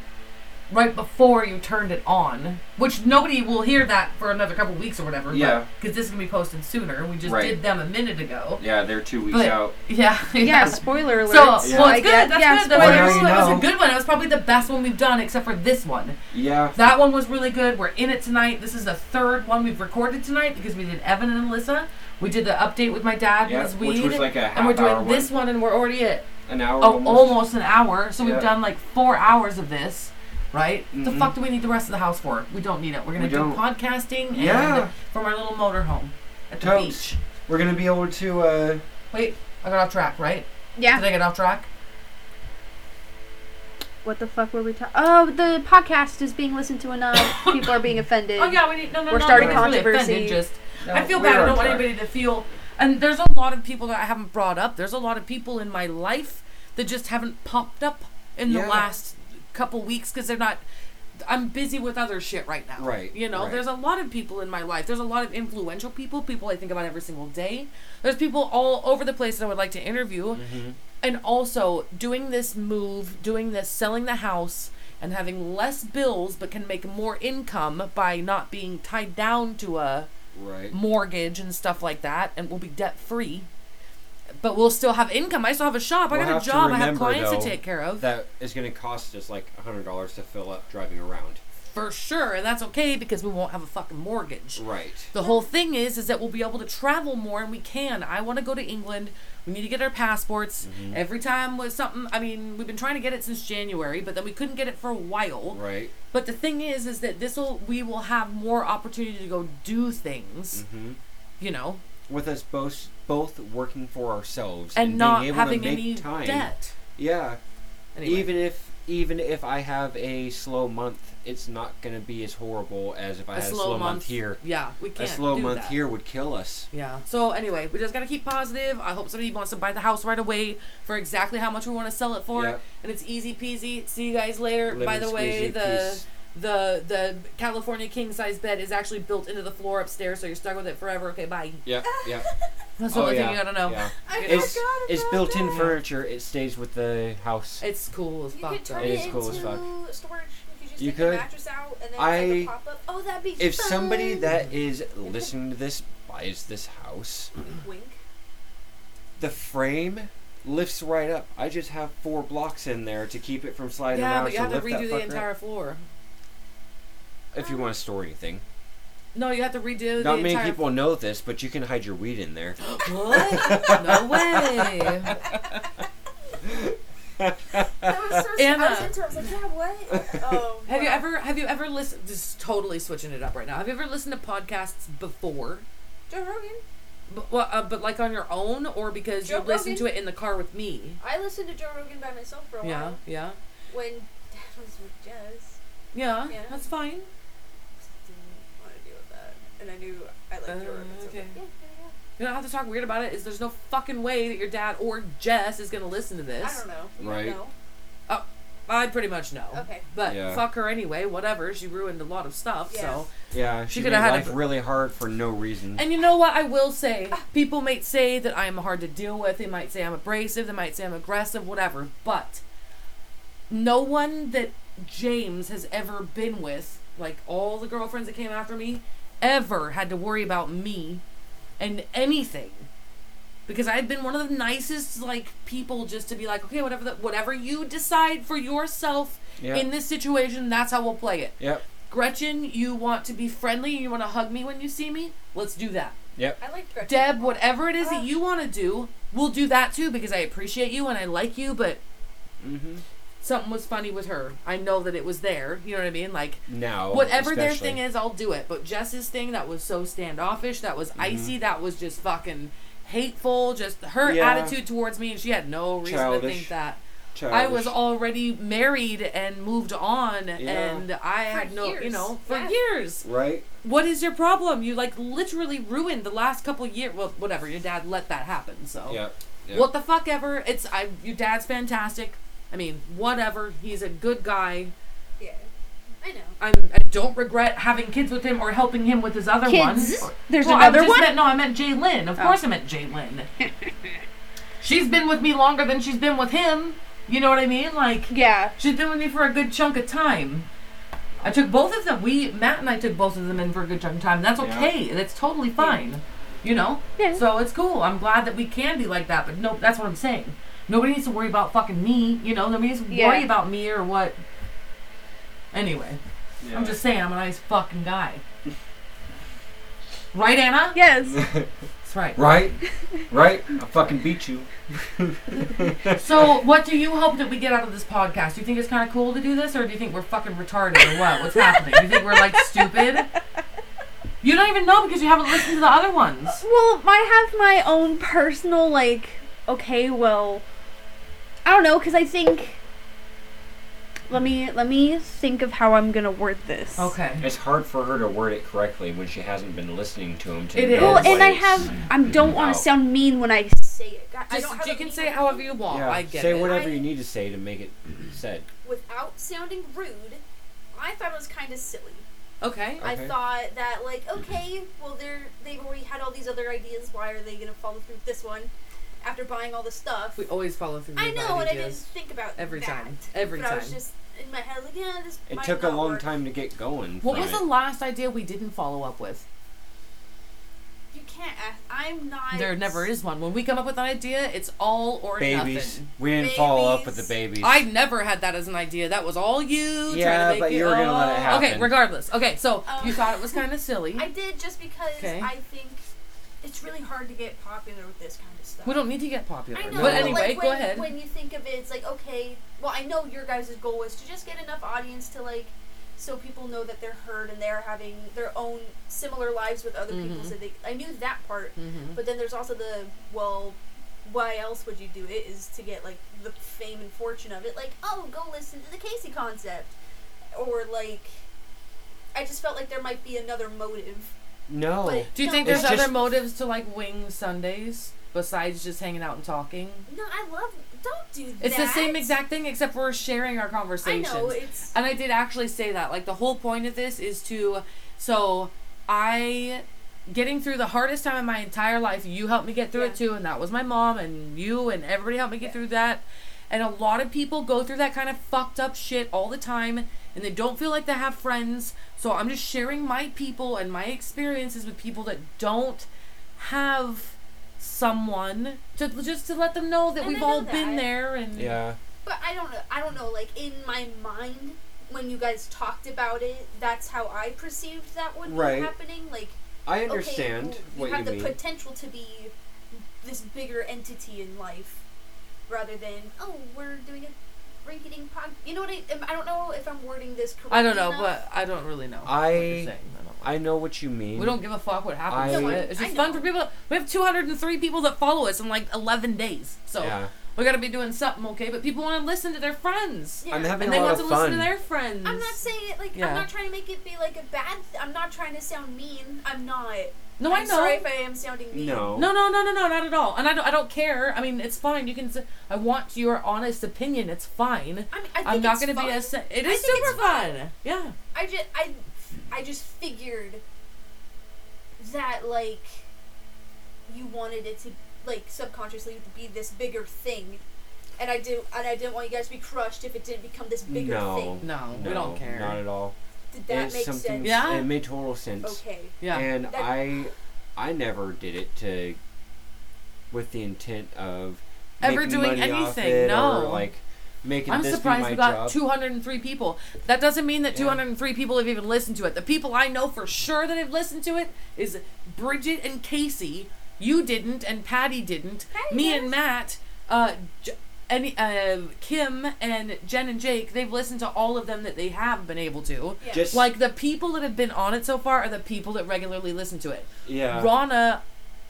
[SPEAKER 3] right before you turned it on, which nobody will hear that for another couple weeks or whatever.
[SPEAKER 1] Yeah.
[SPEAKER 3] Because this is gonna be posted sooner. We just
[SPEAKER 1] Right.
[SPEAKER 3] did them a minute ago.
[SPEAKER 1] Yeah, they're two weeks
[SPEAKER 3] But-
[SPEAKER 1] out.
[SPEAKER 3] <laughs> Yeah.
[SPEAKER 2] Yeah, spoiler alert.
[SPEAKER 3] So,
[SPEAKER 1] Yeah.
[SPEAKER 3] well,
[SPEAKER 2] I
[SPEAKER 3] it's good.
[SPEAKER 2] get-
[SPEAKER 3] That's
[SPEAKER 2] yeah,
[SPEAKER 3] good. That's
[SPEAKER 1] Well,
[SPEAKER 3] good.
[SPEAKER 1] now
[SPEAKER 2] spoiler
[SPEAKER 1] you
[SPEAKER 3] It was
[SPEAKER 1] know.
[SPEAKER 3] a good one. It was probably the best one we've done, except for this one.
[SPEAKER 1] Yeah.
[SPEAKER 3] That one was really good. We're in it tonight. This is the third one we've recorded tonight because we did Evan and Alyssa. We did the update with my dad
[SPEAKER 1] Yeah,
[SPEAKER 3] this
[SPEAKER 1] which
[SPEAKER 3] week.
[SPEAKER 1] was like a half
[SPEAKER 3] and we're doing
[SPEAKER 1] hour
[SPEAKER 3] this one, and we're already at
[SPEAKER 1] one, an hour
[SPEAKER 3] oh,
[SPEAKER 1] almost.
[SPEAKER 3] almost. an hour. So
[SPEAKER 1] Yeah.
[SPEAKER 3] we've done like four hours of this, right? The
[SPEAKER 1] Mhm.
[SPEAKER 3] fuck do we need the rest of the house for? We don't need it. We're gonna
[SPEAKER 1] We
[SPEAKER 3] do
[SPEAKER 1] don't.
[SPEAKER 3] podcasting and
[SPEAKER 1] Yeah.
[SPEAKER 3] from our little motorhome at the
[SPEAKER 1] Totes.
[SPEAKER 3] beach.
[SPEAKER 1] We're gonna be able to. uh
[SPEAKER 3] Wait, I got off track, right?
[SPEAKER 2] Yeah.
[SPEAKER 3] Did I get off track?
[SPEAKER 2] What the fuck were we talking? Oh, the podcast is being listened
[SPEAKER 4] <laughs>
[SPEAKER 2] to enough. People are being offended.
[SPEAKER 3] Oh yeah, we need no no
[SPEAKER 2] We're
[SPEAKER 3] no.
[SPEAKER 2] starting
[SPEAKER 3] nobody's really offended,
[SPEAKER 2] controversy.
[SPEAKER 3] just
[SPEAKER 1] no,
[SPEAKER 3] I feel
[SPEAKER 1] we're
[SPEAKER 3] bad. I
[SPEAKER 1] on
[SPEAKER 3] don't want
[SPEAKER 1] track.
[SPEAKER 3] anybody to feel. And there's a lot of people that I haven't brought up. There's a lot of people in my life that just haven't popped up in the
[SPEAKER 1] Yeah.
[SPEAKER 3] last couple weeks because they're not. I'm busy with other shit right now.
[SPEAKER 1] Right,
[SPEAKER 3] You know,
[SPEAKER 1] right.
[SPEAKER 3] there's a lot of people in my life. There's a lot of influential people, people I think about every single day. There's people all over the place that I would like to interview.
[SPEAKER 1] Mm-hmm.
[SPEAKER 3] And also, doing this move, doing this, selling the house, and having less bills but can make more income by not being tied down to a
[SPEAKER 1] Right.
[SPEAKER 3] mortgage and stuff like that, and we'll be debt free. But we'll still have income. I still have a shop.
[SPEAKER 1] We'll
[SPEAKER 3] I got
[SPEAKER 1] have to
[SPEAKER 3] a job. I have
[SPEAKER 1] remember,
[SPEAKER 3] clients
[SPEAKER 1] though,
[SPEAKER 3] to take care of.
[SPEAKER 1] That is gonna cost us like hundred dollars to fill up driving around.
[SPEAKER 3] for sure, and that's okay because we won't have a fucking mortgage.
[SPEAKER 1] Right.
[SPEAKER 3] The whole thing is is that we'll be able to travel more and we can. I want to go to England. We need to get our passports.
[SPEAKER 1] Mm-hmm.
[SPEAKER 3] Every time was something I mean, we've been trying to get it since January, but then we couldn't get it for a while.
[SPEAKER 1] Right.
[SPEAKER 3] But the thing is is that this will we will have more opportunity to go do things,
[SPEAKER 1] Mm-hmm.
[SPEAKER 3] you know,
[SPEAKER 1] With us both both working for ourselves
[SPEAKER 3] and,
[SPEAKER 1] and,
[SPEAKER 3] not
[SPEAKER 1] being able
[SPEAKER 3] having
[SPEAKER 1] to make
[SPEAKER 3] any
[SPEAKER 1] time.
[SPEAKER 3] debt.
[SPEAKER 1] Yeah.
[SPEAKER 3] Anyway.
[SPEAKER 1] Even if even if I have a slow month, it's not gonna be as horrible as if I
[SPEAKER 3] a
[SPEAKER 1] had
[SPEAKER 3] slow,
[SPEAKER 1] a slow month, here.
[SPEAKER 3] Yeah, we can't.
[SPEAKER 1] a slow
[SPEAKER 3] do
[SPEAKER 1] month
[SPEAKER 3] that.
[SPEAKER 1] here would kill us.
[SPEAKER 3] Yeah. So anyway, we just gotta keep positive. I hope somebody wants to buy the house right away for exactly how much we want to sell it for,
[SPEAKER 1] Yeah.
[SPEAKER 3] and it's easy peasy. See you guys later. By
[SPEAKER 1] Lemon
[SPEAKER 3] the way,
[SPEAKER 1] squeezy
[SPEAKER 3] the
[SPEAKER 1] piece.
[SPEAKER 3] the the California king size bed is actually built into the floor upstairs, so you're stuck with it forever. Okay, bye.
[SPEAKER 1] Yeah, yeah.
[SPEAKER 3] <laughs> That's the
[SPEAKER 1] oh,
[SPEAKER 3] only
[SPEAKER 1] yeah.
[SPEAKER 3] thing you gotta know.
[SPEAKER 1] Yeah.
[SPEAKER 3] I
[SPEAKER 2] I
[SPEAKER 1] It's
[SPEAKER 2] forgot
[SPEAKER 1] it's
[SPEAKER 2] about
[SPEAKER 1] built in
[SPEAKER 2] that.
[SPEAKER 1] furniture. It stays with the house.
[SPEAKER 3] It's cool as
[SPEAKER 4] You could
[SPEAKER 3] fuck. though.
[SPEAKER 4] turn
[SPEAKER 1] It
[SPEAKER 4] it,
[SPEAKER 1] is cool as
[SPEAKER 4] into
[SPEAKER 1] fuck.
[SPEAKER 4] storage. You could just
[SPEAKER 1] You
[SPEAKER 4] take
[SPEAKER 1] could.
[SPEAKER 4] the mattress out and then
[SPEAKER 1] I-
[SPEAKER 4] it's like a pop up. Oh, that'd be
[SPEAKER 1] if
[SPEAKER 4] fun.
[SPEAKER 1] somebody that is listening to this buys this house,
[SPEAKER 4] wink.
[SPEAKER 1] <laughs> the frame lifts right up. I just have four blocks in there to keep it from sliding
[SPEAKER 3] Yeah,
[SPEAKER 1] around.
[SPEAKER 3] but you
[SPEAKER 1] so
[SPEAKER 3] have to
[SPEAKER 1] lift
[SPEAKER 3] redo
[SPEAKER 1] that fucker
[SPEAKER 3] the entire
[SPEAKER 1] up.
[SPEAKER 3] floor.
[SPEAKER 1] If you want to store anything,
[SPEAKER 3] No, you have to redo
[SPEAKER 1] not
[SPEAKER 3] <gasps> the
[SPEAKER 1] many
[SPEAKER 3] entire.
[SPEAKER 1] people know this, but you can hide your weed in
[SPEAKER 3] <gasps>
[SPEAKER 1] there.
[SPEAKER 3] <laughs> What?
[SPEAKER 1] <laughs>
[SPEAKER 3] no way.
[SPEAKER 4] That was so I was
[SPEAKER 3] Anna.
[SPEAKER 4] into it. I was like, yeah,
[SPEAKER 1] <laughs>
[SPEAKER 4] what? Oh,
[SPEAKER 3] Have you
[SPEAKER 4] wow.
[SPEAKER 3] ever have you ever listened? This is totally switching it up right now. Have you ever listened to podcasts before?
[SPEAKER 4] Joe Rogan.
[SPEAKER 3] But, well, uh, but like on your own, or because you
[SPEAKER 4] Joe
[SPEAKER 3] listened to
[SPEAKER 4] Rogan?
[SPEAKER 3] it in the car with me?
[SPEAKER 4] I listened to Joe Rogan by myself for a
[SPEAKER 3] Yeah,
[SPEAKER 4] while
[SPEAKER 3] yeah,
[SPEAKER 4] when Dad was with Jess.
[SPEAKER 3] yeah,
[SPEAKER 4] Yeah.
[SPEAKER 3] That's fine.
[SPEAKER 4] Didn't want to deal with that, and I knew I liked Joe
[SPEAKER 3] Uh,
[SPEAKER 4] Rogan.
[SPEAKER 1] Oh,
[SPEAKER 4] So I was
[SPEAKER 3] okay.
[SPEAKER 4] like, yeah, yeah,
[SPEAKER 3] You don't have to talk weird about it. Is there's no fucking way that your dad or Jess is gonna listen to
[SPEAKER 4] yeah.
[SPEAKER 3] this?
[SPEAKER 4] I don't know. You
[SPEAKER 1] Right.
[SPEAKER 4] Don't know.
[SPEAKER 3] I pretty much know.
[SPEAKER 4] Okay.
[SPEAKER 3] But
[SPEAKER 1] Yeah.
[SPEAKER 3] fuck her anyway. Whatever. She ruined a lot of stuff.
[SPEAKER 4] Yeah.
[SPEAKER 3] So.
[SPEAKER 1] Yeah,
[SPEAKER 3] She
[SPEAKER 1] she made
[SPEAKER 3] coulda had a
[SPEAKER 1] life
[SPEAKER 3] br-
[SPEAKER 1] really hard for no reason.
[SPEAKER 3] And you know what I will say? People might say that I am hard to deal with. They might say I'm abrasive. They might say I'm aggressive. Whatever. But no one that James has ever been with, like all the girlfriends that came after me, ever had to worry about me and anything. Because I've been one of the nicest like people just to be like, okay, whatever the, whatever you decide for yourself
[SPEAKER 1] Yeah.
[SPEAKER 3] in this situation, that's how we'll play it.
[SPEAKER 1] Yep.
[SPEAKER 3] Gretchen, you want to be friendly and you want to hug me when you see me? Let's do that.
[SPEAKER 1] Yep.
[SPEAKER 4] I liked Gretchen.
[SPEAKER 3] Deb, whatever it is
[SPEAKER 4] Uh.
[SPEAKER 3] that you want to do, we'll do that too because I appreciate you and I like you, but
[SPEAKER 1] Mm-hmm.
[SPEAKER 3] something was funny with her. I know that it was there. You know what I mean? Like,
[SPEAKER 1] Now,
[SPEAKER 3] whatever their
[SPEAKER 1] Oh, especially.
[SPEAKER 3] thing is, I'll do it. But Jess's thing, that was so standoffish, that was icy, that was just fucking hateful, just her
[SPEAKER 1] Yeah.
[SPEAKER 3] attitude towards me, and she had no reason to
[SPEAKER 1] Childish.
[SPEAKER 3] think that. I
[SPEAKER 1] Childish.
[SPEAKER 3] was already married and moved on, and I
[SPEAKER 4] For
[SPEAKER 3] had no, you
[SPEAKER 4] years.
[SPEAKER 3] know, for
[SPEAKER 4] Yeah.
[SPEAKER 3] years.
[SPEAKER 1] right.
[SPEAKER 3] What is your problem? You like literally ruined the last couple years. Well, whatever. Your dad let that happen. So
[SPEAKER 1] Yep. yep.
[SPEAKER 3] what the fuck ever. It's I. Your dad's fantastic. I mean, whatever. He's a good guy.
[SPEAKER 4] Yeah. I know.
[SPEAKER 3] I'm. I don't regret having kids with him or helping him with his other
[SPEAKER 2] Kids.
[SPEAKER 3] one.
[SPEAKER 2] There's
[SPEAKER 3] Well, I
[SPEAKER 2] another
[SPEAKER 3] just
[SPEAKER 2] one.
[SPEAKER 3] Meant, no, I meant Jay Lynn. Of
[SPEAKER 2] Oh.
[SPEAKER 3] course, I meant Jay
[SPEAKER 2] <laughs>
[SPEAKER 3] Lynn. she's been with me longer than she's been with him. You know what I mean? Like
[SPEAKER 2] yeah.
[SPEAKER 3] she's been with me for a good chunk of time. I took both of them. We Matt and I took both of them in for a good chunk of time. That's
[SPEAKER 1] Yeah.
[SPEAKER 3] okay. That's totally fine. You know.
[SPEAKER 5] Yeah.
[SPEAKER 3] So it's cool. I'm glad that we can be like that. But no, that's what I'm saying. Nobody needs to worry about fucking me. You know. Nobody needs to
[SPEAKER 5] Yeah.
[SPEAKER 3] worry about me or what. Anyway,
[SPEAKER 1] Yeah.
[SPEAKER 3] I'm just saying I'm a nice fucking guy. right, Anna?
[SPEAKER 5] Yes.
[SPEAKER 3] <laughs> That's right.
[SPEAKER 1] right? Right? I fucking beat you.
[SPEAKER 3] So, what do you hope that we get out of this podcast? Do you think it's kind of cool to do this, or do you think we're fucking retarded, or what? What's happening? You think we're like stupid? You don't even know because you haven't listened to the other ones.
[SPEAKER 5] Well, I have my own personal like. Okay, well, I don't know because I think. Let me let me think of how I'm gonna word this.
[SPEAKER 3] Okay.
[SPEAKER 1] It's hard for her to word it correctly when she hasn't been listening to him. To
[SPEAKER 3] It
[SPEAKER 1] know
[SPEAKER 3] is.
[SPEAKER 5] Well,
[SPEAKER 1] what
[SPEAKER 5] and I
[SPEAKER 1] it's-
[SPEAKER 5] have. I don't want
[SPEAKER 1] Wow.
[SPEAKER 5] to sound mean when I say it. God, I
[SPEAKER 2] Just-
[SPEAKER 5] don't have
[SPEAKER 2] you
[SPEAKER 5] a
[SPEAKER 2] can
[SPEAKER 5] mean
[SPEAKER 2] say it however
[SPEAKER 3] you want.
[SPEAKER 1] yeah, say whatever
[SPEAKER 2] I-
[SPEAKER 1] you need to say to make it said.
[SPEAKER 2] Without sounding rude, I thought it was kind of silly.
[SPEAKER 3] Okay.
[SPEAKER 2] I
[SPEAKER 1] Okay.
[SPEAKER 2] thought that like, okay, well they're they've already had all these other ideas. Why are they gonna follow through with this one after buying all this stuff?
[SPEAKER 3] always follow through.
[SPEAKER 2] I know, and I didn't think about
[SPEAKER 3] Every
[SPEAKER 2] that.
[SPEAKER 3] time. Every
[SPEAKER 2] but I was
[SPEAKER 3] time.
[SPEAKER 2] just in my head like, yeah, this.
[SPEAKER 1] It
[SPEAKER 2] might
[SPEAKER 1] took a
[SPEAKER 2] not
[SPEAKER 1] long
[SPEAKER 2] work.
[SPEAKER 1] time to get going.
[SPEAKER 3] What
[SPEAKER 1] from
[SPEAKER 3] was
[SPEAKER 1] it.
[SPEAKER 3] the last idea we didn't follow up with?
[SPEAKER 2] You can't ask. I'm not.
[SPEAKER 3] There never is one. When we come up with an idea, it's all or
[SPEAKER 1] babies?
[SPEAKER 3] nothing.
[SPEAKER 1] We didn't follow up with
[SPEAKER 2] Babies.
[SPEAKER 1] the babies.
[SPEAKER 3] I never had that as an idea. That was all you. trying to
[SPEAKER 1] Yeah,
[SPEAKER 3] make
[SPEAKER 1] but
[SPEAKER 3] it-
[SPEAKER 1] you were gonna let it
[SPEAKER 3] Oh. Okay,
[SPEAKER 1] happen.
[SPEAKER 3] regardless. Okay, so
[SPEAKER 2] Um,
[SPEAKER 3] you thought it was kind of silly.
[SPEAKER 2] I did just because
[SPEAKER 3] Okay.
[SPEAKER 2] I think it's really hard to get popular with this kind of stuff.
[SPEAKER 3] we don't need to get popular.
[SPEAKER 2] I know,
[SPEAKER 3] but
[SPEAKER 2] but
[SPEAKER 3] anyway,
[SPEAKER 2] like,
[SPEAKER 3] go
[SPEAKER 2] when,
[SPEAKER 3] ahead.
[SPEAKER 2] When you think of it, it's like okay. Well, I know your guys' goal is to just get enough audience to like, so people know that they're heard and they're having their own similar lives with other people.
[SPEAKER 3] Mhm.
[SPEAKER 2] So they, I knew that part,
[SPEAKER 3] mm-hmm.
[SPEAKER 2] but then there's also the well, why else would you do it? Is to get like the fame and fortune of it. Like, oh, go listen to the Casey concept, or like, I just felt like there might be another motive.
[SPEAKER 1] no.
[SPEAKER 2] But
[SPEAKER 3] Do you
[SPEAKER 2] no,
[SPEAKER 3] think
[SPEAKER 1] It's
[SPEAKER 3] there's other
[SPEAKER 1] just-
[SPEAKER 3] motives to like wing Sundays besides just hanging out and talking?
[SPEAKER 2] No, I love. Don't do that.
[SPEAKER 3] It's the same exact thing except we're sharing our
[SPEAKER 2] I
[SPEAKER 3] conversations.
[SPEAKER 2] know it's.
[SPEAKER 3] And I did actually say that. Like the whole point of this is to so I getting through the hardest time in my entire life, you helped me get through
[SPEAKER 2] Yeah.
[SPEAKER 3] it too, and that was my mom and you and everybody helped me get
[SPEAKER 2] Yeah.
[SPEAKER 3] through that. And a lot of people go through that kind of fucked up shit all the time and they don't feel like they have friends. So I'm just sharing my people and my experiences with people that don't have someone to just to let them know that
[SPEAKER 2] And I
[SPEAKER 3] we've
[SPEAKER 2] know
[SPEAKER 3] all been
[SPEAKER 2] that.
[SPEAKER 3] there and
[SPEAKER 1] yeah.
[SPEAKER 2] But I don't know. I don't know. Like in my mind, when you guys talked about it, that's how I perceived that would
[SPEAKER 1] Right.
[SPEAKER 2] be happening. Like
[SPEAKER 1] I understand
[SPEAKER 2] okay, you
[SPEAKER 1] what
[SPEAKER 2] have
[SPEAKER 1] you
[SPEAKER 2] the
[SPEAKER 1] mean.
[SPEAKER 2] potential to be this bigger entity in life, rather than oh, we're doing a rinketing pod. You know what? I I don't know if I'm wording this correctly.
[SPEAKER 3] I don't know,
[SPEAKER 2] enough.
[SPEAKER 3] but I don't really know.
[SPEAKER 1] I-
[SPEAKER 3] what you're saying. I don't
[SPEAKER 1] I know what you mean.
[SPEAKER 3] We don't give a fuck what happens.
[SPEAKER 1] I-
[SPEAKER 3] to it. It's
[SPEAKER 2] I
[SPEAKER 3] just fun
[SPEAKER 2] know.
[SPEAKER 3] for people. We have 203 people that follow us in like 11 days. So
[SPEAKER 1] Yeah.
[SPEAKER 3] we got to be doing something, okay? But people want to listen to their friends.
[SPEAKER 2] Yeah.
[SPEAKER 1] I'm having
[SPEAKER 3] And
[SPEAKER 1] a
[SPEAKER 3] they
[SPEAKER 1] lot
[SPEAKER 3] want
[SPEAKER 1] of
[SPEAKER 3] to
[SPEAKER 1] fun.
[SPEAKER 3] listen to their friends.
[SPEAKER 2] I'm not saying it like
[SPEAKER 3] Yeah.
[SPEAKER 2] I'm not trying to make it be like a bad. Th- I'm not trying to sound mean. I'm not.
[SPEAKER 3] No, I
[SPEAKER 2] I'm
[SPEAKER 3] know.
[SPEAKER 2] Sorry if I am sounding mean.
[SPEAKER 1] no.
[SPEAKER 3] no, no, no, no, no, not at all. And I don't, I don't care. I mean, it's fine. You can. s- I want your honest opinion. It's fine.
[SPEAKER 2] I mean, I think
[SPEAKER 3] I'm not
[SPEAKER 2] it's
[SPEAKER 3] going to be
[SPEAKER 2] fun.
[SPEAKER 3] a. se- It
[SPEAKER 2] I
[SPEAKER 3] is
[SPEAKER 2] think it's
[SPEAKER 3] super fun. Yeah.
[SPEAKER 2] I just I I just figured that like you wanted it to like subconsciously be this bigger thing. And I did and I didn't want you guys to be crushed if it didn't become this bigger
[SPEAKER 1] No.
[SPEAKER 2] thing.
[SPEAKER 3] No, we don't care.
[SPEAKER 1] Not at all.
[SPEAKER 2] Did that
[SPEAKER 1] it's
[SPEAKER 2] make
[SPEAKER 1] something.
[SPEAKER 2] sense?
[SPEAKER 3] Yeah.
[SPEAKER 1] It made total sense.
[SPEAKER 2] Okay.
[SPEAKER 3] yeah.
[SPEAKER 1] And
[SPEAKER 2] That-
[SPEAKER 1] I, I never did it to, with the intent of
[SPEAKER 3] Ever
[SPEAKER 1] making
[SPEAKER 3] doing
[SPEAKER 1] money off
[SPEAKER 3] anything,
[SPEAKER 1] it
[SPEAKER 3] no.
[SPEAKER 1] Or like making
[SPEAKER 3] I'm
[SPEAKER 1] this be
[SPEAKER 3] surprised
[SPEAKER 1] my
[SPEAKER 3] we got
[SPEAKER 1] job.
[SPEAKER 3] 203 people. That doesn't mean that
[SPEAKER 1] Yeah.
[SPEAKER 3] 203 people have even listened to it. The people I know for sure that have listened to it is Bridget and Casey. You didn't, and Patty didn't.
[SPEAKER 2] Patty
[SPEAKER 3] Me
[SPEAKER 2] didn't.
[SPEAKER 3] and Matt, uh, J- any, uh, Kim and Jen and Jake. They've listened to all of them that they have been able to.
[SPEAKER 2] Yeah.
[SPEAKER 1] Just
[SPEAKER 3] Like the people that have been on it so far are the people that regularly listen to it.
[SPEAKER 1] yeah.
[SPEAKER 3] Rana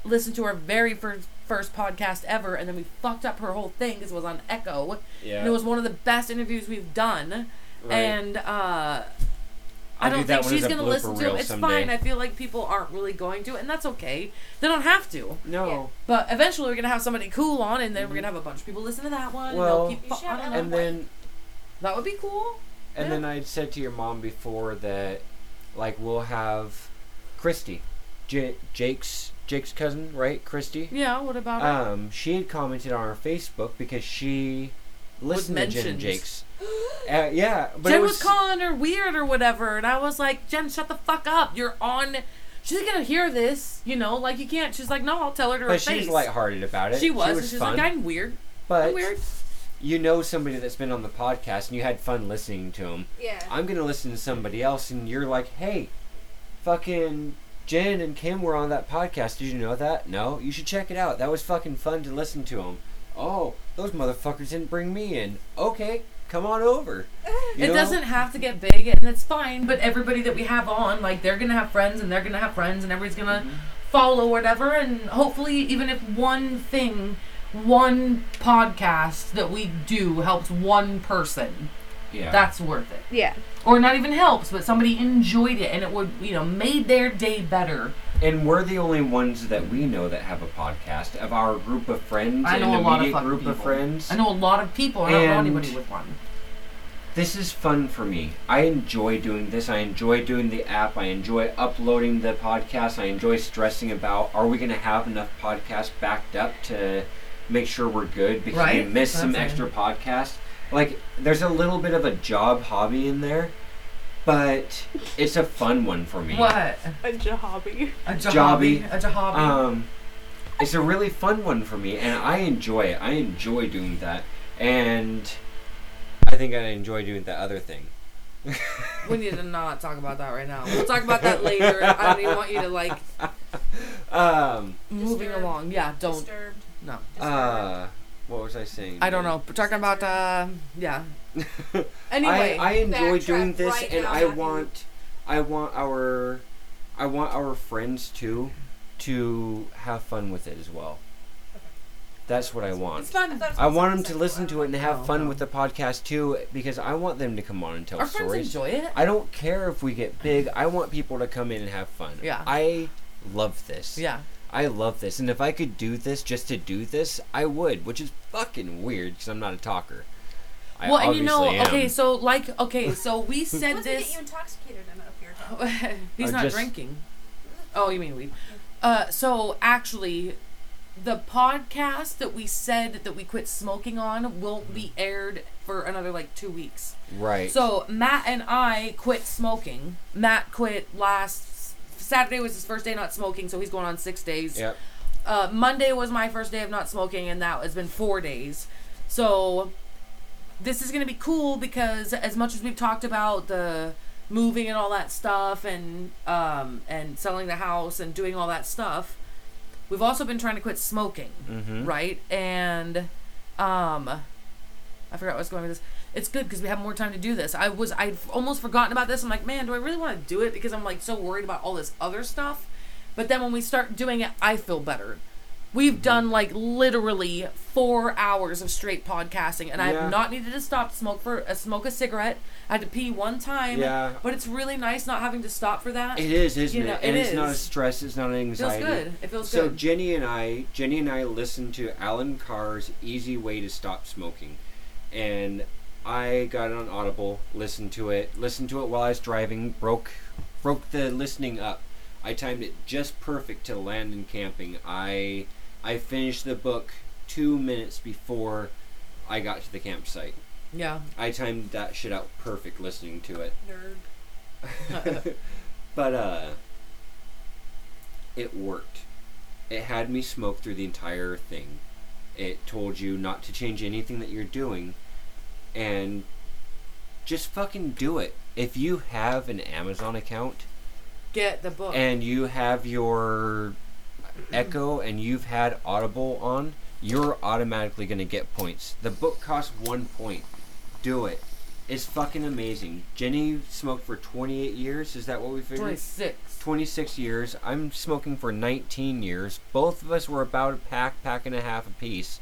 [SPEAKER 3] listened to our very first first podcast ever, and then we fucked up her whole thing because it was on Echo.
[SPEAKER 1] Yeah.
[SPEAKER 3] And it was one of the best interviews we've done.
[SPEAKER 1] right.
[SPEAKER 3] And uh, I
[SPEAKER 1] I'll do
[SPEAKER 3] don't
[SPEAKER 1] that
[SPEAKER 3] think
[SPEAKER 1] one
[SPEAKER 3] she's
[SPEAKER 1] as a
[SPEAKER 3] going to
[SPEAKER 1] blooper
[SPEAKER 3] listen to
[SPEAKER 1] reel
[SPEAKER 3] it. It's
[SPEAKER 1] someday.
[SPEAKER 3] fine. I feel like people aren't really going to, and that's okay. They don't have to.
[SPEAKER 1] no.
[SPEAKER 3] But eventually, we're going to have somebody cool on, and then we're going to have a bunch of people listen to that one.
[SPEAKER 1] Mm-hmm. Well,
[SPEAKER 3] and they'll keep
[SPEAKER 2] You
[SPEAKER 3] fo-
[SPEAKER 2] should
[SPEAKER 3] I
[SPEAKER 2] have
[SPEAKER 3] don't know.
[SPEAKER 2] Ellen
[SPEAKER 1] And then
[SPEAKER 3] that would be cool.
[SPEAKER 1] and
[SPEAKER 3] Yeah.
[SPEAKER 1] then I said to your mom before that, like we'll have, Christy, J- Jake's Jake's cousin, right? Christy. Uh,
[SPEAKER 3] Yeah, what about it?
[SPEAKER 1] Um, she had commented on our Facebook because she listen to Jen
[SPEAKER 3] mentioned. <gasps>
[SPEAKER 1] Jakes. Uh, yeah, but
[SPEAKER 3] Jen
[SPEAKER 1] it
[SPEAKER 3] was,
[SPEAKER 1] was,
[SPEAKER 3] calling her weird or whatever, and I was like, Jen, shut the fuck up. You're on. She's gonna hear this, you know. Like you can't. She's like, no, I'll tell her to her
[SPEAKER 1] but
[SPEAKER 3] face.
[SPEAKER 1] she's lighthearted about it.
[SPEAKER 3] She was.
[SPEAKER 1] She
[SPEAKER 3] and
[SPEAKER 1] was
[SPEAKER 3] she's
[SPEAKER 1] fun.
[SPEAKER 3] like, I'm weird.
[SPEAKER 1] but
[SPEAKER 3] I'm weird.
[SPEAKER 1] you know somebody that's been on the podcast and you had fun listening to them.
[SPEAKER 4] Yeah.
[SPEAKER 1] I'm gonna listen to somebody else, and you're like, hey, fucking Jen and Kim were on that podcast. Did you know that? No, you should check it out. That was fucking fun to listen to them. Oh, those motherfuckers didn't bring me in. Okay, come on
[SPEAKER 3] <laughs>
[SPEAKER 1] over. You
[SPEAKER 3] it
[SPEAKER 1] know?
[SPEAKER 3] doesn't have to get big, and it's fine. But everybody that we have on, like, they're gonna have friends, and they're gonna have friends, and everybody's gonna
[SPEAKER 1] Mm-hmm.
[SPEAKER 3] follow whatever. And hopefully, even if one thing, one podcast that we do helps one person,
[SPEAKER 1] Yeah.
[SPEAKER 3] that's worth it.
[SPEAKER 2] Yeah.
[SPEAKER 3] Or not even helps, but somebody enjoyed it, and it would, you know, made their day better.
[SPEAKER 1] and we're the only ones that we know that have a podcast of our group of friends
[SPEAKER 3] I
[SPEAKER 1] and
[SPEAKER 3] know a lot of
[SPEAKER 1] immediate
[SPEAKER 3] fucking
[SPEAKER 1] group of
[SPEAKER 3] people.
[SPEAKER 1] friends.
[SPEAKER 3] I know a lot of people, and, I don't know
[SPEAKER 1] And-
[SPEAKER 3] anybody with one.
[SPEAKER 1] this is fun for me. I enjoy doing this. I enjoy doing the app. I enjoy uploading the podcast. I enjoy stressing about are we going to have enough podcasts backed up to make sure we're good because
[SPEAKER 3] Right?
[SPEAKER 1] we missed
[SPEAKER 3] That's
[SPEAKER 1] some
[SPEAKER 3] it.
[SPEAKER 1] extra podcasts. Like, there's a little bit of a job hobby in there, but it's a fun one for me.
[SPEAKER 3] What?
[SPEAKER 2] A jihobby.
[SPEAKER 3] A
[SPEAKER 1] Jobby.
[SPEAKER 3] jahabi? A jahabi.
[SPEAKER 1] Um, it's a really fun one for me, and I enjoy it. I enjoy doing that, and I think I enjoy doing that other thing.
[SPEAKER 3] we need to not talk about that right now. We'll talk about that later. I don't even want you to like
[SPEAKER 1] Um,
[SPEAKER 3] moving
[SPEAKER 4] Disturbed.
[SPEAKER 3] along. Yeah, don't
[SPEAKER 4] Disturbed.
[SPEAKER 3] no.
[SPEAKER 1] uh, what was I saying?
[SPEAKER 3] I don't know. We're talking about uh, yeah.
[SPEAKER 1] <laughs> I,
[SPEAKER 3] Anyway,
[SPEAKER 1] I enjoy
[SPEAKER 4] backtrack
[SPEAKER 1] doing this,
[SPEAKER 4] right
[SPEAKER 1] and
[SPEAKER 4] now,
[SPEAKER 1] I
[SPEAKER 4] Matthew.
[SPEAKER 1] want, I want our, I want our friends too, to have fun with it as well. That's what I want.
[SPEAKER 3] it's not.
[SPEAKER 4] thought it was
[SPEAKER 1] I want them to
[SPEAKER 4] consensual.
[SPEAKER 1] listen to it and have
[SPEAKER 3] No,
[SPEAKER 1] fun
[SPEAKER 3] no.
[SPEAKER 1] with the podcast too, because I want them to come on and tell
[SPEAKER 3] Our friends
[SPEAKER 1] stories.
[SPEAKER 3] enjoy it.
[SPEAKER 1] I don't care if we get big. I want people to come in and have fun.
[SPEAKER 3] Yeah.
[SPEAKER 1] I love this.
[SPEAKER 3] Yeah,
[SPEAKER 1] I love this, and if I could do this just to do this, I would, which is fucking weird because I'm not a talker. I
[SPEAKER 3] well, and you know,
[SPEAKER 1] obviously am.
[SPEAKER 3] okay, so like, okay, so we said
[SPEAKER 4] What's to get
[SPEAKER 3] this. <laughs>
[SPEAKER 4] you intoxicated enough here?
[SPEAKER 3] He's
[SPEAKER 1] I
[SPEAKER 3] not
[SPEAKER 1] just-
[SPEAKER 3] drinking. Oh, you mean weed? Uh, so actually, the podcast that we said that we quit smoking on won't be aired for another like two weeks.
[SPEAKER 1] right?
[SPEAKER 3] So Matt and I quit smoking. Matt quit last Saturday was his first day not smoking, so he's going on six days.
[SPEAKER 1] yep.
[SPEAKER 3] Uh, Monday was my first day of not smoking, and that has been four days. So this is gonna be cool because as much as we've talked about the moving and all that stuff, and um, and selling the house and doing all that stuff, we've also been trying to quit smoking
[SPEAKER 1] Mm-hmm.
[SPEAKER 3] right? And um, I forgot what I was going with this. It's good because we have more time to do this. I was I almost forgotten about this. I'm like, man, do I really want to do it? Because I'm like so worried about all this other stuff. But then when we start doing it, I feel better. We've
[SPEAKER 1] Mm-hmm.
[SPEAKER 3] done like literally four hours of straight podcasting, and I
[SPEAKER 1] Yeah.
[SPEAKER 3] have not needed to stop to smoke for uh, smoke a cigarette. I had to pee one time,
[SPEAKER 1] Yeah.
[SPEAKER 3] but it's really nice not having to stop for that.
[SPEAKER 1] It is, isn't
[SPEAKER 3] You know,
[SPEAKER 1] it? And
[SPEAKER 3] it
[SPEAKER 1] it's not a
[SPEAKER 3] is.
[SPEAKER 1] stress. It's not an
[SPEAKER 3] It feels
[SPEAKER 1] anxiety.
[SPEAKER 3] good. It feels
[SPEAKER 1] so
[SPEAKER 3] good.
[SPEAKER 1] Jenny and I, Jenny and I listened to Alan Carr's "Easy Way to Stop Smoking," and I got it on Audible, listened to it, listened to it while I was driving, broke broke the listening up. I timed it just perfect to land in camping. I I finished the book two minutes before I got to the campsite.
[SPEAKER 3] yeah,
[SPEAKER 1] I timed that shit out perfect listening to it.
[SPEAKER 4] Nerd.
[SPEAKER 1] but uh it worked. It had me smoke through the entire thing. It told you not to change anything that you're doing and just fucking do it. If you have an Amazon account
[SPEAKER 3] get the book.
[SPEAKER 1] and you have your Echo and you've had Audible on, you're automatically going to get points. The book costs one point. Do it. It's fucking amazing. Jenny smoked for 28 years. Is that what we figured?
[SPEAKER 3] Twenty six.
[SPEAKER 1] 26 years. I'm smoking for 19 years. Both of us were about a pack, pack and a half apiece,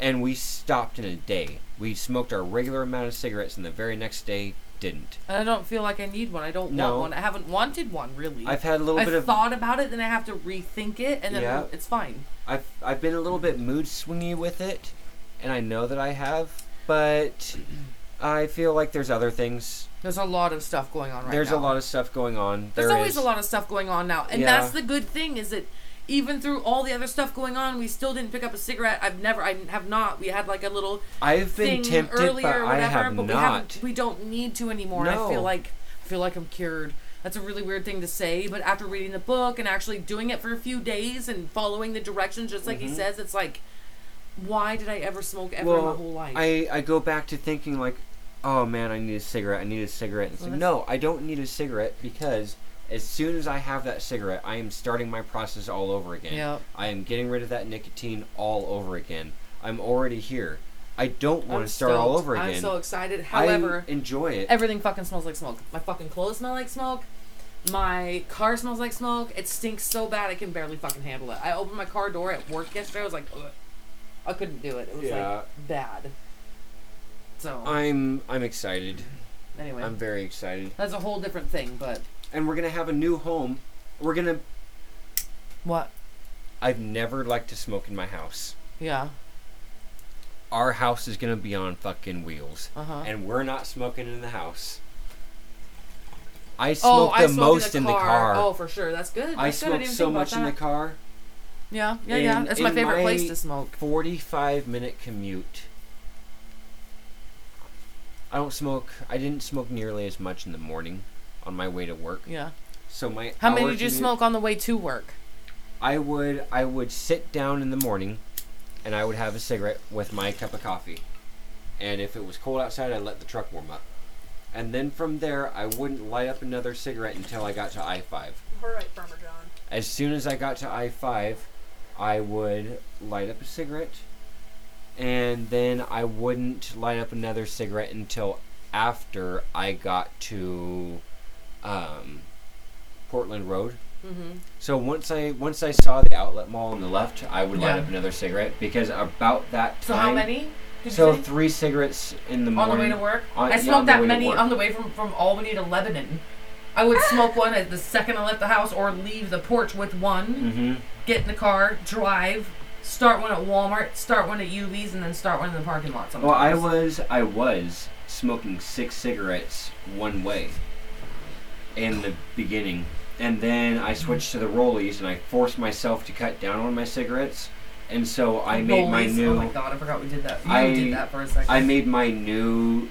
[SPEAKER 1] and we stopped in a day. We smoked our regular amount of cigarettes, and the very next day didn't.
[SPEAKER 3] And I don't feel like I need one. I don't
[SPEAKER 1] No.
[SPEAKER 3] want one. I haven't wanted one really.
[SPEAKER 1] I've had a little
[SPEAKER 3] I've
[SPEAKER 1] bit of
[SPEAKER 3] thought about it, then I have to rethink it, and then
[SPEAKER 1] Yeah.
[SPEAKER 3] it's fine.
[SPEAKER 1] I've I've been a little bit mood swingy with it, and I know that I have, but I feel like there's other things.
[SPEAKER 3] There's a lot of stuff going on right
[SPEAKER 1] there's
[SPEAKER 3] now.
[SPEAKER 1] a lot of stuff going on.
[SPEAKER 3] There's
[SPEAKER 1] There
[SPEAKER 3] always
[SPEAKER 1] is-
[SPEAKER 3] a lot of stuff going on now, and
[SPEAKER 1] Yeah.
[SPEAKER 3] that's the good thing is that even through all the other stuff going on, we still didn't pick up a cigarette. I've never, I have not. We had like a little
[SPEAKER 1] I've been
[SPEAKER 3] thing
[SPEAKER 1] tempted,
[SPEAKER 3] earlier
[SPEAKER 1] but
[SPEAKER 3] or
[SPEAKER 1] I
[SPEAKER 3] whatever,
[SPEAKER 1] have
[SPEAKER 3] but we
[SPEAKER 1] not.
[SPEAKER 3] haven't. We don't need to anymore. I
[SPEAKER 1] No.
[SPEAKER 3] feel like I feel like I'm cured. That's a really weird thing to say, but after reading the book and actually doing it for a few days and following the directions, just like he
[SPEAKER 1] Mhm.
[SPEAKER 3] says, it's like, why did I ever smoke ever in my
[SPEAKER 1] Well,
[SPEAKER 3] whole life?
[SPEAKER 1] I, I go back to thinking like, oh man, I need a cigarette. I need a cigarette. And it's
[SPEAKER 3] Well,
[SPEAKER 1] like, no, I don't need a cigarette because as soon as I have that cigarette, I am starting my process all over again.
[SPEAKER 3] yeah,
[SPEAKER 1] I am getting rid of that nicotine all over again. I'm already here. I don't want
[SPEAKER 3] I'm
[SPEAKER 1] to start all
[SPEAKER 3] stoked.
[SPEAKER 1] over again.
[SPEAKER 3] I'm so excited.
[SPEAKER 1] I
[SPEAKER 3] However,
[SPEAKER 1] enjoy it.
[SPEAKER 3] everything fucking smells like smoke. My fucking clothes smell like smoke. My car smells like smoke. It stinks so bad I can barely fucking handle it. I opened my car door at work yesterday. I was like, Ugh. I couldn't do it. It was
[SPEAKER 1] Yeah.
[SPEAKER 3] like bad. So
[SPEAKER 1] I'm I'm excited.
[SPEAKER 3] anyway,
[SPEAKER 1] I'm very excited.
[SPEAKER 3] that's a whole different thing. But
[SPEAKER 1] And we're gonna have a new home. We're gonna.
[SPEAKER 3] what?
[SPEAKER 1] I've never liked to smoke in my house.
[SPEAKER 3] Yeah.
[SPEAKER 1] Our house is gonna be on fucking wheels.
[SPEAKER 3] Uh huh.
[SPEAKER 1] and we're not smoking in the house. I
[SPEAKER 3] Oh,
[SPEAKER 1] smoke
[SPEAKER 3] I
[SPEAKER 1] the
[SPEAKER 3] smoke
[SPEAKER 1] most in the car.
[SPEAKER 3] Oh, for sure. That's good. That's
[SPEAKER 1] I
[SPEAKER 3] good.
[SPEAKER 1] smoke
[SPEAKER 3] didn't
[SPEAKER 1] so
[SPEAKER 3] think about
[SPEAKER 1] much in the
[SPEAKER 3] that.
[SPEAKER 1] car.
[SPEAKER 3] Yeah, yeah, yeah.
[SPEAKER 1] in-
[SPEAKER 3] That's my
[SPEAKER 1] in
[SPEAKER 3] favorite
[SPEAKER 1] my-
[SPEAKER 3] place to smoke.
[SPEAKER 1] 45 minute commute. I don't smoke. I didn't smoke nearly as much in the morning on my way to work.
[SPEAKER 3] Yeah.
[SPEAKER 1] So my
[SPEAKER 3] How many
[SPEAKER 1] hour
[SPEAKER 3] did you
[SPEAKER 1] commute-
[SPEAKER 3] smoke on the way to work?
[SPEAKER 1] I would I would sit down in the morning and I would have a cigarette with my cup of coffee. And if it was cold outside, I'd let the truck warm up. And then from there, I wouldn't light up another cigarette until I got to I-5.
[SPEAKER 4] All right, Farmer John.
[SPEAKER 1] As soon as I got to I-5, I would light up a cigarette and then I wouldn't light up another cigarette until after I got to um, Portland Road.
[SPEAKER 3] Mm-hmm.
[SPEAKER 1] So once I once I saw the outlet mall on the left, I would light
[SPEAKER 3] Yeah.
[SPEAKER 1] up another cigarette because about that time.
[SPEAKER 3] So how many? Did
[SPEAKER 1] So
[SPEAKER 3] you say?
[SPEAKER 1] three cigarettes in the
[SPEAKER 3] on the
[SPEAKER 1] morning.
[SPEAKER 3] way to work.
[SPEAKER 1] on- yeah,
[SPEAKER 3] I
[SPEAKER 1] on
[SPEAKER 3] smoked
[SPEAKER 1] the
[SPEAKER 3] that
[SPEAKER 1] way to
[SPEAKER 3] many um,
[SPEAKER 1] work. Ah.
[SPEAKER 3] on the way from from Albany to Lebanon. I would smoke one at the second I left the house, or leave the porch with one.
[SPEAKER 1] Mm-hmm.
[SPEAKER 3] Get in the car, drive, start one at Walmart, start one at UV's, and then start one in the parking lot. Sometimes.
[SPEAKER 1] Well, I was I was smoking six cigarettes one way in the beginning, and then I switched to the rollies and I forced myself to cut down on my cigarettes, and so I made my
[SPEAKER 3] Rollies.
[SPEAKER 1] new
[SPEAKER 3] Oh my god, I forgot we did that. You
[SPEAKER 1] I-
[SPEAKER 3] did that for a second.
[SPEAKER 1] I made my new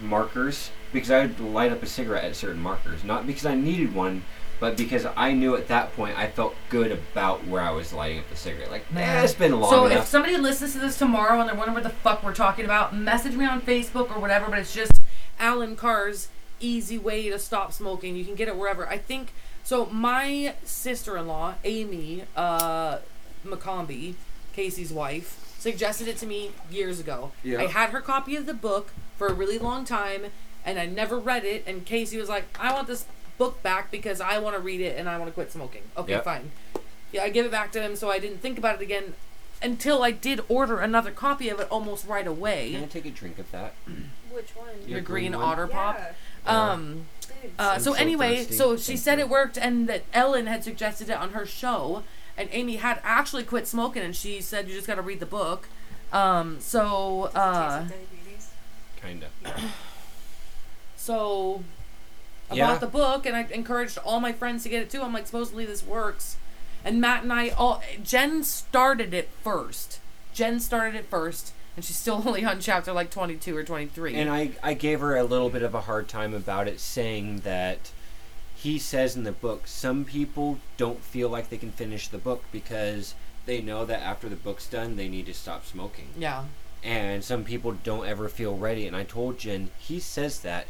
[SPEAKER 1] markers because I would light up a cigarette at certain markers, not because I needed one, but because I knew at that point I felt good about where I was lighting up the cigarette. Like,
[SPEAKER 3] Man.
[SPEAKER 1] eh, it's been long
[SPEAKER 3] so if
[SPEAKER 1] enough.
[SPEAKER 3] somebody listens to this tomorrow and they're wondering what the fuck we're talking about, message me on Facebook or whatever. But it's just Alan Carr's easy way to stop smoking. You can get it wherever. I think so. My sister-in-law, Amy uh, McCombie, Casey's wife, suggested it to me years ago.
[SPEAKER 1] Yeah.
[SPEAKER 3] I had her copy of the book for a really long time, and I never read it. And Casey was like, "I want this book back because I want to read it and I want to quit smoking." Okay,
[SPEAKER 1] Yep.
[SPEAKER 3] fine. Yeah, I give it back to him, so I didn't think about it again until I did order another copy of it almost right
[SPEAKER 1] Can I
[SPEAKER 3] away.
[SPEAKER 1] take a drink of that?
[SPEAKER 4] Which one?
[SPEAKER 1] Yeah.
[SPEAKER 3] Your
[SPEAKER 1] The
[SPEAKER 3] green,
[SPEAKER 1] green one?
[SPEAKER 3] otter pop.
[SPEAKER 4] Yeah,
[SPEAKER 1] Yeah.
[SPEAKER 3] Um.
[SPEAKER 4] dude.
[SPEAKER 3] Uh,
[SPEAKER 1] I'm
[SPEAKER 3] so
[SPEAKER 1] so
[SPEAKER 3] anyway,
[SPEAKER 1] thirsty.
[SPEAKER 3] so she
[SPEAKER 1] Thank
[SPEAKER 3] said
[SPEAKER 1] you.
[SPEAKER 3] it worked, and that Ellen had suggested it on her show, and Amy had actually quit smoking, and she said you just got to read the book. Um. So. Uh.
[SPEAKER 4] Taste of diabetes.
[SPEAKER 1] Kinda.
[SPEAKER 3] So I
[SPEAKER 1] Yeah.
[SPEAKER 3] bought the book and I encouraged all my friends to get it too. I'm like, supposedly this works. And Matt and I all Jen started it first. Jen started it first, and she's still <laughs> only on chapter like 22 or 23.
[SPEAKER 1] And I, I gave her a little bit of a hard time about it, saying that he says in the book, some people don't feel like they can finish the book because they know that after the book's done, they need to stop smoking.
[SPEAKER 3] yeah,
[SPEAKER 1] and some people don't ever feel ready. And I told Jen, he says that.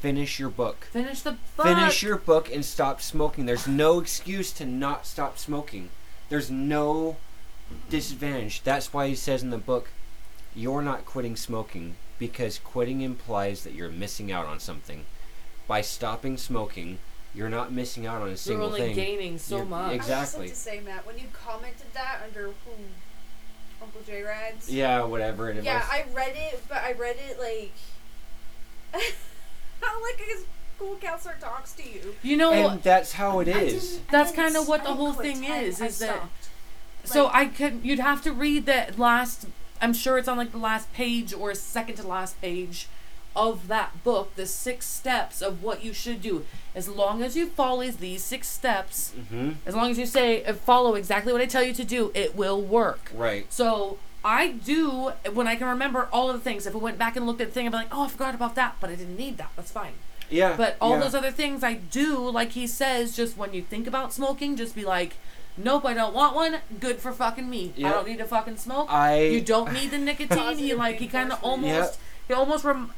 [SPEAKER 1] Finish your book.
[SPEAKER 3] finish the book.
[SPEAKER 1] Finish your book and stop smoking. There's no excuse to not stop smoking. There's no disadvantage. That's why he says in the book, you're not quitting smoking because quitting implies that you're missing out on something. By stopping smoking, you're not missing out on a
[SPEAKER 3] You're
[SPEAKER 1] single
[SPEAKER 3] only
[SPEAKER 1] thing.
[SPEAKER 3] gaining so
[SPEAKER 1] You're-
[SPEAKER 3] much.
[SPEAKER 1] ex-
[SPEAKER 4] I
[SPEAKER 1] Exactly.
[SPEAKER 4] was just like to say, Matt, when you commented that under who Uncle J Rads.
[SPEAKER 1] yeah, whatever. And it
[SPEAKER 4] Yeah,
[SPEAKER 1] was-
[SPEAKER 4] I read it, but I read it like <laughs> how like a school counselor talks to you.
[SPEAKER 3] You know,
[SPEAKER 1] and that's how it is.
[SPEAKER 3] That's kinda what the whole thing is, is that- so I could. You'd have to read the last. I'm sure it's on like the last page or second to last page of that book, the six steps of what you should do. As long as you follow these six steps,
[SPEAKER 1] Mm-hmm.
[SPEAKER 3] as long as you say uh, follow exactly what I tell you to do, it will work.
[SPEAKER 1] Right.
[SPEAKER 3] So I do when I can remember all of the things. If I went back and looked at the thing, I'd be like, oh, I forgot about that, but I didn't need that. That's fine.
[SPEAKER 1] Yeah.
[SPEAKER 3] But all
[SPEAKER 1] yeah.
[SPEAKER 3] those other things I do, like he says, just when you think about smoking, just be like, nope, I don't want one. Good for fucking me. I
[SPEAKER 1] Yep.
[SPEAKER 3] don't need to fucking smoke.
[SPEAKER 1] I.
[SPEAKER 3] you don't need the nicotine. he
[SPEAKER 4] Positive
[SPEAKER 3] like he kind of
[SPEAKER 4] reinforcement.
[SPEAKER 3] almost
[SPEAKER 1] Yep.
[SPEAKER 3] he almost rem-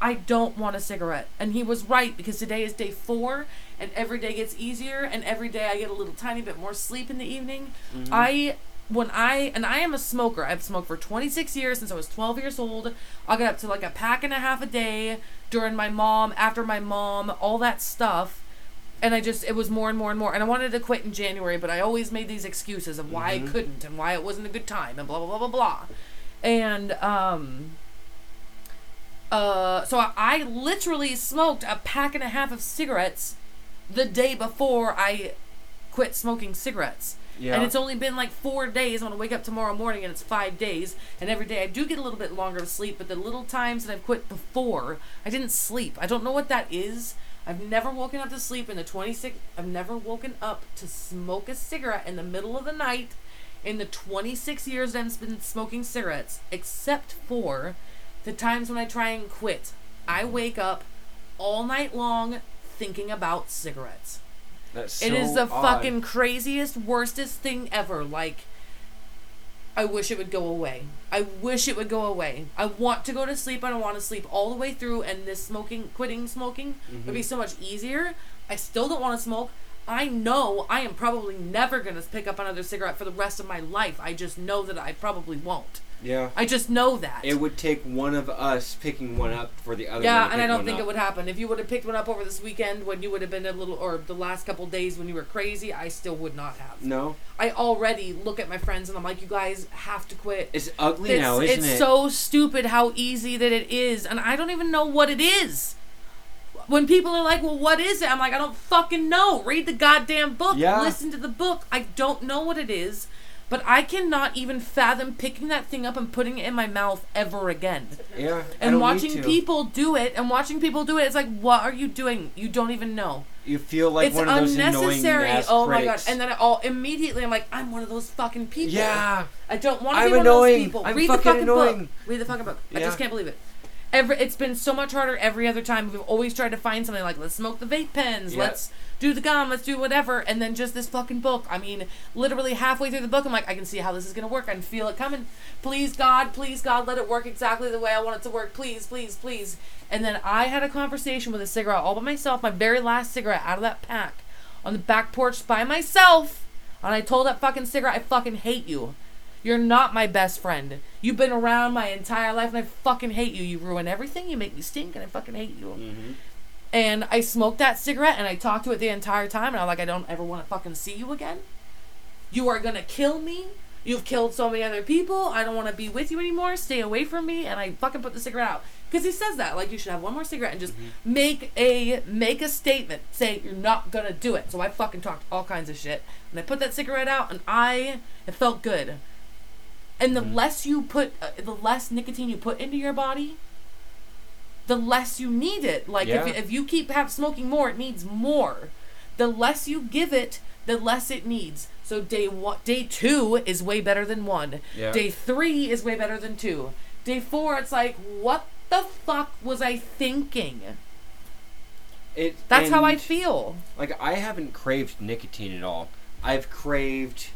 [SPEAKER 3] I don't want a cigarette, and he was right because today is day four, and every day gets easier, and every day I get a little tiny bit more sleep in the evening.
[SPEAKER 1] Mhm.
[SPEAKER 3] I when I and I am a smoker. I've smoked for 26 years since I was 12 years old. I get up to like a pack and a half a day during my mom, after my mom, all that stuff. And I just it was more and more and more. And I wanted to quit in January, but I always made these excuses of why I couldn't and why it wasn't a good time and blah blah blah blah blah. And um uh so I, I literally smoked a pack and a half of cigarettes the day before I quit smoking cigarettes.
[SPEAKER 1] Yeah.
[SPEAKER 3] And it's only been like four days. I'm gonna wake up tomorrow morning and it's five days. And every day I do get a little bit longer of sleep, but the little times that I've quit before, I didn't sleep. I don't know what that is. I've never woken up to sleep in the 26. I've never woken up to smoke a cigarette in the middle of the night in the 26 years that I've been smoking cigarettes, except for the times when I try and quit. I wake up all night long thinking about cigarettes.
[SPEAKER 1] That's
[SPEAKER 3] It is
[SPEAKER 1] so
[SPEAKER 3] the
[SPEAKER 1] odd.
[SPEAKER 3] fucking craziest, worstest thing ever. Like, I wish it would go away. I wish it would go away. I want to go to sleep. I don't want to sleep all the way through. And this smoking, quitting smoking, would
[SPEAKER 1] Mm-hmm.
[SPEAKER 3] be so much easier. I still don't want to smoke. I know I am probably never gonna pick up another cigarette for the rest of my life. I just know that I probably won't.
[SPEAKER 1] Yeah.
[SPEAKER 3] I just know that.
[SPEAKER 1] It would take one of us picking one up for the other. one
[SPEAKER 3] Yeah,
[SPEAKER 1] to
[SPEAKER 3] and
[SPEAKER 1] pick
[SPEAKER 3] I don't
[SPEAKER 1] one
[SPEAKER 3] think
[SPEAKER 1] up.
[SPEAKER 3] it would happen. If you would have picked one up over this weekend when you would have been a little, or the last couple days when you were crazy, I still would not have.
[SPEAKER 1] No,
[SPEAKER 3] I already look at my friends and I'm like, you guys have to quit.
[SPEAKER 1] it's ugly
[SPEAKER 3] It's,
[SPEAKER 1] now, isn't
[SPEAKER 3] it's
[SPEAKER 1] it?
[SPEAKER 3] so stupid how easy that it is, and I don't even know what it is. When people are like, well, what is it? I'm like, I don't fucking know. Read the goddamn book,
[SPEAKER 1] Yeah.
[SPEAKER 3] listen to the book. I don't know what it is, but I cannot even fathom picking that thing up and putting it in my mouth ever again
[SPEAKER 1] yeah, I don't
[SPEAKER 3] and
[SPEAKER 1] need
[SPEAKER 3] watching
[SPEAKER 1] to.
[SPEAKER 3] people do it and watching people do it it's like what are you doing you don't even know
[SPEAKER 1] You feel like
[SPEAKER 3] it's
[SPEAKER 1] one of those annoying
[SPEAKER 3] unnecessary
[SPEAKER 1] ass
[SPEAKER 3] oh my god
[SPEAKER 1] pricks.
[SPEAKER 3] and then it all immediately i'm like i'm one of those fucking people
[SPEAKER 1] yeah,
[SPEAKER 3] i don't want to
[SPEAKER 1] I'm
[SPEAKER 3] be one of
[SPEAKER 1] annoying.
[SPEAKER 3] those people
[SPEAKER 1] I'm
[SPEAKER 3] read the
[SPEAKER 1] fucking
[SPEAKER 3] fucking book
[SPEAKER 1] annoying.
[SPEAKER 3] read the fucking book i
[SPEAKER 1] Yeah.
[SPEAKER 3] just can't believe it Every, it's been so much harder every other time. We've always tried to find something like let's smoke the vape pens,
[SPEAKER 1] Yeah.
[SPEAKER 3] let's do the gum, let's do whatever, and then just this fucking book. I mean, literally halfway through the book, I'm like, I can see how this is gonna work. I can feel it coming. Please God, please God, let it work exactly the way I want it to work. Please, please, please. And then I had a conversation with a cigarette all by myself, my very last cigarette out of that pack, on the back porch by myself, and I told that fucking cigarette, I fucking hate you. You're not my best friend. You've been around my entire life, and I fucking hate you. You ruin everything. You make me stink, and I fucking hate you. And I smoked that cigarette, and I talked to it the entire time, and I'm like, I don't ever want to fucking see you again. You are gonna kill me. You've killed so many other people. I don't want to be with you anymore. Stay away from me. And I fucking put the cigarette out because he says that like you should have one more cigarette and just make a make a statement. Say you're not gonna do it. So I fucking talked all kinds of shit, and I put that cigarette out, and I it felt good. And the less you put, uh, the less nicotine you put into your body, the less you need it. Like
[SPEAKER 1] Yeah.
[SPEAKER 3] if, if you keep have smoking more, it needs more. The less you give it, the less it needs. So day one, day two is way better than one.
[SPEAKER 1] Yeah.
[SPEAKER 3] Day three is way better than two. Day four, it's like what the fuck was I thinking?
[SPEAKER 1] It,
[SPEAKER 3] That's how I
[SPEAKER 1] and,
[SPEAKER 3] feel.
[SPEAKER 1] Like I haven't craved nicotine at all. I've craved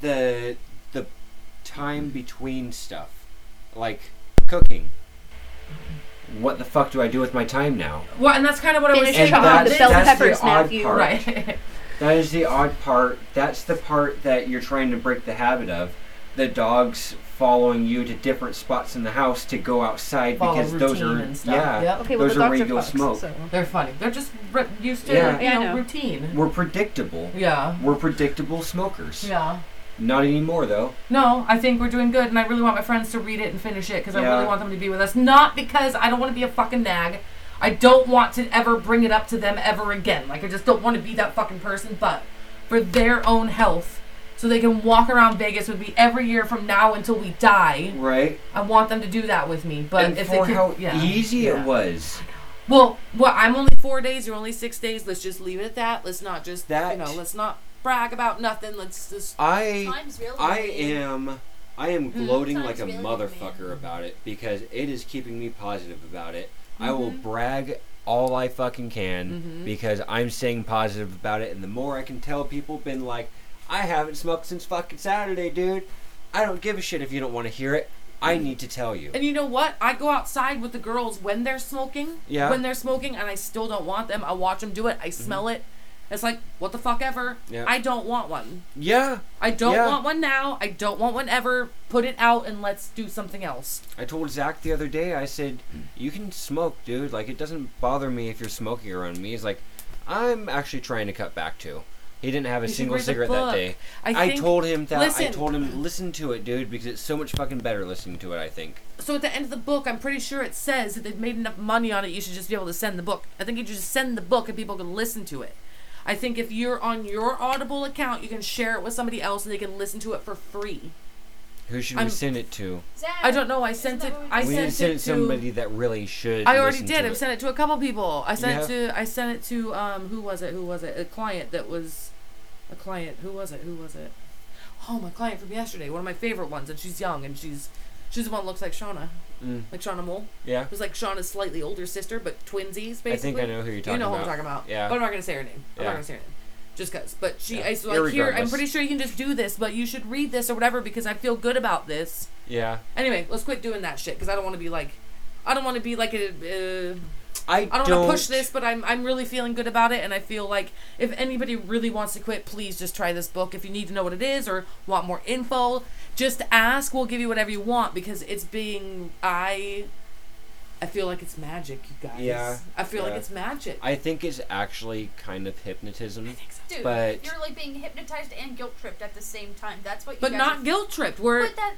[SPEAKER 1] the the time between stuff, like cooking. What the fuck do I do with my time now?
[SPEAKER 3] Well, and that's kind of what I was
[SPEAKER 2] It's
[SPEAKER 1] And
[SPEAKER 3] saying.
[SPEAKER 2] chopped
[SPEAKER 3] about
[SPEAKER 1] that's,
[SPEAKER 2] the bell
[SPEAKER 1] that's
[SPEAKER 2] peppers,
[SPEAKER 1] the odd
[SPEAKER 2] Matthew.
[SPEAKER 1] part.
[SPEAKER 3] <laughs> Right.
[SPEAKER 1] That is the odd part. That's the part that you're trying to break the habit of. The dogs following you to different spots in the house to go outside
[SPEAKER 3] Follow
[SPEAKER 1] because those
[SPEAKER 3] routine
[SPEAKER 1] are
[SPEAKER 3] and stuff.
[SPEAKER 1] yeah,
[SPEAKER 3] Yep.
[SPEAKER 2] Okay, well,
[SPEAKER 1] those
[SPEAKER 2] the
[SPEAKER 1] are
[SPEAKER 2] dogs
[SPEAKER 1] where
[SPEAKER 2] are
[SPEAKER 1] you'll
[SPEAKER 2] fucks,
[SPEAKER 1] smoke.
[SPEAKER 2] So.
[SPEAKER 3] They're funny. They're just re- used to
[SPEAKER 1] Yeah.
[SPEAKER 3] you
[SPEAKER 2] Yeah, I
[SPEAKER 3] know,
[SPEAKER 2] know.
[SPEAKER 3] routine.
[SPEAKER 1] We're predictable.
[SPEAKER 3] Yeah.
[SPEAKER 1] We're predictable smokers.
[SPEAKER 3] Yeah.
[SPEAKER 1] Not anymore though.
[SPEAKER 3] No, I think we're doing good, and I really want my friends to read it and finish it because I
[SPEAKER 1] Yeah.
[SPEAKER 3] really want them to be with us. Not because I don't want to be a fucking nag. I don't want to ever bring it up to them ever again. Like, I just don't want to be that fucking person, but for their own health, so they can walk around Vegas with me every year from now until we die.
[SPEAKER 1] Right?
[SPEAKER 3] I want them to do that with me, but
[SPEAKER 1] and
[SPEAKER 3] if
[SPEAKER 1] for
[SPEAKER 3] they could,
[SPEAKER 1] how
[SPEAKER 3] yeah,
[SPEAKER 1] easy
[SPEAKER 3] yeah.
[SPEAKER 1] it was.
[SPEAKER 3] Well, well, I'm only four days. You're only six days. Let's just leave it at that. Let's not just
[SPEAKER 1] That-
[SPEAKER 3] you know. Let's not brag about nothing. Let's just
[SPEAKER 1] I
[SPEAKER 4] Time's really
[SPEAKER 1] I
[SPEAKER 4] weird.
[SPEAKER 1] am I am
[SPEAKER 3] Hmm.
[SPEAKER 1] gloating like a
[SPEAKER 4] Time's really good, man.
[SPEAKER 1] motherfucker about it because it is keeping me positive about it. I will
[SPEAKER 4] Mm-hmm.
[SPEAKER 1] brag all I fucking can
[SPEAKER 3] Mm-hmm.
[SPEAKER 1] because I'm staying positive about it and the more I can tell people been like I haven't smoked since fucking Saturday, dude. I don't give a shit if you don't want to hear it. I
[SPEAKER 3] Mm.
[SPEAKER 1] need to tell you.
[SPEAKER 3] And you know what? I go outside with the girls when they're smoking.
[SPEAKER 1] Yeah. Mm-hmm.
[SPEAKER 3] When they're smoking, and I still don't want them. I watch them do it. I smell it. It's like what the fuck ever.
[SPEAKER 1] Yeah.
[SPEAKER 3] I don't want one.
[SPEAKER 1] Yeah,
[SPEAKER 3] I don't
[SPEAKER 1] Yeah.
[SPEAKER 3] want one now. I don't want one ever. Put it out and let's do something else.
[SPEAKER 1] I told Zach the other day, I said, You can smoke, dude. Like, it doesn't bother me if you're smoking around me. He's like, I'm actually trying to cut back too. He didn't have a
[SPEAKER 3] You should
[SPEAKER 1] single
[SPEAKER 3] read the
[SPEAKER 1] cigarette that
[SPEAKER 3] book.
[SPEAKER 1] day.
[SPEAKER 3] I
[SPEAKER 1] I,
[SPEAKER 3] think-
[SPEAKER 1] told him that. I
[SPEAKER 3] Listen.
[SPEAKER 1] told him, Listen to it, dude, because it's so much fucking better listening to it, I think.
[SPEAKER 3] So at the end of the book, I'm pretty sure it says that they've made enough money on it. You should just be able to send the book. I think you just send the book and people can listen to it. I think if you're on your Audible account, you can share it with somebody else and they can listen to it for free.
[SPEAKER 1] Who should
[SPEAKER 3] I'm-
[SPEAKER 1] we send it to?
[SPEAKER 4] Zach,
[SPEAKER 3] I don't know. I sent
[SPEAKER 4] that
[SPEAKER 3] it.
[SPEAKER 4] what we
[SPEAKER 3] I
[SPEAKER 4] did?
[SPEAKER 1] we need to
[SPEAKER 3] sent
[SPEAKER 1] send
[SPEAKER 3] it to
[SPEAKER 1] somebody that really should.
[SPEAKER 3] I already
[SPEAKER 1] listen
[SPEAKER 3] did.
[SPEAKER 1] To
[SPEAKER 3] I've
[SPEAKER 1] it.
[SPEAKER 3] sent it to a couple people. I sent
[SPEAKER 1] You
[SPEAKER 3] it to I sent it to um who was it? Who was it? A client that was a client. Who was it? Who was it? Oh, my client from yesterday. One of my favorite ones, and she's young and she's she's the one that looks like Shauna,
[SPEAKER 1] Mm,
[SPEAKER 3] like Shauna Mole.
[SPEAKER 1] yeah.
[SPEAKER 3] Who's like Shauna's slightly older sister, but twinsies basically.
[SPEAKER 1] I think I know who you're
[SPEAKER 3] You
[SPEAKER 1] talking
[SPEAKER 3] know who I'm
[SPEAKER 1] about.
[SPEAKER 3] talking about.
[SPEAKER 1] Yeah.
[SPEAKER 3] But I'm not gonna say her name.
[SPEAKER 1] Yeah.
[SPEAKER 3] I'm not gonna say her name. Just cause. But she
[SPEAKER 1] Yeah.
[SPEAKER 3] I was like here I'm
[SPEAKER 1] Irregardless.
[SPEAKER 3] pretty sure you can just do this, but you should read this or whatever because I feel good about this.
[SPEAKER 1] Yeah.
[SPEAKER 3] Anyway, let's quit doing that shit because I don't want to be like, I don't want to be like a. Uh,
[SPEAKER 1] I,
[SPEAKER 3] I
[SPEAKER 1] don't
[SPEAKER 3] don't, want to push this, but I'm I'm really feeling good about it, and I feel like if anybody really wants to quit, please just try this book. If you need to know what it is or want more info, just ask. We'll give you whatever you want because it's being I. I feel like it's magic, you guys.
[SPEAKER 1] Yeah,
[SPEAKER 3] I feel like
[SPEAKER 1] yeah.
[SPEAKER 3] it's magic.
[SPEAKER 1] I think it's actually kind of hypnotism.
[SPEAKER 4] Dude,
[SPEAKER 1] but-
[SPEAKER 4] you're like being hypnotized and guilt tripped at the same time. That's what. You
[SPEAKER 3] but
[SPEAKER 4] guys
[SPEAKER 3] not
[SPEAKER 4] Are,
[SPEAKER 3] guilt tripped. We're
[SPEAKER 4] but that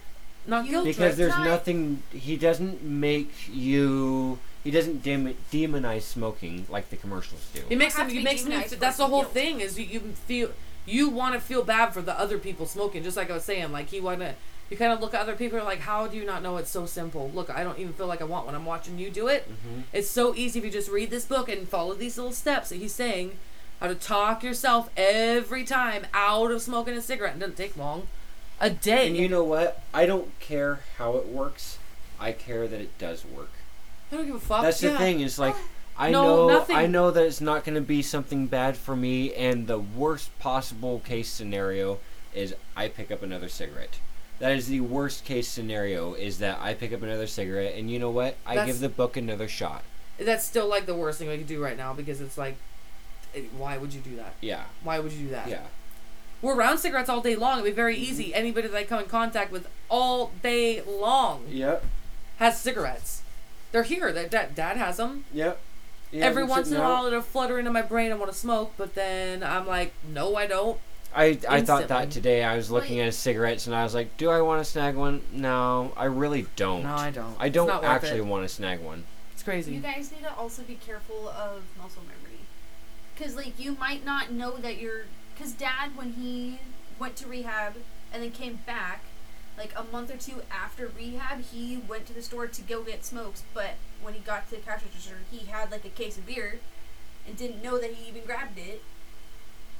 [SPEAKER 3] not
[SPEAKER 4] you-
[SPEAKER 3] guilt
[SPEAKER 1] Because
[SPEAKER 3] tripped.
[SPEAKER 1] there's
[SPEAKER 4] Right.
[SPEAKER 1] nothing. He doesn't make you. He doesn't dem- demonize smoking like the commercials
[SPEAKER 3] It
[SPEAKER 1] do.
[SPEAKER 3] makes
[SPEAKER 4] have to
[SPEAKER 3] them. It
[SPEAKER 4] be
[SPEAKER 3] makes them.
[SPEAKER 4] demonized
[SPEAKER 3] That's
[SPEAKER 4] for
[SPEAKER 3] the whole
[SPEAKER 4] guilt.
[SPEAKER 3] thing. Is you, you feel you want to feel bad for the other people smoking. Just like I was saying, like you want to. You kind of look at other people and like, how do you not know it's so simple? Look, I don't even feel like I want one. I'm watching you do
[SPEAKER 1] Mm-hmm.
[SPEAKER 3] it. It's so easy if you just read this book and follow these little steps that he's saying. How to talk yourself every time out of smoking a cigarette. It doesn't take long. A day.
[SPEAKER 1] And you know what? I don't care how it works. I care that it does work.
[SPEAKER 3] I don't give a fuck.
[SPEAKER 1] That's the
[SPEAKER 3] Yeah.
[SPEAKER 1] thing. Is
[SPEAKER 3] <gasps>
[SPEAKER 1] like. I
[SPEAKER 3] No,
[SPEAKER 1] know
[SPEAKER 3] nothing.
[SPEAKER 1] I know that it's not going to be something bad for me and the worst possible case scenario is I pick up another cigarette. That is the worst case scenario is that I pick up another cigarette and you know what? I
[SPEAKER 3] That's-
[SPEAKER 1] give the book another shot.
[SPEAKER 3] That's still like the worst thing we could do right now because it's like, it- why would you do that?
[SPEAKER 1] Yeah.
[SPEAKER 3] Why would you do that?
[SPEAKER 1] Yeah.
[SPEAKER 3] We're around cigarettes all day long. It'd be very easy. Anybody that I come in contact with all day long
[SPEAKER 1] Yep.
[SPEAKER 3] has cigarettes. They're here. That dad, dad has them.
[SPEAKER 1] Yep.
[SPEAKER 3] Every once in a while, it'll flutter into my brain. I want to smoke, but then I'm like, no, I don't.
[SPEAKER 1] I, I thought
[SPEAKER 3] Instantly.
[SPEAKER 1] that today. I was looking
[SPEAKER 4] Wait.
[SPEAKER 1] at his cigarettes and I was like, do I want to snag one? No, I really don't.
[SPEAKER 3] No, I don't.
[SPEAKER 1] I
[SPEAKER 3] It's
[SPEAKER 1] don't
[SPEAKER 3] not worth
[SPEAKER 1] actually
[SPEAKER 3] it.
[SPEAKER 1] want to snag one.
[SPEAKER 3] It's
[SPEAKER 4] you
[SPEAKER 3] crazy.
[SPEAKER 4] guys need to also be careful of muscle memory, because like you might not know that you're. Because Dad, when he went to rehab and then came back, like a month or two after rehab, he went to the store to go get smokes. But when he got to the cash register, he had like a case of beer, and didn't know that he even grabbed it.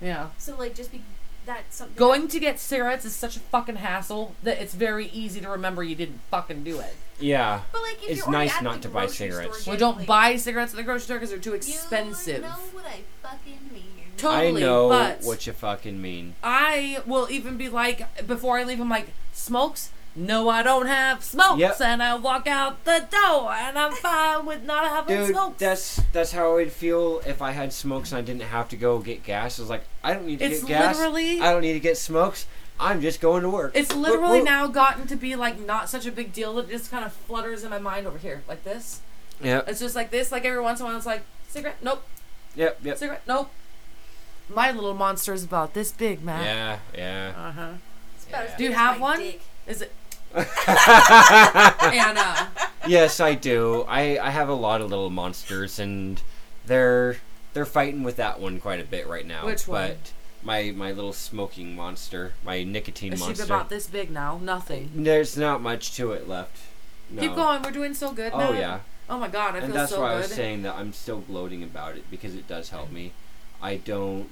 [SPEAKER 3] Yeah.
[SPEAKER 4] So like just be that's something.
[SPEAKER 3] Going to get cigarettes is such a fucking hassle that it's very easy to remember you didn't fucking do it.
[SPEAKER 1] Yeah.
[SPEAKER 4] But like, if
[SPEAKER 1] It's
[SPEAKER 4] you're already
[SPEAKER 1] nice
[SPEAKER 4] at
[SPEAKER 1] not
[SPEAKER 4] the
[SPEAKER 1] to buy
[SPEAKER 4] grocery store,
[SPEAKER 1] cigarettes.
[SPEAKER 4] Jake,
[SPEAKER 3] We don't
[SPEAKER 4] like,
[SPEAKER 3] buy cigarettes at the grocery store because they're too
[SPEAKER 4] You
[SPEAKER 3] expensive.
[SPEAKER 4] know what I fucking mean.
[SPEAKER 3] Totally,
[SPEAKER 1] I know
[SPEAKER 3] but
[SPEAKER 1] what you fucking mean.
[SPEAKER 3] I will even be like, before I leave, I'm like, smokes? No, I don't have smokes.
[SPEAKER 1] Yep.
[SPEAKER 3] And I walk out the door and
[SPEAKER 1] <laughs>
[SPEAKER 3] I'm fine with not having
[SPEAKER 1] Dude,
[SPEAKER 3] smokes.
[SPEAKER 1] that's that's how I'd feel if I had smokes and I didn't have to go get gas. I was like, I don't need to
[SPEAKER 3] It's
[SPEAKER 1] get gas.
[SPEAKER 3] literally-
[SPEAKER 1] I don't need to get smokes. I'm just going to work.
[SPEAKER 3] it's
[SPEAKER 1] Woo,
[SPEAKER 3] literally
[SPEAKER 1] woo.
[SPEAKER 3] now gotten to be like not such a big deal. It just kind of flutters in my mind over here, like this.
[SPEAKER 1] Yep,
[SPEAKER 3] It's just like this. Like every once in a while, it's like, cigarette? Nope.
[SPEAKER 1] yep, yep.
[SPEAKER 3] Cigarette? Nope. My little monster is about this big, man.
[SPEAKER 1] Yeah, yeah.
[SPEAKER 3] Uh huh.
[SPEAKER 4] It's about as
[SPEAKER 1] Yeah.
[SPEAKER 4] big
[SPEAKER 3] Do you
[SPEAKER 4] as
[SPEAKER 3] have
[SPEAKER 4] my
[SPEAKER 3] one?
[SPEAKER 4] dick.
[SPEAKER 3] Is it? uh, Anna.
[SPEAKER 1] <laughs> Yes, I do. I I have a lot of little monsters, and they're they're fighting with that one quite a bit right now.
[SPEAKER 3] Which one?
[SPEAKER 1] But my my little smoking monster, my nicotine
[SPEAKER 3] Is she
[SPEAKER 1] monster.
[SPEAKER 3] about this big now? Nothing.
[SPEAKER 1] There's not much to it left. No.
[SPEAKER 3] Keep going. We're doing so good.
[SPEAKER 1] Oh
[SPEAKER 3] now.
[SPEAKER 1] yeah,
[SPEAKER 3] Oh my god, I
[SPEAKER 1] and
[SPEAKER 3] feel
[SPEAKER 1] that's
[SPEAKER 3] so
[SPEAKER 1] why
[SPEAKER 3] good.
[SPEAKER 1] I was saying that I'm still gloating about it because it does help me. I don't.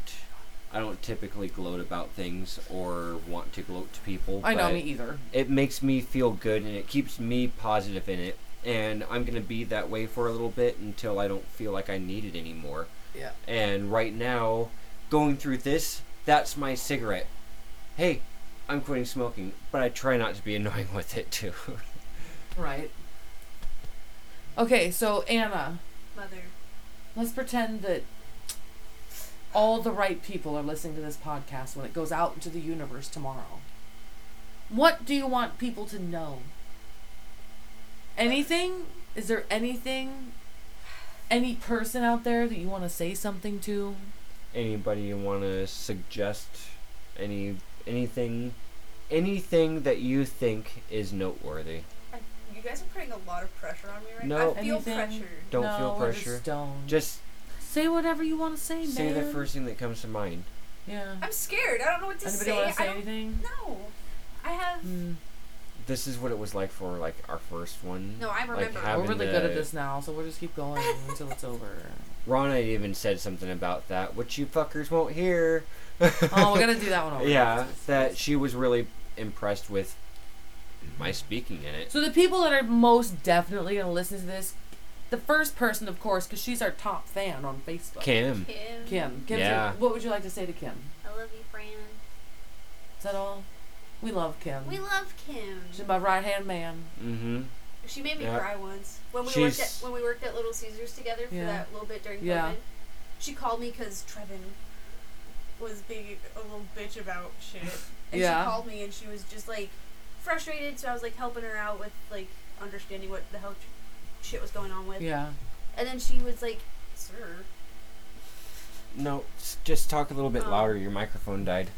[SPEAKER 1] I don't typically gloat about things or want to gloat to people.
[SPEAKER 3] I know
[SPEAKER 1] but
[SPEAKER 3] me either.
[SPEAKER 1] It makes me feel good and it keeps me positive in it. And I'm gonna be that way for a little bit until I don't feel like I need it anymore.
[SPEAKER 3] Yeah.
[SPEAKER 1] And right now, going through this, that's my cigarette. Hey, I'm quitting smoking, but I try not to be <laughs> annoying with it too.
[SPEAKER 3] Right. Okay, so Anna,
[SPEAKER 4] Mother.
[SPEAKER 3] let's pretend that all the right people are listening to this podcast when it goes out into the universe tomorrow. What do you want people to know? Anything? Is there anything? Any person out there that you want to say something to?
[SPEAKER 1] Anybody want to suggest any anything anything that you think is noteworthy?
[SPEAKER 4] I, you guys are putting a lot of pressure on me right
[SPEAKER 1] No.
[SPEAKER 4] now. I feel
[SPEAKER 3] Anything?
[SPEAKER 4] pressured.
[SPEAKER 1] Don't
[SPEAKER 3] No,
[SPEAKER 1] feel
[SPEAKER 3] we're
[SPEAKER 1] pressure.
[SPEAKER 3] Just don't.
[SPEAKER 1] Just
[SPEAKER 3] say whatever you want to say,
[SPEAKER 1] say
[SPEAKER 3] man.
[SPEAKER 1] the first thing that comes to mind.
[SPEAKER 3] Yeah.
[SPEAKER 4] I'm scared. I don't know what to
[SPEAKER 3] Anybody
[SPEAKER 4] say.
[SPEAKER 3] want to
[SPEAKER 4] I
[SPEAKER 3] say
[SPEAKER 4] don't
[SPEAKER 3] anything?
[SPEAKER 4] know. I have.
[SPEAKER 3] Mm.
[SPEAKER 1] This is what it was like for like our first one.
[SPEAKER 4] No, I remember.
[SPEAKER 1] Like, having
[SPEAKER 3] We're really
[SPEAKER 1] the,
[SPEAKER 3] good at this now, so we'll just keep going until it's over.
[SPEAKER 1] Ron had even said something about that, which you fuckers won't hear.
[SPEAKER 3] Oh, we're gonna do that one over.
[SPEAKER 1] yeah,
[SPEAKER 3] It's-
[SPEAKER 1] that she was really impressed with my speaking in it.
[SPEAKER 3] So the people that are most definitely gonna listen to this, the first person, of course, because she's our top fan on Facebook.
[SPEAKER 1] Kim,
[SPEAKER 4] Kim.
[SPEAKER 3] Kim. Kim's
[SPEAKER 1] Yeah.
[SPEAKER 3] your- what would you like to say to Kim?
[SPEAKER 4] I love you, Fran.
[SPEAKER 3] Is that all? We love Kim.
[SPEAKER 4] We love Kim.
[SPEAKER 3] she's my right hand man.
[SPEAKER 1] mm-hmm.
[SPEAKER 4] She made me
[SPEAKER 1] Yeah.
[SPEAKER 4] cry once when we worked at
[SPEAKER 1] She's-
[SPEAKER 4] when we worked at Little Caesars together for
[SPEAKER 3] Yeah.
[SPEAKER 4] that little bit during
[SPEAKER 3] Yeah.
[SPEAKER 4] COVID. She called me because Trevin was being a little bitch about shit,
[SPEAKER 3] <laughs>
[SPEAKER 4] and
[SPEAKER 3] Yeah.
[SPEAKER 4] she called me and she was just like frustrated. So I was like helping her out with like understanding what the hell shit was going on with,
[SPEAKER 3] Yeah.
[SPEAKER 4] and then she was like, "Sir,
[SPEAKER 1] No, s- just talk a little bit
[SPEAKER 4] Oh.
[SPEAKER 1] louder. Your microphone died.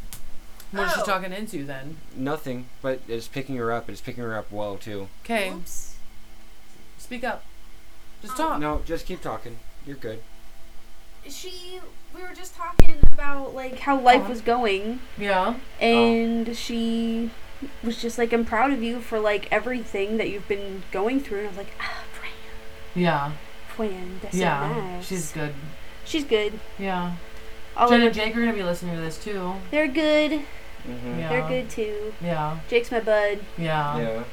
[SPEAKER 3] What is she
[SPEAKER 4] Oh.
[SPEAKER 3] talking into then?
[SPEAKER 1] Nothing, but it's picking her up. It's picking her up well too.
[SPEAKER 3] Okay,
[SPEAKER 4] oops."
[SPEAKER 3] speak up. Just
[SPEAKER 4] Um,
[SPEAKER 3] talk.
[SPEAKER 1] No, just keep talking. You're good.
[SPEAKER 4] She, we were just talking about like
[SPEAKER 2] like how life was going
[SPEAKER 3] Yeah.
[SPEAKER 2] and she was just like i'm proud of you for like everything that you've been going through and i was like ah Fran,
[SPEAKER 3] Yeah.
[SPEAKER 2] Fran, that's
[SPEAKER 3] yeah.
[SPEAKER 2] so nice. Oh.
[SPEAKER 3] She's good.
[SPEAKER 2] she's good
[SPEAKER 3] Yeah.
[SPEAKER 2] all
[SPEAKER 3] Jen
[SPEAKER 2] of
[SPEAKER 3] and Jake are gonna be listening to this too.
[SPEAKER 2] they're good
[SPEAKER 1] Mm-hmm.
[SPEAKER 3] Yeah.
[SPEAKER 2] they're good too
[SPEAKER 3] Yeah.
[SPEAKER 2] jake's my bud
[SPEAKER 3] Yeah.
[SPEAKER 1] Yeah.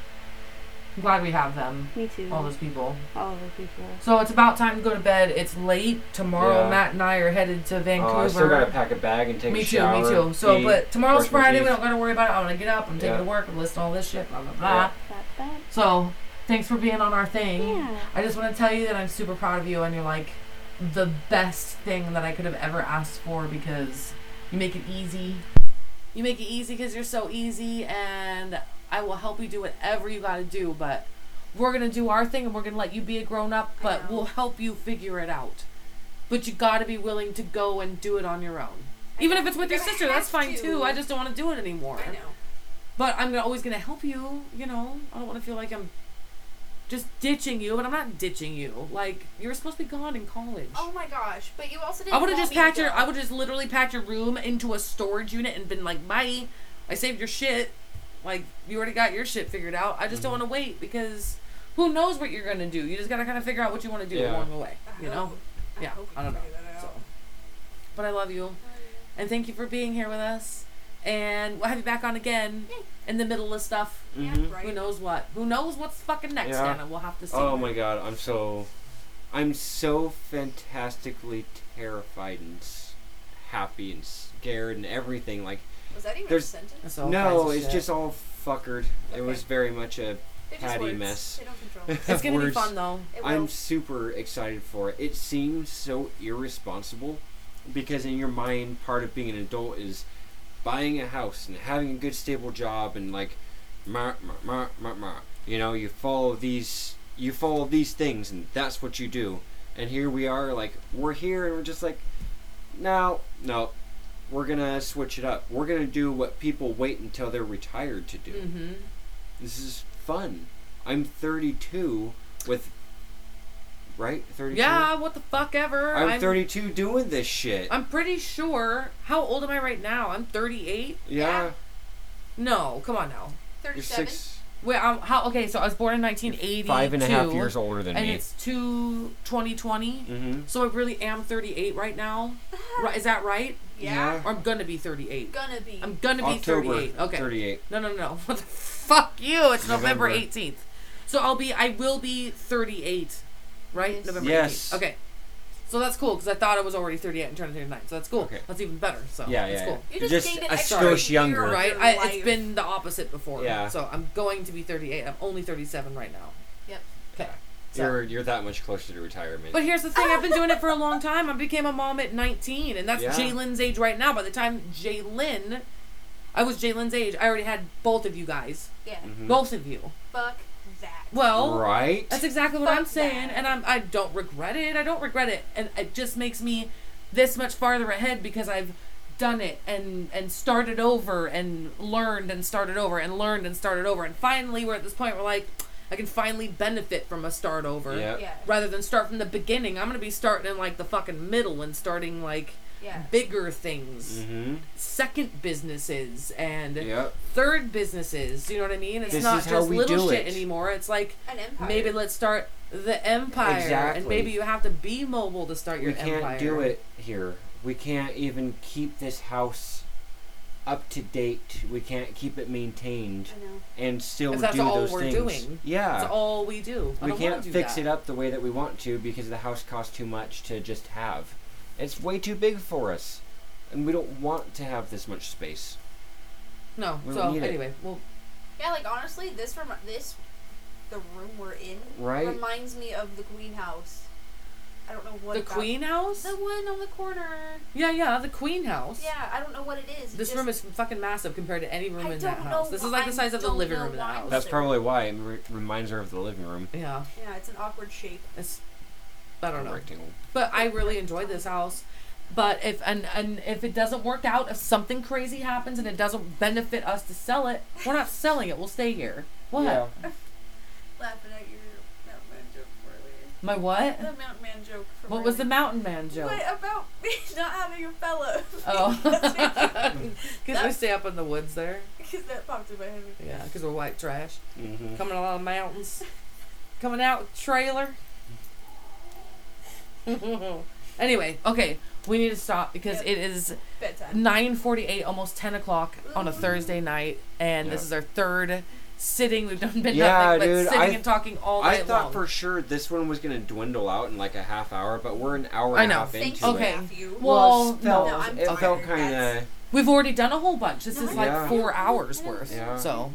[SPEAKER 3] I'm glad we have them.
[SPEAKER 2] me too
[SPEAKER 3] All those people.
[SPEAKER 2] all the people
[SPEAKER 3] So it's about time to go to bed. It's late. Tomorrow,
[SPEAKER 1] Yeah.
[SPEAKER 3] Matt and I are headed to
[SPEAKER 1] Oh,
[SPEAKER 3] Vancouver.
[SPEAKER 1] I still gotta pack a bag and take
[SPEAKER 3] me
[SPEAKER 1] a
[SPEAKER 3] too,
[SPEAKER 1] shower.
[SPEAKER 3] me too. So,
[SPEAKER 1] eat.
[SPEAKER 3] but tomorrow's
[SPEAKER 1] brush my
[SPEAKER 3] Friday. We
[SPEAKER 1] teeth.
[SPEAKER 3] don't gotta worry about it. I'm gonna get up. I'm taking
[SPEAKER 1] Yeah.
[SPEAKER 3] to work. I'm listening to all this shit. Blah blah blah.
[SPEAKER 1] Yeah.
[SPEAKER 2] Bop, bop.
[SPEAKER 3] So, thanks for being on our thing.
[SPEAKER 2] yeah
[SPEAKER 3] I just want to tell you that I'm super proud of you, and you're like the best thing that I could have ever asked for because you make it easy. You make it easy because you're so easy, and I will help you do whatever you got to do. But we're gonna do our thing, and we're gonna let you be a grown up,
[SPEAKER 4] I
[SPEAKER 3] but
[SPEAKER 4] know.
[SPEAKER 3] we'll help you figure it out. But you got to be willing to go and do it on your own. Even if it's with your
[SPEAKER 4] Gonna
[SPEAKER 3] sister, that's
[SPEAKER 4] have
[SPEAKER 3] fine
[SPEAKER 4] to.
[SPEAKER 3] too. I just don't want to do it anymore.
[SPEAKER 4] I know.
[SPEAKER 3] But I'm gonna- always going to help you, you know? I don't want to feel like I'm just ditching you, but I'm not ditching you. Like, you were supposed to be gone in college.
[SPEAKER 4] Oh my gosh! But you also didn't.
[SPEAKER 3] I would have
[SPEAKER 4] want
[SPEAKER 3] just
[SPEAKER 4] me to
[SPEAKER 3] packed your,
[SPEAKER 4] go.
[SPEAKER 3] I would just literally packed your room into a storage unit and been like, bye, I saved your shit. Like, you already got your shit figured out. I just don't want to wait because who knows what you're going to do. You just got to kind of figure out what you want to do
[SPEAKER 1] Yeah.
[SPEAKER 3] along the way,
[SPEAKER 4] I
[SPEAKER 3] you know?
[SPEAKER 4] hope- I
[SPEAKER 3] Yeah,
[SPEAKER 4] hope we
[SPEAKER 3] I don't
[SPEAKER 4] can
[SPEAKER 3] know.
[SPEAKER 4] figure that
[SPEAKER 3] So.
[SPEAKER 4] out.
[SPEAKER 3] But I love you. And thank you for being here with us. And we'll have you back on again
[SPEAKER 4] Yay.
[SPEAKER 3] in the middle of stuff.
[SPEAKER 1] Mhm.
[SPEAKER 4] Yeah, right.
[SPEAKER 3] mm-hmm. Who knows what? Who knows what's fucking next,
[SPEAKER 1] Yeah.
[SPEAKER 3] Anna? We'll have to see.
[SPEAKER 1] Oh my god, I'm so, I'm so fantastically terrified and s- happy and scared and everything. Like
[SPEAKER 4] Was that even
[SPEAKER 1] There's-
[SPEAKER 4] a sentence?
[SPEAKER 3] That's all kinds
[SPEAKER 1] no,
[SPEAKER 3] of
[SPEAKER 1] it's
[SPEAKER 3] shit.
[SPEAKER 1] just all fuckered. It was very much a.
[SPEAKER 4] They're just
[SPEAKER 1] Patty
[SPEAKER 4] words.
[SPEAKER 1] mess.
[SPEAKER 4] They don't
[SPEAKER 1] <laughs>
[SPEAKER 4] control. us.
[SPEAKER 3] It's gonna be
[SPEAKER 1] words.
[SPEAKER 3] fun though.
[SPEAKER 4] It
[SPEAKER 1] I'm
[SPEAKER 4] will.
[SPEAKER 1] super excited for it. It seems so irresponsible, because in your mind, part of being an adult is buying a house and having a good stable job and like, mar, mar, mar, mar, mar. you know, you follow these, you follow these things, and that's what you do. And here we are, like we're here, and we're just like, no, no, we're gonna switch it up. We're gonna do what people wait until they're retired to do.
[SPEAKER 3] Mm-hmm.
[SPEAKER 1] This is fun. I'm 32 with right? 32?
[SPEAKER 3] Yeah, what the fuck ever.
[SPEAKER 1] I'm 32 doing this shit.
[SPEAKER 3] I'm pretty sure. How old am I right now? I'm 38.
[SPEAKER 1] yeah.
[SPEAKER 3] No, come on now.
[SPEAKER 1] You're
[SPEAKER 4] 37.
[SPEAKER 1] six.
[SPEAKER 3] Wait, I'm, how? Okay, so I was born in 1982.
[SPEAKER 1] Five and a half years older than
[SPEAKER 3] And
[SPEAKER 1] me.
[SPEAKER 3] it's two 2020.
[SPEAKER 1] Mm-hmm.
[SPEAKER 3] So I really am 38 right now. Right, is that right?
[SPEAKER 4] Yeah.
[SPEAKER 1] Yeah.
[SPEAKER 3] Or I'm gonna be 38.
[SPEAKER 4] Gonna be.
[SPEAKER 3] I'm gonna be
[SPEAKER 1] October
[SPEAKER 3] 38. Okay.
[SPEAKER 1] 38.
[SPEAKER 3] No, no, no. <laughs> What the fuck you? It's November,
[SPEAKER 1] November.
[SPEAKER 3] 18th. So I'll be. I will be 38. Right.
[SPEAKER 4] Yes.
[SPEAKER 3] November
[SPEAKER 1] Yes.
[SPEAKER 3] 18th. Okay. So that's cool because I thought I was already 38 and turning 39. So that's cool.
[SPEAKER 1] Okay.
[SPEAKER 3] That's even better. So
[SPEAKER 1] Yeah,
[SPEAKER 3] that's
[SPEAKER 1] yeah.
[SPEAKER 3] cool.
[SPEAKER 4] You
[SPEAKER 1] You're
[SPEAKER 4] just
[SPEAKER 1] just
[SPEAKER 4] gained an
[SPEAKER 1] a
[SPEAKER 4] extra
[SPEAKER 1] skosh
[SPEAKER 4] year
[SPEAKER 1] younger.
[SPEAKER 4] of
[SPEAKER 3] Right?
[SPEAKER 4] your
[SPEAKER 3] I,
[SPEAKER 4] life.
[SPEAKER 3] it's been the opposite before.
[SPEAKER 1] Yeah.
[SPEAKER 3] So I'm going to be 38. I'm only 37 right now.
[SPEAKER 4] Yep.
[SPEAKER 3] Okay. So-
[SPEAKER 1] You're you're that much closer to retirement.
[SPEAKER 3] But here's the thing: I've been doing it for a
[SPEAKER 4] <laughs>
[SPEAKER 3] long time. I became a mom at 19, and that's
[SPEAKER 1] Yeah.
[SPEAKER 3] Jalen's age right now. By the time Jalen, I was Jalen's age. I already had both of you guys,
[SPEAKER 4] Yeah.
[SPEAKER 1] Mhm.
[SPEAKER 3] both of you.
[SPEAKER 4] Fuck that.
[SPEAKER 3] Well,
[SPEAKER 1] right?
[SPEAKER 3] that's exactly what
[SPEAKER 4] Fuck
[SPEAKER 3] I'm saying,
[SPEAKER 4] that.
[SPEAKER 3] and I'm I don't regret it. I don't regret it, and it just makes me this much farther ahead because I've done it and and started over and learned and started over and learned and started over, and finally we're at this point where like I can finally benefit from a start over
[SPEAKER 1] Yep.
[SPEAKER 4] Yeah.
[SPEAKER 3] rather than start from the beginning. I'm gonna be starting in like the fucking middle and starting like
[SPEAKER 4] Yeah.
[SPEAKER 3] bigger things,
[SPEAKER 1] Mm-hmm.
[SPEAKER 3] second businesses and
[SPEAKER 1] Yep.
[SPEAKER 3] third businesses. You know what I mean? It's
[SPEAKER 1] This
[SPEAKER 3] not
[SPEAKER 1] is how
[SPEAKER 3] just
[SPEAKER 1] we
[SPEAKER 3] little
[SPEAKER 1] do
[SPEAKER 3] shit
[SPEAKER 1] it.
[SPEAKER 3] anymore. It's like
[SPEAKER 4] An empire.
[SPEAKER 3] maybe let's start the empire,
[SPEAKER 1] Exactly.
[SPEAKER 3] and maybe you have to be mobile to start your
[SPEAKER 1] We can't
[SPEAKER 3] empire.
[SPEAKER 1] do it here. We can't even keep this house up to date. We can't keep it maintained
[SPEAKER 4] I know.
[SPEAKER 1] and still
[SPEAKER 3] If that's
[SPEAKER 1] do
[SPEAKER 3] all
[SPEAKER 1] those
[SPEAKER 3] we're
[SPEAKER 1] things.
[SPEAKER 3] doing,
[SPEAKER 1] yeah.
[SPEAKER 3] That's all we do. I
[SPEAKER 1] we
[SPEAKER 3] don't
[SPEAKER 1] can't
[SPEAKER 3] wanna do
[SPEAKER 1] fix
[SPEAKER 3] that.
[SPEAKER 1] it up the way that we want to because the house costs too much to just have. It's way too big for us. And we don't want to have this much space.
[SPEAKER 3] No.
[SPEAKER 1] We don't
[SPEAKER 3] so
[SPEAKER 1] need it.
[SPEAKER 3] anyway, well,
[SPEAKER 4] Yeah, like honestly, this rem- this the room we're in
[SPEAKER 1] Right?
[SPEAKER 4] reminds me of the Queen House. I don't know what
[SPEAKER 3] the
[SPEAKER 4] about-
[SPEAKER 3] Queen House.
[SPEAKER 4] the one on the corner.
[SPEAKER 3] Yeah, yeah, the Queen House.
[SPEAKER 4] Yeah, I don't know what it is. It
[SPEAKER 3] This
[SPEAKER 4] just-
[SPEAKER 3] room is fucking massive compared to any room
[SPEAKER 4] I
[SPEAKER 3] in that
[SPEAKER 4] don't know
[SPEAKER 3] house. This is like
[SPEAKER 4] why-
[SPEAKER 3] the size of the
[SPEAKER 4] don't
[SPEAKER 3] living
[SPEAKER 4] know
[SPEAKER 3] room in that
[SPEAKER 4] why.
[SPEAKER 3] house.
[SPEAKER 1] That's probably why it re- reminds her of the living room.
[SPEAKER 3] yeah,
[SPEAKER 4] yeah, it's an awkward shape.
[SPEAKER 3] it's I don't know.
[SPEAKER 1] Rectangle.
[SPEAKER 3] But I really enjoyed this house. But if and and if it doesn't work out, if something crazy happens and it doesn't benefit us to sell it, we're not selling it. We'll stay here. What?
[SPEAKER 1] Yeah.
[SPEAKER 4] Laughing at your mountain man joke earlier.
[SPEAKER 3] My what?
[SPEAKER 4] The mountain man joke. From
[SPEAKER 3] What was the mountain man joke?
[SPEAKER 4] What about me <laughs> not having your fellow? <laughs>
[SPEAKER 3] Oh, <laughs> because Oh. we
[SPEAKER 4] That's-
[SPEAKER 3] stay up in the woods there.
[SPEAKER 4] because that popped in my head.
[SPEAKER 3] Yeah, because we're white trash.
[SPEAKER 1] Mm-hmm.
[SPEAKER 3] Coming out of the mountains. Coming out trailer. <laughs> anyway, okay, we need to stop because
[SPEAKER 4] Yep.
[SPEAKER 3] it is
[SPEAKER 4] Bedtime.
[SPEAKER 3] nine forty-eight, almost ten o'clock on
[SPEAKER 4] Mm-hmm.
[SPEAKER 3] a Thursday night, and this
[SPEAKER 1] Yeah.
[SPEAKER 3] is our third sitting. We've done been
[SPEAKER 1] Yeah,
[SPEAKER 3] nothing but
[SPEAKER 1] dude,
[SPEAKER 3] sitting
[SPEAKER 1] I-
[SPEAKER 3] and talking all
[SPEAKER 1] I
[SPEAKER 3] night
[SPEAKER 1] thought
[SPEAKER 3] long.
[SPEAKER 1] for sure this one was going to dwindle out in like a half hour, but we're an hour
[SPEAKER 3] I
[SPEAKER 1] and a
[SPEAKER 3] know.
[SPEAKER 1] half
[SPEAKER 4] Thank
[SPEAKER 1] into
[SPEAKER 4] you,
[SPEAKER 1] it.
[SPEAKER 3] Okay.
[SPEAKER 4] Matthew.
[SPEAKER 3] Well,
[SPEAKER 1] Well, it felt,
[SPEAKER 4] no, I'm
[SPEAKER 1] it felt
[SPEAKER 4] tired.
[SPEAKER 1] kind of.
[SPEAKER 4] That's-
[SPEAKER 3] We've already done a whole bunch. This is like
[SPEAKER 1] Yeah.
[SPEAKER 3] four hours worth.
[SPEAKER 1] Yeah.
[SPEAKER 3] So,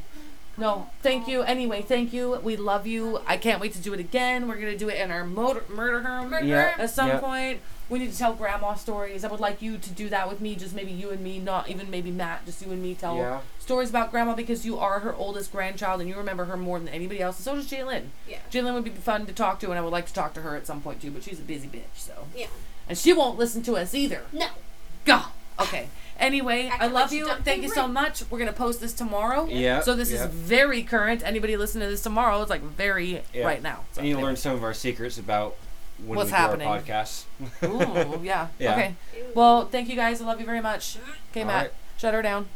[SPEAKER 3] no, thank you. Anyway, thank you. We love you. I can't wait to do it again. We're gonna do it in our motor- murder home
[SPEAKER 1] Yeah.
[SPEAKER 3] at some
[SPEAKER 1] Yeah.
[SPEAKER 3] point. We need to tell grandma stories. I would like you to do that with me. Just maybe you and me, not even maybe Matt. Just you and me tell
[SPEAKER 1] Yeah.
[SPEAKER 3] stories about grandma because you are her oldest grandchild and you remember her more than anybody else. And so does Jalen.
[SPEAKER 4] Yeah.
[SPEAKER 3] Jalen would be fun to talk to, and I would like to talk to her at some point too. But she's a busy bitch, so
[SPEAKER 4] Yeah.
[SPEAKER 3] and she won't listen to us either.
[SPEAKER 4] No.
[SPEAKER 3] Go. Okay. Anyway, I
[SPEAKER 4] Acting
[SPEAKER 3] love
[SPEAKER 4] like she
[SPEAKER 3] you.
[SPEAKER 4] done
[SPEAKER 3] Thank you so
[SPEAKER 4] right.
[SPEAKER 3] much. We're gonna post this tomorrow.
[SPEAKER 1] Yeah,
[SPEAKER 3] So this
[SPEAKER 1] yeah.
[SPEAKER 3] is very current. Anybody listening to this tomorrow, it's like very
[SPEAKER 1] Yeah.
[SPEAKER 3] right now. So,
[SPEAKER 1] And you learned some of our secrets about when
[SPEAKER 3] What's
[SPEAKER 1] we do
[SPEAKER 3] happening.
[SPEAKER 1] our podcasts.
[SPEAKER 3] Ooh, yeah.
[SPEAKER 1] <laughs> Yeah.
[SPEAKER 3] Okay. Well, thank you guys. I love you very much. Okay,
[SPEAKER 1] All
[SPEAKER 3] Matt.
[SPEAKER 1] right.
[SPEAKER 3] Shut her down.